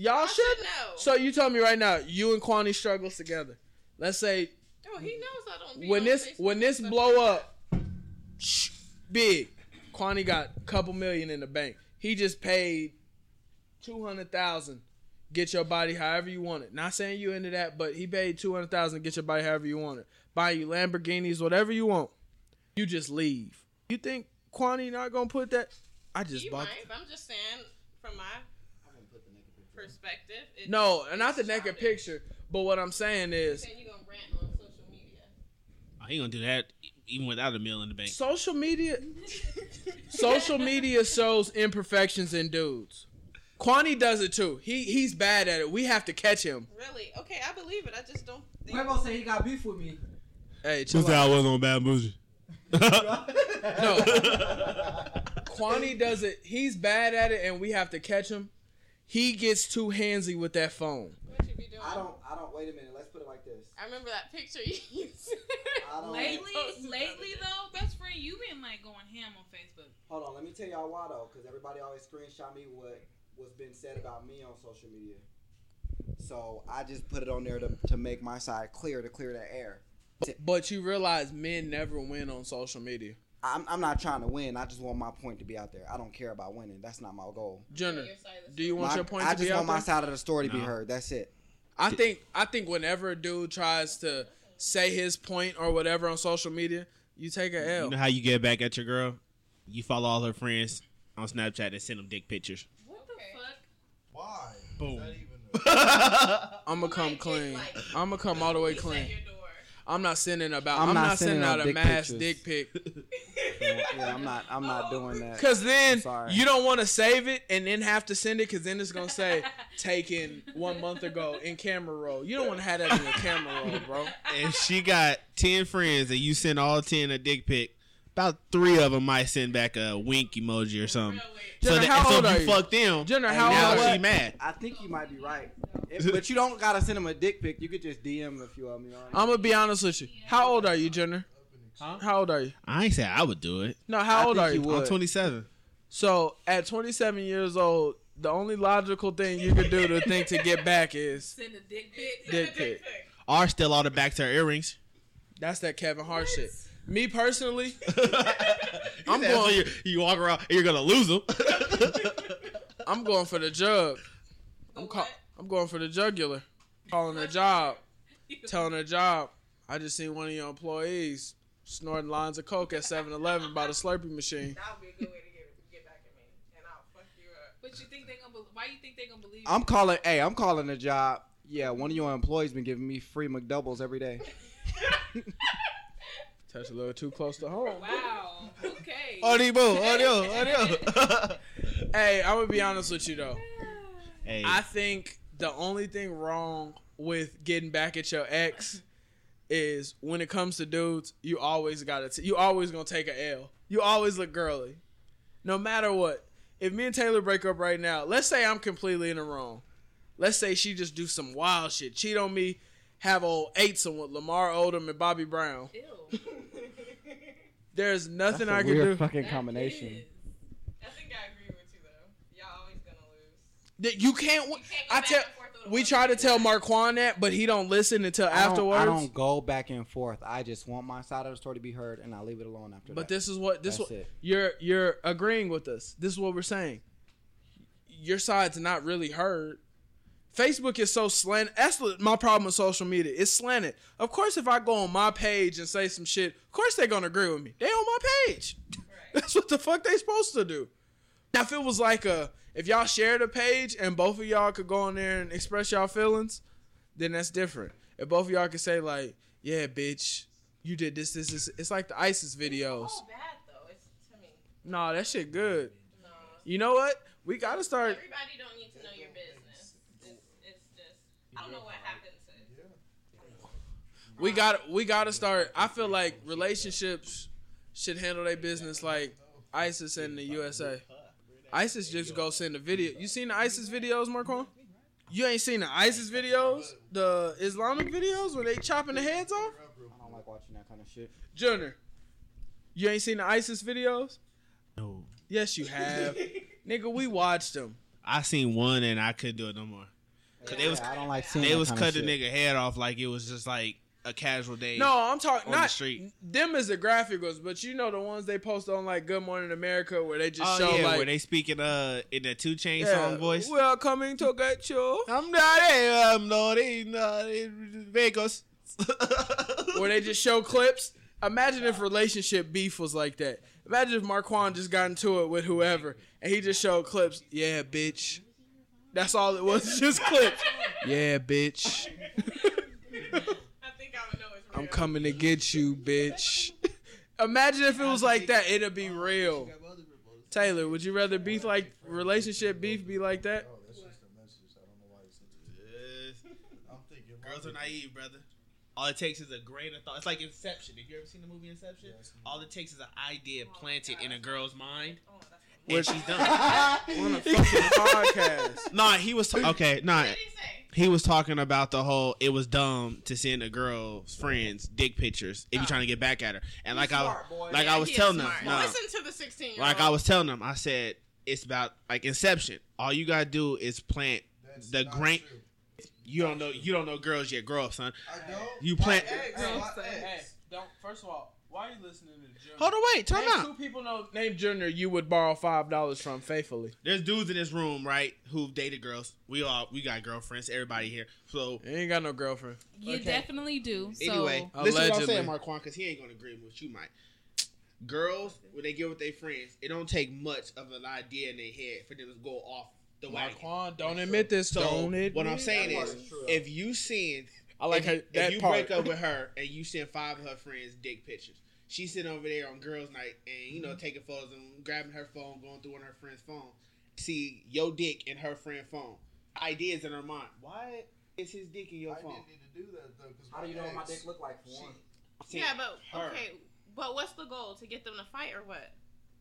A: Y'all
F: Y'all
A: should.
F: should know.
A: So you tell me right now, you and Kwani struggles together. Let's say
F: Oh, he knows I don't. Be
A: when
F: on
A: this
F: Facebook
A: when
F: and
A: this
F: stuff
A: blow
F: like
A: up shh, big Kwani got a couple million in the bank he just paid 200,000 get your body however you want it not saying you into that but he paid 200,000 get your body however you want it buy you Lamborghinis whatever you want you just leave you think Kwani not going to put that I
F: that.
A: just
F: You
A: bought
F: might. I'm just saying from my perspective. It,
A: no not
F: it's
A: the naked
F: childish.
A: picture but what I'm saying is
F: Saying you gonna rant on social media.
C: Oh, he gonna do that even without a meal in the bank.
A: social media social media shows imperfections in dudes Kwani does it too he he's bad at it we have to catch him
F: Really? Okay, I believe it. I just don't think.
D: Quavo said he got beef with me.
A: hey chill out.
K: I was on Bad Bougie.
A: no Kwani does it he's bad at it and we have to catch him he gets too handsy with that phone
F: What you be doing?
D: I don't. I don't. Wait a minute. Let's put it like this.
F: I remember that picture you used.
D: I don't.
E: Lately,
F: Post about
E: lately
F: it.
E: though, best friend, you been like going ham on Facebook.
D: Hold on. Let me tell y'all why though, because everybody always screenshot me what was been said about me on social media. So I just put it on there to, to make my side clear, to clear that air.
A: but you realize men never win on social media
D: I'm, I'm not trying to win. I just want my point to be out there. I don't care about winning. That's not my goal.
A: Jenner
F: Your side of the
A: do you want
D: My-
A: your point
D: I
A: to
D: just
A: be out
D: want my
A: there?
D: side of the story to be
K: No.
D: heard. That's it.
A: I think I think whenever a dude tries to say his point or whatever on social media you take a L
K: You know how you get back at your girl? You follow all her friends on Snapchat and send them dick pictures.
E: What
F: Okay.
E: the fuck?
B: Why?
K: Boom.
B: Is that even
A: I'm gonna come
F: Like,
A: clean.
F: like-
A: I'm gonna come all the way
F: He's at
A: clean.
F: your door.
A: I'm not sending about. I'm,
D: I'm
A: not,
D: not
A: sending
D: sending
A: out
D: no
A: a
D: dick
A: mass
D: pictures.
A: dick pic.
D: Yeah, I'm not. I'm not doing that.
A: Cause then
D: Sorry.
A: you don't want to save it and then have to send it. Cause then it's gonna say taken one month ago in camera roll. You don't want to have that in your camera roll, bro.
C: If she got ten friends and you send all ten a dick pic, about three of them might send back a wink emoji or something. So,
A: Jenner,
C: that,
A: how
C: so
A: old are
C: if
A: you?
C: you fuck them,
A: Jenner,
D: And
A: how
C: now
A: old
D: what?
A: are
C: she
A: you?
C: mad.
D: I think you might be right, If- but you don't gotta send him a dick pic. You could just DM if you want me.
A: I'm gonna be honest with you. How old are you, Jenner? How old are you?
C: I ain't say I would do it.
A: No, how
D: I
A: old
D: think
A: are
D: you
A: you?
D: would.
C: I'm 27.
A: So at 27 years old, the only logical thing you could do to think to get back is
E: Send a dick pic.
A: dick pic.
C: Are still all the back to her earrings.
A: That's that Kevin Hart shit. Me personally,
C: I'm
A: said, so
C: going. You, walk around and you're gonna lose them.
A: I'm going for the jug.
F: The
A: I'm call-
F: what?
A: I'm going for the jugular. Calling her job, telling her job. I just seen one of your employees snorting lines of coke at 7-Eleven by the Slurpee machine.
F: That would be a good way to get get back at me, and I'll fuck you up.
E: But you think they gonna? Be- why you think they gonna believe?
D: I'm calling. Hey, I'm calling the job. Yeah, one of your employees been giving me free McDoubles every day.
A: Touch a little too close to home.
E: Wow. Okay.
C: Audio, audio, audio.
A: Hey, I'm gonna be honest with you though.
C: Hey,
A: I think the only thing wrong with getting back at your ex is when it comes to dudes, you always gotta t- you always gonna take a L. You always look girly, no matter what. If me and Taylor break up right now, let's say I'm completely in the wrong. Let's say she just do some wild shit, cheat on me, have old eights on with Lamar Odom and Bobby Brown.
E: Ew.
A: There's nothing
D: That's a
A: I can
D: weird
A: do.
D: fucking
F: That
D: combination.
F: is- I think I agree with you though. Y'all always gonna lose.
A: That You can't.
F: You can't go
A: I
F: back
A: tell.
F: and forth with a
A: We
F: woman.
A: try to tell Marquand that, but he don't listen until
D: I don't-
A: afterwards.
D: I don't go back and forth. I just want my side of the story to be heard, and I leave it alone after
A: But
D: that.
A: this is what this
D: That's
A: what,
D: it.
A: you're you're agreeing with us. This is what we're saying. Your side's not really heard. Facebook is so slanted. That's what my problem with social media. It's slanted. Of course, if I go on my page and say some shit, of course they're gonna agree with me. They on my page. That's what the fuck they supposed to do. Now, if it was like a if y'all shared a page and both of y'all could go on there and express y'all feelings, then that's different. If both of y'all could say like, "Yeah, bitch, you did this, this, this," it's like the ISIS videos.
F: All bad though. It's to me.
A: Nah, that shit good.
F: No.
A: You know what? We gotta start.
F: Everybody don't need to know your business. It's, it's just I don't know what happened to.
A: We gotta. We gotta start. I feel like relationships should handle their business like ISIS in the USA. ISIS just go send a video. You seen the ISIS videos, Marquand? You ain't seen the ISIS videos, the Islamic videos where they chopping the heads off.
D: I don't like watching that kind of shit.
A: Junior, you ain't seen the ISIS videos?
C: No.
A: Yes, you have, nigga. We watched them.
C: I seen one and I couldn't do it no more. they was-
D: I don't like seeing
C: They
D: that
C: was
D: kinda
C: cutting
D: shit.
C: nigga head off like it was just like a casual day.
A: No, I'm talking
C: on the
A: not
C: street.
A: them as the graphics, but you know the ones they post on like Good Morning America where they just
C: Oh
A: show
C: yeah,
A: like
C: where they speaking uh in the two chain
A: yeah,
C: song voice.
A: We are coming to get you.
C: I'm not in, I'm not in, not in Vegas.
A: where they just show clips. Imagine if relationship beef was like that. Imagine if Marquand just got into it with whoever and he just showed clips. Yeah, bitch. That's all it was, just clips. Yeah, bitch.
F: I think I would know it's real.
A: I'm coming to get you, bitch. Imagine if it was like that, it'd be real. Taylor, would you rather beef like relationship beef be like that?
B: Oh,
C: Girls are naive, brother. All it takes is a grain of thought. It's like Inception. If you ever seen the movie Inception, all it takes is an idea planted in a girl's mind,
F: Oh, that's what
C: and she's done.
A: On a fucking podcast.
C: nah, he was ta- okay. Nah,
F: What did he say?
C: he was talking about the whole. It was dumb to send a girl's friends dick pictures if you're trying to get back at her. And like I, like I was
F: He is
C: telling them,
F: smart.
C: nah,
F: Listen to the 16 year old.
C: like I was telling them, I said it's about like Inception. All you gotta do is plant the grain. You don't know. You don't know girls yet. Grow up, son.
B: I don't.
C: You plant.
A: don't. First of all, why are you listening to Junior?
C: Hold on, wait. Time out.
A: two people know named Junior you would borrow five dollars from faithfully.
C: There's dudes in this room, right, who've dated girls. We all we got girlfriends. Everybody here. So
A: You ain't got no girlfriend.
E: You
C: Okay.
E: definitely do. So
C: anyway, listen to what I'm saying,
A: Allegedly.
C: Marquand, because he ain't gonna agree with you, Mike. Girls, when they get with their friends, it don't take much of an idea in their head for them to go off the wagon.
A: Marquand, don't admit this.
C: So
A: Don't admit.
C: what I'm saying
D: That
C: is,
D: part is true.
C: if you send,
A: I like
C: if,
A: how,
C: you- if
A: that
C: you
A: part.
C: break up with her and you send five of her friends dick pictures, she sitting over there on girls' night and you know
A: Mm-hmm.
C: taking photos and grabbing her phone, going through on her friend's phone, see your dick in her friend's phone, ideas in her mind. Why is his dick in your
B: I
C: phone?
B: didn't need to do that though. 'cause
D: How do you know what my
B: ex,
D: dick look like? For one?
C: Send
F: Yeah, but
C: her.
F: okay. But what's the goal? To get them to fight or what?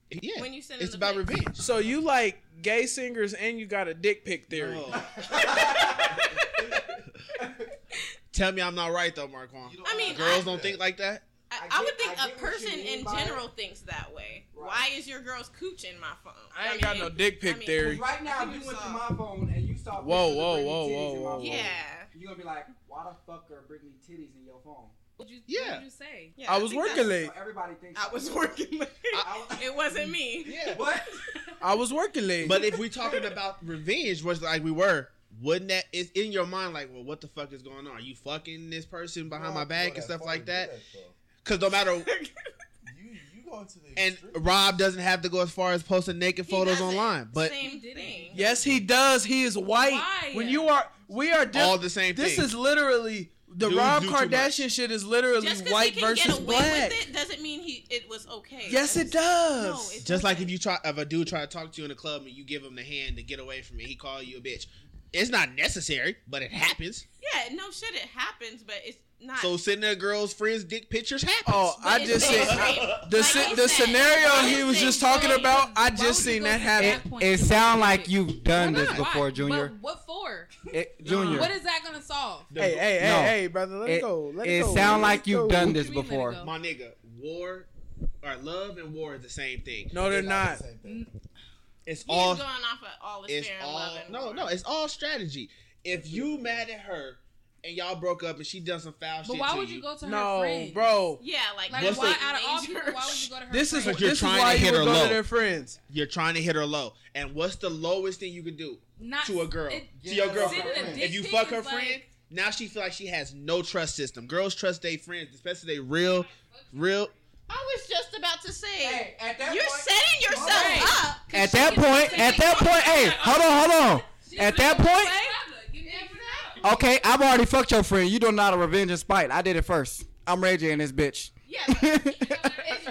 C: Yeah,
F: When you send
C: it's
F: them
C: about
F: the pics.
C: revenge.
A: so you like gay singers and you got a dick pic theory.
C: Oh. Tell me I'm not right though, Marquand.
B: You
F: I mean,
C: Girls
F: I-
C: don't think like that.
F: I,
D: I
F: I would
D: get-
F: think
D: I
F: a
D: get what you
F: person
D: mean
F: in
D: by
F: general thinks that way.
D: Right.
F: Why is your girl's cooch in my phone?
A: I ain't got
F: mean,
A: no dick pic
F: I mean,
A: theory.
D: Right now, if
F: think
D: you
F: we
D: went to my
F: saw-
D: phone and you saw
A: Whoa,
D: pictures of
A: whoa,
D: Britney
A: whoa, whoa,
D: titties in my
A: whoa,
D: phone,
F: Yeah.
D: You're gonna be like, why the fuck are Britney titties in your phone?
E: what'd you,
C: Yeah.
E: what'd you say?
F: yeah.
A: I was
F: think
A: working
F: that's-
A: late.
D: So everybody thinks
F: I was working late.
D: I was-
F: it wasn't me.
C: Yeah.
D: what?
A: I was working late.
C: But if we talking about revenge, was like we were, wouldn't that is in your mind like, well, what the fuck is going on? Are you fucking this person behind my
B: Nah,
C: back
B: go
C: and
B: that
C: stuff
B: far
C: like
B: to do
C: that?
B: though.
C: Because no matter,
B: You you going to the
C: and
B: extreme.
C: Rob doesn't have to go as far as posting naked
F: He
C: photos
F: doesn't.
C: online, but
F: same
E: He
F: thing.
E: didn't.
A: yes, he does. He is white.
E: Why?
A: When you are, we are. Diff-
C: all the same
A: this
C: thing.
A: is literally the
C: Dudes
A: Rob
C: do too
A: Kardashian shit is literally
F: Just 'cause
A: white
F: he can get
A: versus
F: away
A: black.
F: with it doesn't mean he it was okay.
A: Yes, it
F: That's-
A: does.
F: No, it's
C: just like
F: okay.
C: if you try if a dude try to talk to you in a club and you give him the hand to get away from it, he call you a bitch.
B: It's not necessary, but it happens.
F: Yeah, no shit, it happens, but it's not.
B: So sending a girl's friends dick pictures happens.
A: Oh, I
F: It's
A: just
F: been
A: said
F: straight.
A: the
F: Like
A: sce-
F: you
A: the
F: said,
A: scenario
F: like
A: he
F: you
A: was
F: said,
A: just talking
F: Joey,
A: about. I
E: Why would
A: just
E: you
A: seen
E: go
A: that
E: to
A: happen.
E: that
D: It,
E: point?
D: it sound like you've done
E: Why
D: this
E: not?
D: before,
E: Why?
D: Junior.
E: But what for?
D: It, junior,
E: What is that gonna solve?
A: Hey, hey, hey,
D: No.
A: hey, brother, let it,
D: It-
A: go. Let
D: it
A: go.
D: sound
A: Let
D: like
A: it
D: you've
A: go.
D: done
E: What
D: this
E: you mean, let it
D: before.
E: go?
B: My nigga, war or love and war is the same thing.
A: No, they're not.
B: It's
F: He's
B: all
F: going off of all the
B: it's
F: fair and
B: all
F: love and
B: no,
F: war.
B: no, it's all strategy. If you mad at her and y'all broke up and she done some foul
E: But
B: shit
E: why
B: to
E: would you go to her
A: No,
E: friends?
A: bro.
F: Yeah, like,
E: Like
B: What's
E: why
B: the-
E: out of all people, why would you go to her?
A: This is
E: friends?
B: Like you're
A: this is
B: trying
A: why
B: to
A: you
B: hit
A: would
B: her
A: go
B: low.
A: to their friends.
B: you're trying to hit her low. And what's the lowest thing you can do
E: Not
B: to a girl?
E: it-
B: to your
D: Yeah.
B: girlfriend.
E: sending a dick
B: If you
E: pic
B: fuck
E: is
B: her
E: like-
B: friend, now she feel like she has no trust system. Girls trust their friends, especially they real, real.
F: I was just about to say,
D: at
F: you're setting yourself
E: Right.
F: up.
D: At that point, at that point, hey, hold on, hold on. At that point,
E: You never know.
D: okay, I've already fucked your friend. You don't know how to revenge and spite. I did it first. I'm Ray J and this bitch.
F: Yeah,
E: It's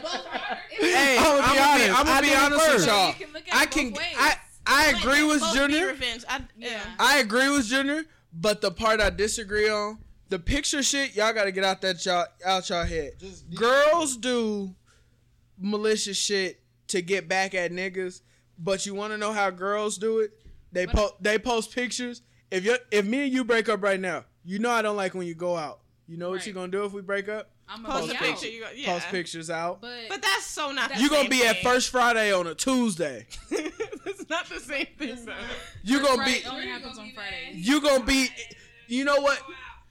E: both.
A: Hey,
D: I'ma
A: I'm
D: be
A: gonna be,
D: honest.
A: I'm
D: I
A: gonna be
D: did it
A: honest with
D: first.
A: y'all.
E: You can look at
A: I
E: it
A: can
E: both ways.
A: I I
F: but
A: agree
F: it's
A: with
F: supposed to be
A: Junior.
F: Revenge. I, yeah.
A: I agree with Junior, but the part I disagree on, the picture shit, y'all gotta get out that y'all out y'all head. Girls do malicious shit to get back at niggas, but you wanna know how girls do it? They po- they post pictures. If you if me and you break up right now, you know I don't like when you go out. You know what
E: Right.
A: you gonna do if we break up?
E: I'm a
F: Post
E: be
F: a
E: out.
F: picture. You go, yeah.
A: Post pictures out.
E: But,
F: But that's so not.
E: That's
A: you
F: the
A: gonna
F: same
A: be at
F: thing.
A: First Friday on a Tuesday.
F: it's not the same thing. Though.
A: You gonna
E: Friday
A: be
E: only happens on Friday.
A: you gonna be you know what?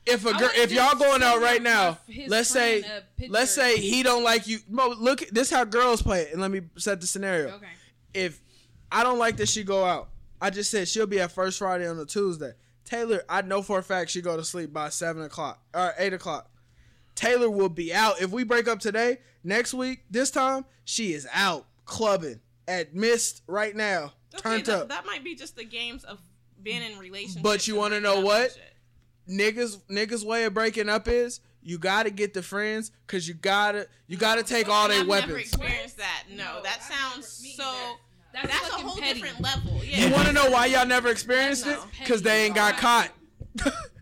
A: If a
E: I
A: girl
E: wouldn't
A: if y'all
E: just
A: going
E: send
A: out
E: your-
A: right now,
E: his
A: let's say
E: friend a picture.
A: let's say he don't like you. Mo, look, this how girls play it, and let me set the scenario.
E: Okay.
A: If I don't like that she go out, I just said she'll be at first Friday on a Tuesday. Taylor, I know for a fact she go to sleep by seven o'clock or eight o'clock. Taylor will be out if we break up today. Next week, this time she is out clubbing at Mist right now,
F: Okay,
A: turned
F: that,
A: up.
F: that might be just the games of being in relationships.
A: But you
F: and
A: wanna
F: breaking
A: know
F: up and
A: what?
F: shit.
A: niggas niggas way of breaking up is you gotta get the friends because you gotta you gotta take all their
F: I've Never
A: weapons.
F: experienced that. No, that sounds so.
E: That's,
F: That's a
E: fucking
F: whole
E: petty.
F: different level. Yeah.
A: You want to know why y'all never experienced it?
F: No.
A: Because they ain't got caught.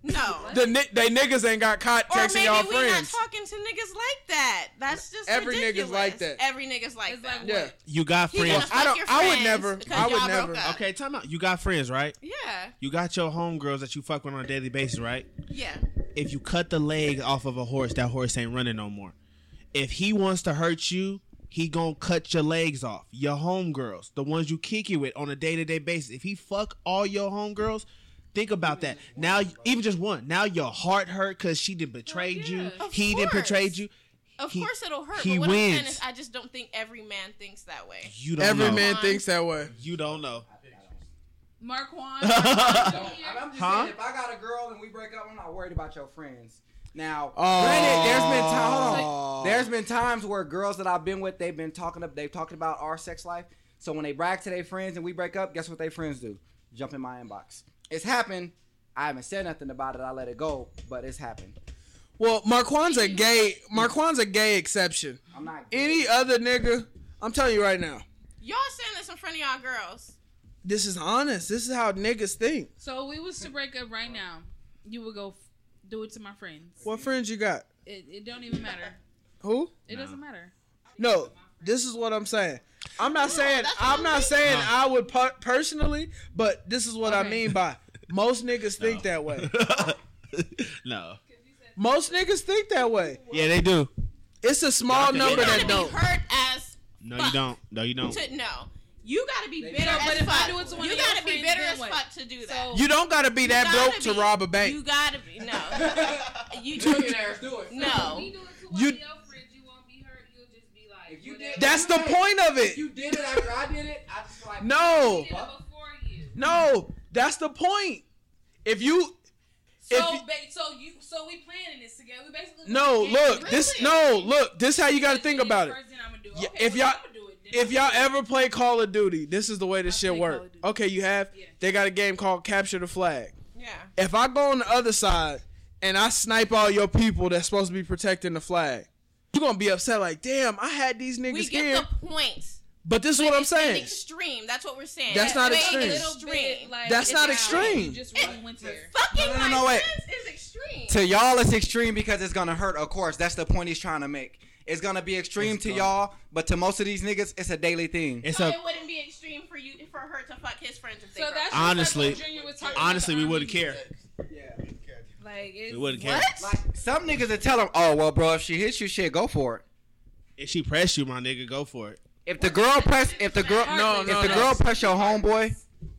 F: no.
A: The ni- they niggas ain't got caught
F: or
A: texting
F: maybe
A: y'all
F: we not
A: friends.
F: talking to niggas like that. That's just
A: Every nigga's
F: ridiculous.
A: like that.
F: Every niggas like
E: It's
F: that.
E: like,
A: Yeah,
E: what?
C: You got
F: He gonna
C: friends.
F: fuck
A: I don't-
F: your
A: I would
F: friends
A: never-
F: because
A: I would
F: y'all
A: never.
F: broke up.
C: Okay, time out. You got friends, right?
F: Yeah.
C: You got your homegirls that you fuck with on a daily basis, right?
F: Yeah.
C: If you cut the leg off of a horse, that horse ain't running no more. If he wants to hurt you, he gonna cut your legs off. Your homegirls, the ones you kick it with on a day to day basis. If he fuck all your homegirls, think about that. Now, even just one. Now your heart hurt because she did betrayed you.
E: yeah.
F: Of
C: He didn't
F: course.
C: betrayed you.
F: Of
C: He-
F: course it'll hurt.
C: he
F: but what I'm saying
C: wins.
F: is, I just don't think every man thinks that way.
C: You don't
A: every
C: know.
A: man
F: Come on.
A: thinks that way.
C: You don't know.
E: Marquand.
D: I'm just
C: Huh?
D: if I got a girl and we break up, I'm not worried about your friends. Now,
A: Oh.
D: granted, there's been times. there's been times where girls that I've been with, they've been talking up, they've talked about our sex life. So when they brag to their friends and we break up, guess what their friends do? Jump in my inbox. It's happened. I haven't said nothing about it. I let it go, but it's happened.
A: Well, Marquand's a gay. Marquand's a gay exception.
D: I'm not
A: Any other nigga, I'm telling you right now.
F: Y'all saying this in front of y'all girls.
A: This is honest. This is how niggas think.
E: so we was to break up right now. You would go f- do it to my friends.
A: What friends you got?
E: It, it don't even matter.
A: Who?
E: It doesn't matter.
A: No, this is what I'm saying. I'm not saying
F: that's what
A: I'm
F: I'm
A: not
F: thinking.
A: saying I would per- personally, but this is what I
E: Okay.
A: mean by most niggas think
C: No.
A: that way.
C: no.
A: Most niggas think that way.
C: Yeah, they do.
A: It's a small
C: Y'all
A: number
C: think-
A: that
F: You gotta be
A: don't.
F: hurt as
C: No,
F: Fuck.
C: you don't. No, you don't.
F: to no. You gotta be bitter
E: No,
F: as
E: but if I
F: fuck.
E: do it to one
F: you
E: of your
F: gotta be
E: friends,
F: bitter
E: then
F: as
E: what?
F: fuck to do that.
E: So
A: You don't gotta be that
F: gotta
A: broke to
F: be-
A: rob a
F: You
A: bank.
F: gotta be no. you do no.
E: do it to
A: one You- of
E: friends, you won't be hurt. You'll just be like,
D: If you whatever. did-
A: That's the point of it.
D: did it after I did it, I just like
A: No,
E: before you.
A: no, that's the point. If you
E: So,
A: If you-
E: ba- so you, so we planning this together. We basically
A: no look this no look this how you gotta think about it.
E: First, then I'ma do
A: Yeah,
E: Okay,
A: if
E: well,
A: y'all-
E: I'ma do it then.
A: If y'all ever play Call of Duty, this is the way this
E: I
A: shit
E: play Call
A: work.
E: of Duty.
A: Okay, you have
E: Yeah.
A: they got a game called Capture the Flag.
F: Yeah.
A: if I go on the other side and I snipe all your people that's supposed to be protecting the flag, you're gonna be upset like, damn, I had these niggas
F: We
A: here.
F: get the points.
A: But this is what I'm
F: it's an
A: saying.
F: Extreme. That's what we're saying.
A: That's not
F: Make
A: extreme.
F: it
A: That's
F: extreme. Like,
A: That's
E: it's
A: not
E: like
A: extreme.
E: You just really went there.
F: fucking
D: No, no, no, wait.
F: license is extreme.
D: To y'all, it's extreme because it's gonna hurt. Of course, that's the point he's trying to make. It's gonna be extreme to y'all, but to most of these niggas, it's a daily thing.
C: It's
F: so
C: a
F: it wouldn't be extreme for you for her to fuck his friends if they
E: So
F: broke
E: that's
F: up.
C: Honestly-
E: just like what Junior was talking about
C: honestly
E: the
C: we
E: army
C: wouldn't care.
E: music.
L: Yeah.
E: Like it's,
C: We wouldn't care.
E: what?
D: Like some niggas that tell them, "Oh well, bro, if she hits you, shit, go for it."
C: If she pressed you, my nigga, go for it.
D: If the girl press, if the girl,
A: No,
D: if
A: no,
D: the
A: no.
D: girl press your homeboy,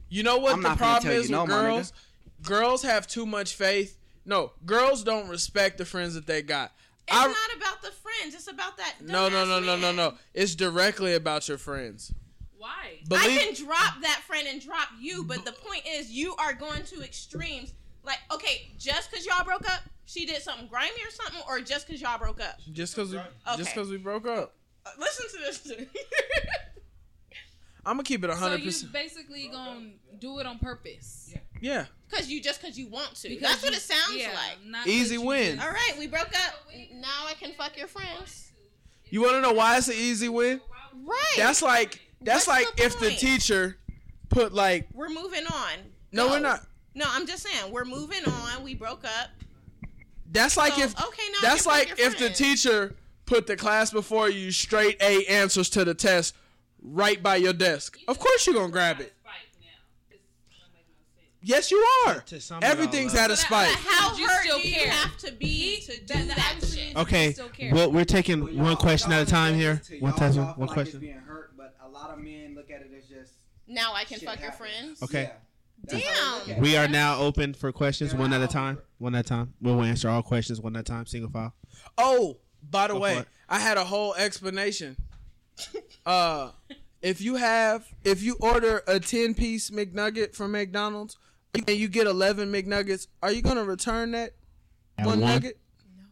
A: You know what
D: I'm
A: the
D: not gonna
A: problem
D: tell you
A: is
D: no,
A: with
D: my nigga.
A: girls? Girls have too much faith. No, girls don't respect the friends that they got.
F: It's
A: I,
F: not about the friends. It's about that.
A: no, no,
F: dumbass
A: no, no, no,
F: man.
A: no. It's directly about your friends.
E: Why?
A: Believe
F: I can drop that friend and drop you, but the point is, you are going to extremes. Like, okay, just because y'all broke up, she did something grimy or something, or just because y'all broke up.
A: just because we just
F: Okay.
A: because we broke up,
F: Uh, listen to this. dude.
A: I'm gonna keep it
E: So
A: hundred
E: you
A: percent.
E: basically gonna do it on purpose.
A: Yeah,
F: Cause you just cause you want to.
E: Because
F: That's what
E: you-
F: it sounds
E: yeah,
F: like.
E: not
A: Easy
E: that you
A: win.
E: just-
F: All right, we broke up. Now I can fuck your friends.
A: you want to know why it's an easy win?
F: Right.
A: That's like that's
F: What's
A: like
F: the
A: if the
F: point?
A: teacher put like
F: we're moving on.
A: no, we're not.
F: No, I'm just saying we're moving on. We broke up.
A: That's like
F: So,
A: if
F: okay, now I can
A: that's
F: fuck
A: like
F: your
A: if the
F: friend.
A: teacher put the class before you straight A answers to the test right by your desk. Of course you're gonna grab it. Yes, you are.
C: To sum it all
A: Everything's
C: up.
A: at a
F: But
A: spike.
F: how
E: Would you
F: hurt
E: still
F: do you
E: care?
F: have to be to do that, shit?
C: Okay,
E: Still care.
C: well, we're taking one question at a time here. One question,
D: y'all feel
C: one
D: like it's
C: question.
D: being hurt, but a lot of men look at it as just
F: Now I can
D: Shit
F: fuck your
D: happens.
F: friends.
C: Okay.
D: yeah, that's
F: Damn.
D: how they look at it.
C: We are now open for questions one at a time. One at a time. We'll answer all questions one at a time, single file.
A: Oh, by the
C: Go
A: way,
C: for it.
A: I had a whole explanation. uh if you have if you order a 10 piece McNugget from McDonald's and you get 11 McNuggets, are you going to return that
C: Add
A: one,
C: one.
A: nugget?
F: No,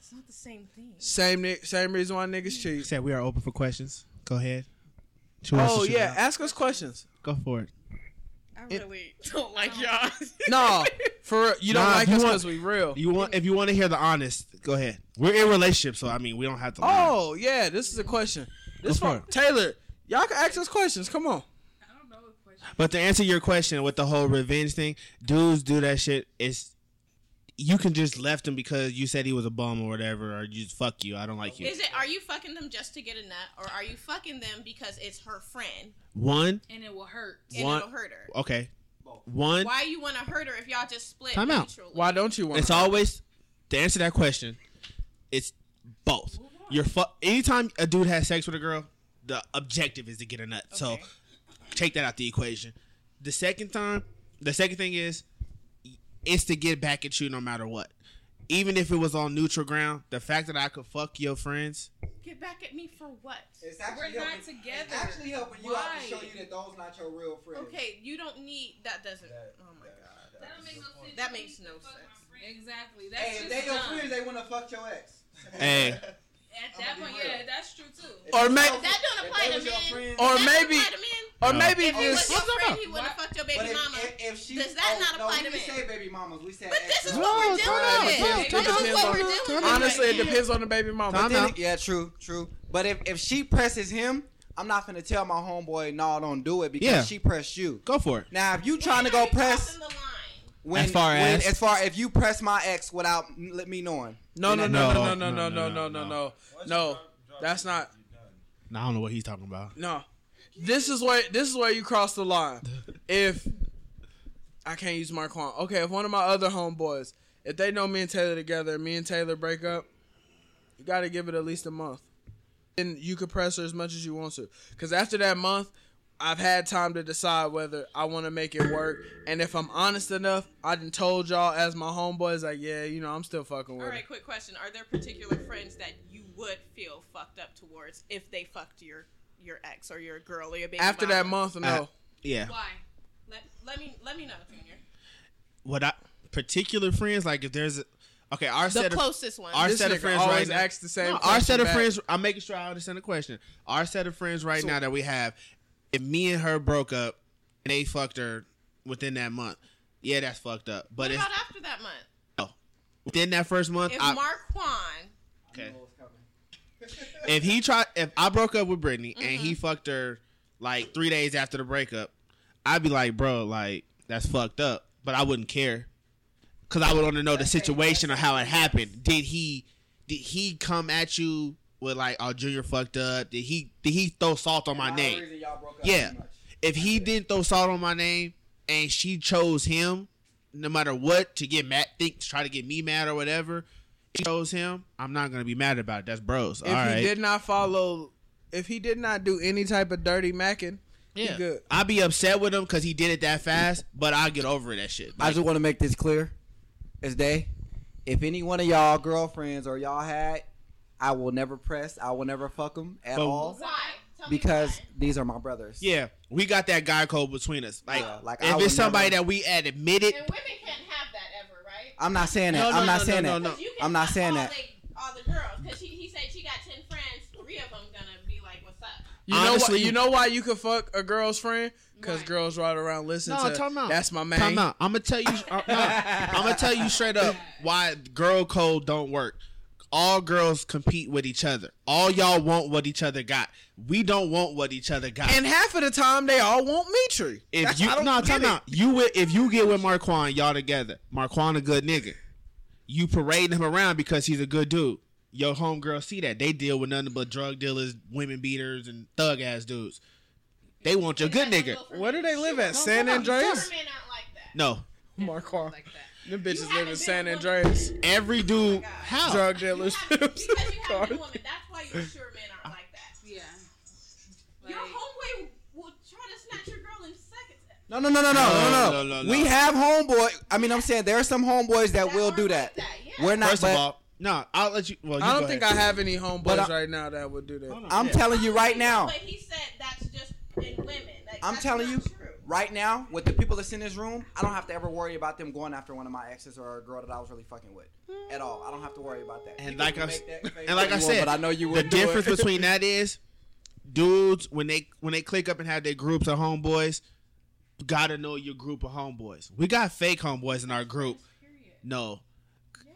F: it's not the same thing.
A: Same ni- same reason why niggas
C: You
A: cheat.
C: said we are open for questions. Go ahead. She wants to
A: Oh
C: shoot it
A: yeah,
C: out.
A: ask us questions.
C: Go for it.
F: I really don't like y'all.
A: No, for real, you don't
C: Nah,
A: like
C: if you
A: us
C: want-
A: because we real.
C: You want if you want to hear the honest, go ahead. We're in relationship, so I mean we don't have to. lie.
A: Oh yeah, this is a question. This
C: Go for
A: one, Taylor. Y'all can ask us questions. Come on.
E: I don't know the question.
C: But to answer your question with the whole revenge thing, dudes do that shit. It's you can just left him because you said he was a bum or whatever, or you fuck you. I don't like you.
F: Is it are you fucking them just to get a nut, or are you fucking them because it's her friend
C: One,
E: And it will hurt.
F: and
C: One-
F: it'll hurt her?
C: okay, one.
F: Why you want to hurt her if y'all just split?
C: Time out.
F: neutrally?
A: Why don't you want?
C: It's always to answer that question. It's both. You're fu- anytime a dude has sex with a girl, the objective is to get a nut. So take that out the equation. The second time, the second thing is, it's to get back at you no matter what. Even if it was on neutral ground, the fact that I could fuck your friends,
F: Get back at me for what?
D: It's actually
E: We're not
D: helping-
E: together.
D: It's actually helping you out to
E: Why?
D: show you that those not your real friends.
F: Okay, you don't need that. Doesn't. Oh my god.
E: That don't make no sense.
F: That makes no sense.
E: Exactly. That's
D: Hey, if
E: just
D: they your
E: dumb.
D: friends, they want to fuck your ex.
C: hey,
E: At that point, yeah, that's true too.
A: Or may-
F: That don't apply to men.
A: Or
F: That don't
A: maybe-
F: apply to men.
A: Or
C: No.
A: maybe
F: If he was
A: this.
F: your friend, he
E: about?
F: would have
E: Why-
F: fucked your
D: But
F: baby
D: if,
F: mama.
D: if, if she,
F: Does that
D: oh,
F: not
D: no,
F: apply
D: we
F: to
D: didn't
F: men?
D: say baby mamas. We said
F: But
D: ex
F: this is
D: girls.
A: No,
F: what we're
A: time out,
F: dealing with.
A: time
F: This is what
A: out.
F: we're dealing with.
A: Honestly, it
F: right now.
A: depends on the baby mama.
D: But
C: Time
D: then,
C: out.
D: yeah, true, true. But if, if she presses him, I'm not gonna tell my homeboy, no, don't do it because
C: Yeah.
D: she pressed you.
C: go for it.
D: Now, if you trying to
F: Why
D: go
F: are you
D: press
F: crossing the line?
D: when
C: As far
D: when-
C: as-
D: as far if you press my ex without n- let me knowing.
A: No, no,
D: Then
A: no,
D: that-
A: no, no, no, no, no, no, no, no. That's not.
C: Now I don't know what he's talking about.
A: No. This is where this is where you cross the line. If I can't use Marquand. Okay, if one of my other homeboys, if they know me and Taylor together, and me and Taylor break up, you gotta give it at least a month. Then you can press her as much as you want to. Cause after that month, I've had time to decide whether I want to make it work. And if I'm honest enough, I done told y'all as my homeboys, like, yeah, you know, I'm still fucking with
F: All
A: her.
F: right, quick question: Are there particular friends that you would feel fucked up towards if they fucked your your ex or your girl or your baby?
A: After that
F: mama?
A: month, no.
C: Uh, Yeah.
E: Why?
F: let, let me let me know, Junior.
C: What I particular friends like if there's a, okay our
F: The
C: set of
F: closest one.
C: our
A: this
C: set of
A: nigga
C: friends
A: always
C: right now-
A: asks the same.
C: No, our set
A: question
C: of
A: back.
C: friends. I'm making sure I understand the question. Our set of friends right now that we have, if me and her broke up, and they fucked her within that month, yeah, that's fucked up.
F: what
C: But if
F: about after that month?
C: no, within that first month,
F: If
C: I,
F: Marquand
C: okay, If he tried, if I broke up with Brittany and he fucked her like three days after the breakup, I'd be like, bro, like that's fucked up. But I wouldn't care because I would want to know the situation or how it happened. Did he did he come at you with like, oh, Junior fucked up? Did he did he throw salt on my
D: The
C: name?
D: reason y'all broke up
C: Yeah.
D: too much.
C: if he didn't throw salt on my name and she chose him, no matter what, to get mad, think to try to get me mad or whatever, she chose him. I'm not gonna be mad about it. That's bros.
A: If
C: All right.
A: he did not follow, if he did not do any type of dirty macking,
C: yeah.
A: good.
C: I'd be upset with him because he did it that fast, but I get over that shit.
D: I just want to make this clear as day. If any one of y'all girlfriends or y'all had, I will never press. I will never fuck them at
C: But-
D: all
F: Why? Tell me
D: because
F: why.
D: these are my brothers.
C: yeah, we got that guy code between us. Like,
D: Yeah, like, I
C: if
D: would
C: it's somebody
D: never-
C: that we had admitted,
F: And women can't have that ever, right?
D: I'm not saying that.
C: No, no,
D: I'm not
C: no, no,
D: saying
C: no,
D: that.
C: no.
F: Because you can
D: I'm not
F: fuck
D: saying
F: all
D: that.
F: They, all the girls, because he, he said she got ten friends. Three of them gonna be like, "What's up?"
A: You know
C: Honestly-
A: what? You know why you can fuck a girl's friend? Because
F: Why?
A: girls ride around listening
C: No,
A: to.
C: time out.
A: That's my man.
C: Time out. I'm gonna tell you. I'm gonna tell you straight up why girl code don't work. All girls compete with each other. All y'all want what each other got. We don't want what each other got.
A: And half of the time, they all want Mitri.
C: if
A: That's-
C: you
A: I don't
C: no
A: get
C: time
A: it.
C: out, you with, if you get with Marquand, y'all together. Marquand a good nigga. You parade him around because he's a good dude. Your homegirl see that they deal with nothing but drug dealers, women beaters, and thug ass dudes. They want your good nigga.
A: Where do they live at? San Andreas.
F: Superman not like that.
C: No,
A: Marquand.
E: like that.
A: Them bitches live in
F: haven't
A: San
F: been a woman.
A: Andreas.
C: every dude.
F: God.
C: How?
A: Drug
F: You
A: dealers.
F: have, because you have a woman. That's why you sure men aren't like that.
E: Yeah.
F: Your
E: Like-
F: homeboy will try to snatch your girl in seconds.
D: No, no, no, no, no, no,
C: No,
D: no,
C: no, no,
D: We
C: no.
D: have homeboy. I mean, I'm saying there are some homeboys that, will
F: aren't
D: do
F: like
D: that. We're not.
C: First
D: but
C: of all, no, I'll let you. Well, you
A: I
C: go
A: don't think I
C: ahead.
A: have any homeboys
D: But I-
A: right now that would do that.
D: I'm telling you right now.
F: But he said that's just in women. Like,
D: I'm
F: that's
D: telling you
F: not True.
D: right now with the people that's in this room, I don't have to ever worry about them going after one of my exes or a girl that I was really fucking with at all. I don't have to worry about that.
C: And
D: You
C: like
D: can
C: I
D: make
C: s-
D: that face
C: and like
D: all
C: I
D: you want,
C: said,
D: but I know you
C: the
D: would do it.
C: difference between that is dudes when they when they click up and have their groups of homeboys, gotta know your group of homeboys. We got fake homeboys in our group.
F: Period.
C: No,
F: Yeah.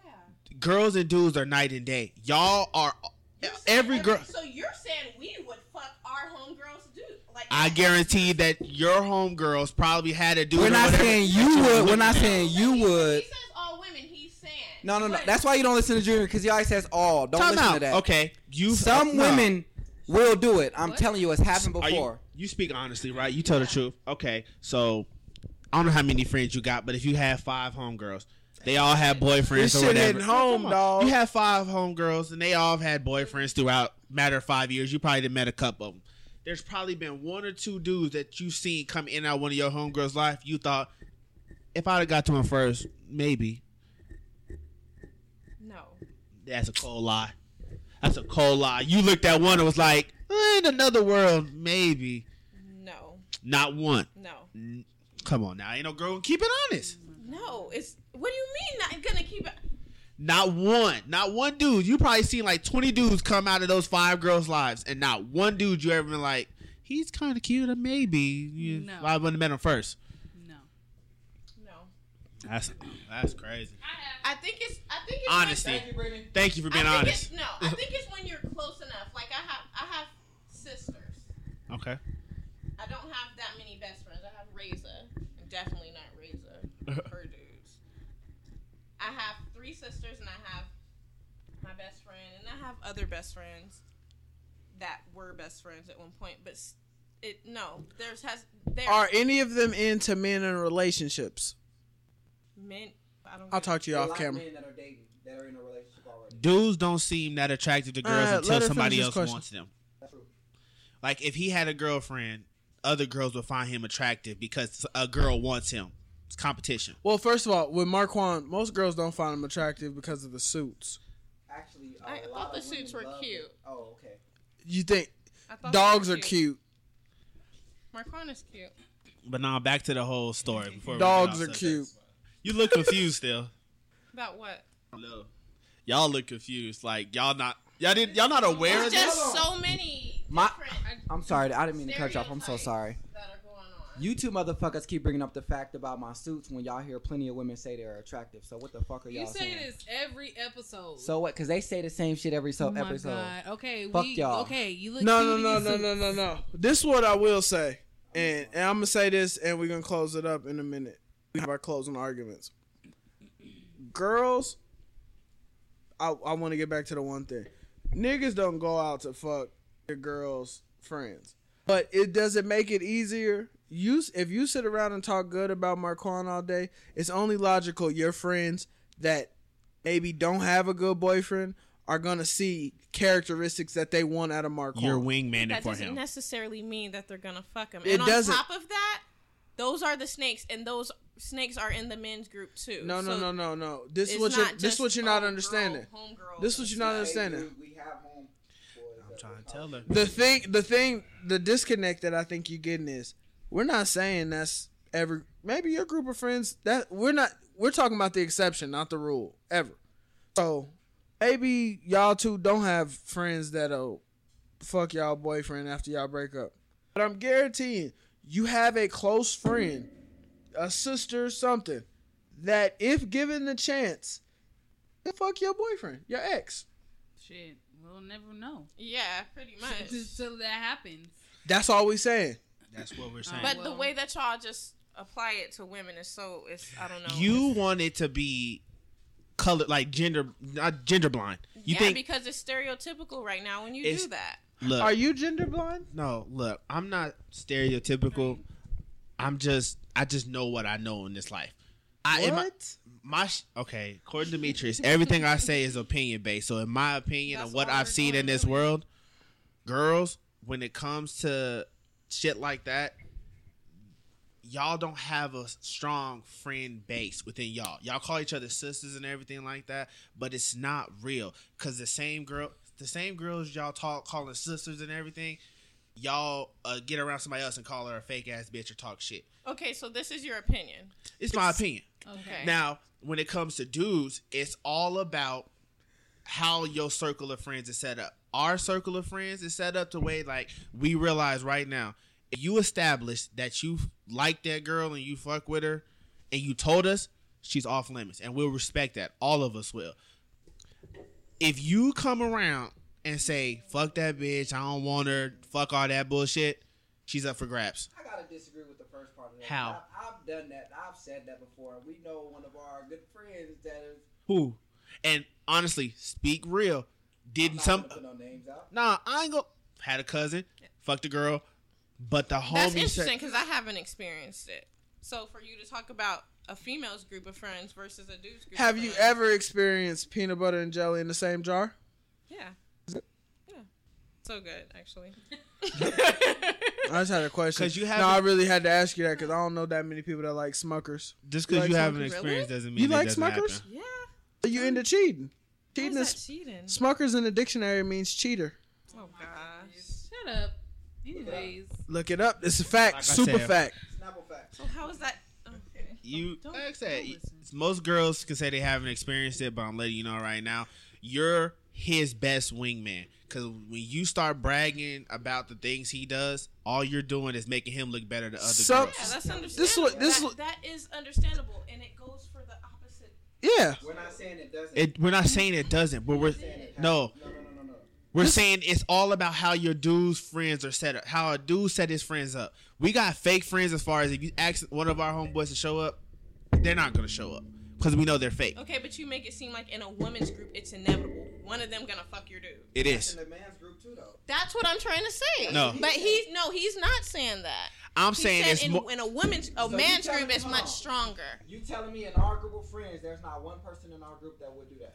C: girls and dudes are night and day. Y'all are
F: You said
C: every girl.
F: So you're saying we would fuck our homegirls do like
C: I guarantee that your homegirls probably had a dude.
D: We're
C: or
D: not
C: whatever
D: saying
C: that
D: you
C: was
D: would. We're
C: with.
D: not saying you
F: he, He
D: would.
F: says all women. He's saying.
D: No, no, no.
F: But
D: That's why you don't listen to Junior because he always says all. Don't
C: Time
D: listen
C: out.
D: to that.
C: Okay, you
D: Some
C: no.
D: women will do it. I'm
E: What?
D: telling you, it's happened
C: Are you-
D: before.
C: You, speak honestly, right? You tell the truth. Okay, so I don't know how many friends you got, but if you had five homegirls, they all had
A: This
C: boyfriends or
A: shit
C: whatever.
A: hitting home, dog.
C: You have five homegirls, and they all have had boyfriends throughout matter of five years. You probably done met a couple of them. There's probably been one or two dudes that you seen come in and out of one of your homegirls' life. You thought, if I'd have got to him first, maybe
F: no.
C: that's a cold lie. That's a cold lie. You looked at one and was like, eh, in another world, maybe
F: No.
C: not one.
F: No.
C: Come on now, ain't no girl. Keep it honest.
F: No. It's what do you mean? Not gonna keep it.
C: Not one, not one dude. You probably seen like twenty dudes come out of those five girls' lives, and not one dude you ever been like, he's kind of cute, or maybe. You,
E: No.
C: I wouldn't have met him first.
E: No.
F: No.
C: That's that's crazy.
F: I think it's. I think it's
C: Honesty.
F: Like,
C: Thank you for being
F: I think
C: honest.
F: It's, no, I think it's when you're close enough. Like I have, I have sisters.
C: Okay.
F: I don't have that many best friends. I have Razor. I'm definitely not Razor. Her dudes. I have three sisters, and I have my best friend, and I have other best friends that were best friends at one point. But s- it no, there's has there
A: Are any of them into men in relationships?
F: men. I don't.
A: I'll
F: get
A: talk to you
D: A
A: off
D: lot of
A: camera.
D: men that are dating, that are in a relationship already.
C: Dudes don't seem that attractive to girls
A: Uh,
C: until
A: let her
C: somebody
A: finish this
C: else
A: question.
C: wants them.
D: That's true.
C: Like if he had a girlfriend, other girls would find him attractive because a girl wants him. It's competition.
A: Well, first of all, with Marquand, most girls don't find him attractive because of the suits.
D: Actually, uh,
F: I
D: a lot
F: thought the
D: of women
F: suits were
D: love it.
F: cute.
D: Oh, okay.
A: You think
F: I thought
A: dogs
F: they
A: are
F: were
A: cute?
F: Marquand is cute.
C: But now back to the whole story. Before we get
A: Dogs
C: off
A: are
C: subject.
A: cute.
C: You look confused still.
F: About what?
C: No. Y'all look confused. Like y'all not y'all did y'all not aware of
F: There's
C: this?
F: just so many
D: My-
F: different
D: I'm sorry. I didn't mean to cut you off. I'm so
F: Stereotypes.
D: sorry.
F: that are going on.
D: You two motherfuckers keep bringing up the fact about my suits when y'all hear plenty of women say they're attractive. So what the fuck are y'all
E: You say
D: saying?
E: this every episode.
D: So what? Because they say the same shit every so
E: oh my
D: episode.
E: god. Okay,
D: Fuck
E: we
D: y'all.
E: okay. You look
A: No, no,
E: cute
A: no,
E: in
A: no,
E: your
A: no,
E: suit.
A: no, no. This is what I will say, and and I'm gonna say this, and we're gonna close it up in a minute. We have our closing arguments. Girls, I I want to get back to the one thing. Niggas don't go out to fuck your girls' friends, but it doesn't make it easier. You s- if you sit around and talk good about Marquand all day, it's only logical your friends that maybe don't have a good boyfriend are gonna see characteristics that they want out of Marquand.
C: You're wingman it
F: That
C: for
F: doesn't
C: him.
F: necessarily mean that they're gonna fuck him.
A: It
F: and on
A: doesn't.
F: top of that, those are the snakes, and those snakes are in the men's group too.
A: No, no,
F: So
A: no, no, no. This is
F: it's
A: what you're.
F: not
A: This
F: just
A: is what you're not
F: homegirl,
A: understanding.
F: homegirl
A: This is what
F: thing.
A: you're not understanding.
D: We have home.
C: I'm trying to tell her.
A: The thing, the thing, the disconnect that I think you're getting is we're not saying that's every. Maybe your group of friends that we're not. We're talking about the exception, not the rule, ever. So maybe y'all two don't have friends that'll fuck y'all boyfriend after y'all break up. But I'm guaranteeing you have a close friend, a sister, or something that if given the chance, will fuck your boyfriend, your ex.
E: Shit, we'll never know
F: Yeah, pretty much.
E: until that happens.
A: That's all we saying.
C: That's what we're
E: saying.
C: saying.
F: but the
E: Well-
F: way that y'all just apply it to women is so it's I don't know.
C: you want it to be color like gender, not gender blind. You
F: yeah,
C: think?
F: because it's stereotypical right now when you
C: It's-
F: do that.
C: look,
A: Are you gender blind?
C: no, look. I'm not stereotypical. I'm just. I just know what I know in this life. I am.
A: What?
C: my sh- okay according to demetrius everything i say is opinion based so in my opinion
F: That's
C: of what
F: all
C: i've
F: we're
C: seen
F: going
C: in this
F: with.
C: world girls when it comes to shit like that y'all don't have a strong friend base within y'all y'all call each other sisters and everything like that but it's not real because the same girl the same girls y'all talk calling sisters and everything y'all uh, get around somebody else and call her a fake ass bitch or talk shit
F: Okay, so this is your opinion.
C: it's my opinion
E: Okay.
C: now, when it comes to dudes, it's all about how your circle of friends is set up. Our circle of friends is set up the way like we realize right now. If you establish that you like that girl and you fuck with her, and you told us she's off limits, and we'll respect that. All of us will. If you come around and say "fuck that bitch," I don't want her. Fuck all that bullshit. She's up for grabs.
D: I gotta disagree with the first part of that.
C: How?
D: I've, I've done that. I've said that before. We know one of our good friends that is.
C: Who? And honestly, speak real.
D: I'm
C: Didn't
D: not
C: some
D: gonna put no names out.
C: Nah, I ain't go. Had a cousin, fucked a girl, but the homie
F: That's interesting
C: said,
F: because I haven't experienced it. So for you to talk about a female's group of friends versus a dude's group.
A: Have
F: of
A: you
F: friends,
A: ever experienced peanut butter and jelly in the same jar?
F: Yeah. Yeah. So good, actually.
A: I just had a question.
C: 'Cause you
A: no, I
C: haven't-
A: really had to ask you that because I don't know that many people that like Smuckers.
C: just
A: You
C: because
A: like
C: you haven't
A: Smuckers?
C: experienced doesn't mean
A: You
C: it
A: like
C: doesn't
A: Smuckers?
C: happen.
F: yeah.
A: So you into cheating? Cheating
F: Cheating
A: is,
F: is cheating.
A: Smuckers in the dictionary means cheater.
F: Oh gosh.
E: Shut up. Anyways,
A: Look it up. It's a fact.
C: Like I
A: Super
C: said.
A: fact.
D: Snapple facts.
F: So how is that? Okay.
C: You,
F: Don't-
C: like I
E: don't
C: said, you-
E: listen.
C: most girls can say they haven't experienced it, but I'm letting you know right now, you're his best wingman. Because when you start bragging about the things he does, all you're doing is making him look better to other
A: So-
C: girls.
F: Yeah, that's understandable.
A: This one- this
F: That-
A: one-
F: that is understandable, and it goes for the opposite.
A: Yeah.
D: We're not saying it doesn't.
C: It, we're not saying it doesn't, but we're no,
D: No, no, no, no, no.
C: We're saying it's all about how your dude's friends are set up, how a dude set his friends up. We got fake friends as far as if you ask one of our homeboys to show up, they're not gonna show up because we know they're fake.
F: Okay, but you make it seem like in a woman's group, it's inevitable. One of them gonna fuck your dude.
C: It is.
D: In the man's group too, though.
F: That's what I'm trying to say.
C: No.
F: but he's no, he's not saying that.
C: I'm
F: He
C: saying
F: said
C: it's
F: in,
C: more.
F: in a woman's a
D: you
F: man's
D: telling
F: group
D: me-
F: is
D: hold
F: much
D: on.
F: stronger.
D: You telling me in our group of friends, there's not one person in our group that would do that?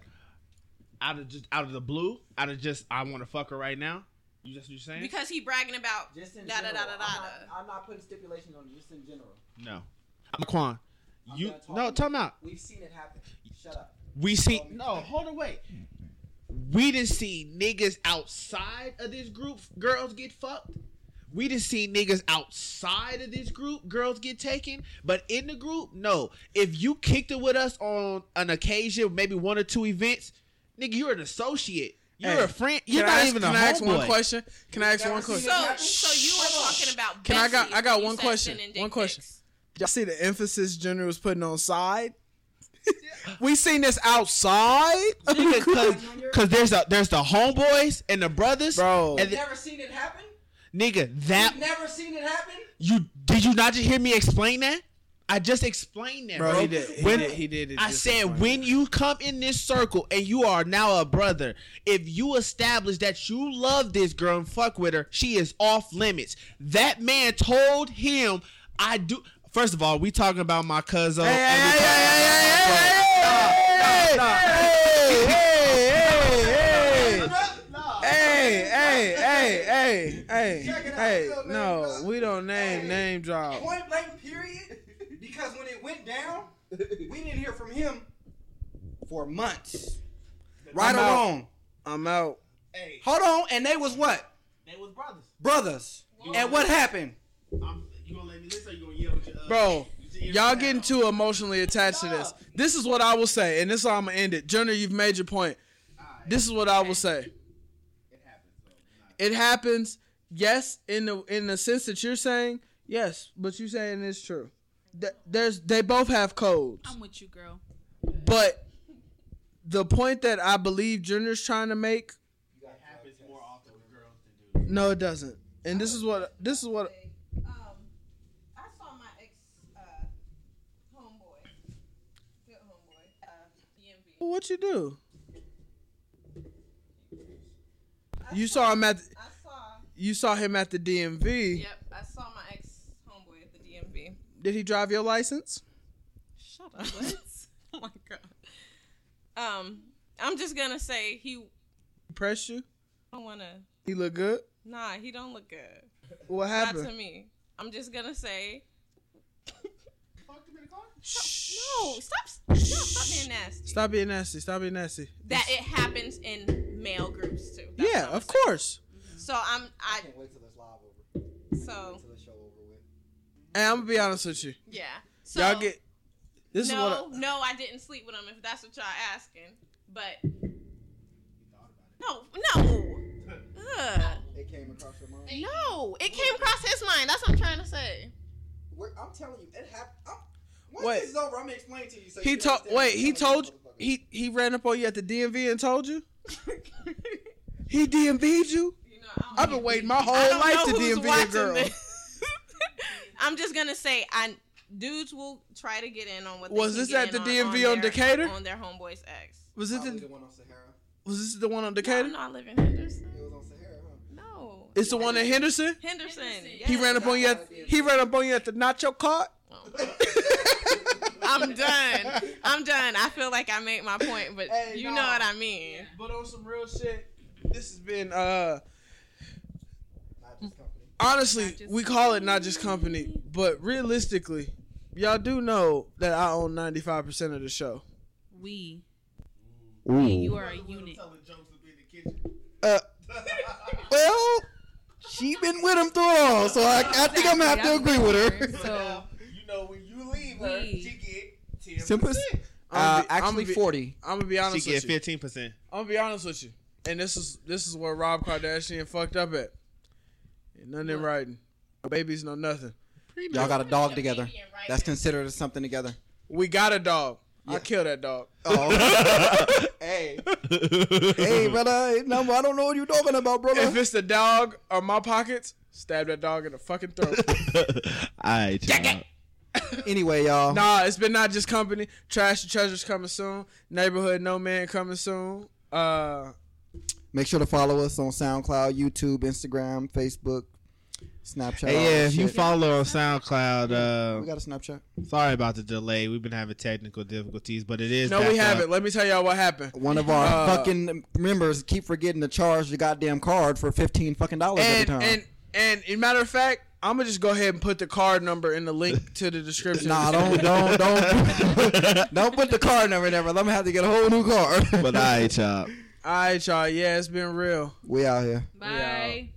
C: out of just out of the blue, out of just I want to fuck her right now. You just what you're saying?
F: Because he bragging about
D: Just in
F: da da da
D: general.
F: da
D: I'm,
F: da.
D: not, I'm not putting stipulations on it. Just in general,
C: no, I'm a Quan.
D: I'm
C: You
D: done talking.
C: no, time out.
D: we've seen it happen. Shut up.
C: We see no. Hold on, wait. We didn't see niggas outside of this group girls get fucked. We didn't see niggas outside of this group girls get taken. But in the group, no. If you kicked it with us on an occasion, maybe one or two events, nigga, you're an associate. You're
A: Hey,
C: a friend. You're
A: can
C: not
A: I ask,
C: even a
A: can I ask one
C: homeboy.
A: question? Can I ask one question?
M: So, so you were talking about.
A: Can I got-
M: Bessie
A: I got
M: when you
A: one
M: said
A: question.
M: sending dick
A: One question.
M: pics.
A: Y'all see the emphasis Junior was putting on side? we seen this outside,
C: Because because there's a, there's the homeboys and the brothers.
A: bro.
C: And the-
D: Never seen it happen.
C: nigga, that
D: Never seen it happen.
C: you did you not just hear me explain that? I just explained that, bro.
A: bro, he did. He
C: When-
A: did, he did it.
C: I
A: just
C: said,
A: like-
C: when you come in this circle and you are now a brother, if you establish that you love this girl and fuck with her, she is off limits. That man told him, I do. First of all, we talking about my cousin.
A: Hey,
C: and we
A: hey, hey,
C: talking about my
A: hey,
C: brother.
A: hey, hey, hey, hey, hey, hey, hey. Hey, hey, hey, hey, hey, hey. No, we don't name name drop.
D: Point blank, period. Because when it went down, we didn't hear from him for months. Right
A: I'm
D: or
A: out.
D: wrong.
A: I'm out.
D: Hey. Hold on, and they was what?
B: They was brothers.
D: Brothers. And what happened?
B: Mm, I'm, you gonna let me listen or you gonna yell with your uh,
A: Bro,
B: your-
A: y'all getting too emotionally attached to this. This is what I will say, and this is how I'm gonna end it. Junior, you've made your point. This is what I will say. It happens. Yes, in the in the sense that you're saying yes, but you saying it's true. Th- There's they both have codes.
E: I'm with you, girl.
A: But the point that I believe Junior's trying to make No, it doesn't. And this is what this is what
F: Um, I saw my ex uh, homeboy, good homeboy, uh, DMV.
A: what you do. You saw him at
F: I saw.
A: you saw him at the DMV.
F: Yep, I saw my ex homeboy at the DMV.
A: Did he drive your license?
F: Shut up. What? oh my god. Um, I'm just gonna say he.
A: He pressed you?
F: don't wanna.
A: He look good?
F: Nah, he don't look good.
A: What
F: Not to
A: happened?
F: me. I'm just gonna say.
A: Shh.
F: No, stop. No, stop being nasty.
A: Stop being nasty. Stop being nasty.
F: That it happens in male groups too. That's
A: yeah,
F: what I'm
A: of course.
F: saying. So I'm. I.
D: wait till this live over.
F: So
D: Till this show over with.
A: And I'm gonna be honest with you.
F: yeah. So
A: y'all get this
F: no,
A: is what I,
F: no, I didn't sleep with him. If that's what y'all asking, but no, no, Ugh.
D: It came across your mind.
M: No, it came across his mind. That's what I'm trying to say.
D: We're, I'm telling you, it happened. Once
A: Wait.
D: this is over, I'm gonna explain to you. So
A: he
D: you
A: told.
D: understand
A: Wait,
D: what
A: he
D: I'm telling
A: told.
D: you,
A: He he ran up on you at the DMV and told you. He DMV'd you.
F: you know, I don't
A: I've been waiting my whole
F: I don't
A: life to
F: know who's
A: DMV a
F: watching
A: girl.
F: this. I'm just gonna say, I dudes will try to get in on what. They
A: Was
F: can
A: this
F: get
A: at
F: in
A: the DMV on
F: their-
A: Decatur?
F: on their homeboy's ex?
A: Was it
D: motherfucker.
A: the,
D: The one on Sahara.
A: was this the one on
F: No,
A: Decatur?
F: no, I live in Henderson.
D: It was on Sahara, huh?
F: No,
A: It's the one in Henderson.
F: Henderson.
A: He
F: yes.
A: ran up on you. At, he ran up on you at the nacho cart.
F: Oh. I'm done. I'm done. I feel like I made my point, but
A: Hey,
F: you
A: nah.
F: know what I mean.
A: But on some real shit, this has been uh
D: Not just company.
A: honestly
E: Not just
A: we call it not just company, but realistically, y'all do know that I own ninety five percent of the show.
E: We. Me and you are a unit.
A: Uh, well, she been with him through it all, so I, I think I'm gonna have to agree with her.
E: So
N: You know, when you leave
E: her, We- she
N: get 10
A: Simple.
D: Uh, actually,
A: be,
D: forty.
A: I'm gonna be
B: She
A: honest
B: get
A: with you.
B: fifteen percent.
A: I'm gonna be honest with you, and this is this is where Rob Kardashian fucked up at. Ain't nothing in writing, no babies, no nothing.
D: Y'all got a dog together.
M: Comedian, right?
D: That's considered as something together.
A: We got a dog. I
D: Yeah.
A: kill that dog.
D: Oh. hey. Hey, brother. No, I don't know what you're talking about,
A: If
D: brother.
A: it's the dog or my pockets, stab that dog in the fucking throat.
B: Alright, y'all.
D: Anyway, y'all.
A: nah, it's been not just company. Trash to treasures coming soon. Neighborhood no man coming soon. Uh,
D: Make sure to follow us on SoundCloud, YouTube, Instagram, Facebook, Snapchat. all
B: Hey, yeah,
D: that
B: if you
D: shit.
B: follow on SoundCloud, uh,
D: we got a Snapchat.
B: Sorry about the delay. We've been having technical difficulties, but it is.
A: no,
B: back
A: we
B: up.
A: haven't. Let me tell y'all what happened.
D: One of our
A: Uh,
D: fucking members keep forgetting to charge the goddamn card for fifteen fucking dollars every
A: And
D: time.
A: and and in matter of fact, I'm gonna just go ahead and put the card number in the link to the description.
D: nah, don't don't don't don't put the card number there. I'm gonna have to get a whole new card.
B: But I y'all.
A: All right, y'all. Yeah, it's been real.
D: we out here.
E: bye.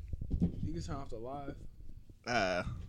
A: You can turn off the live.
B: Uh,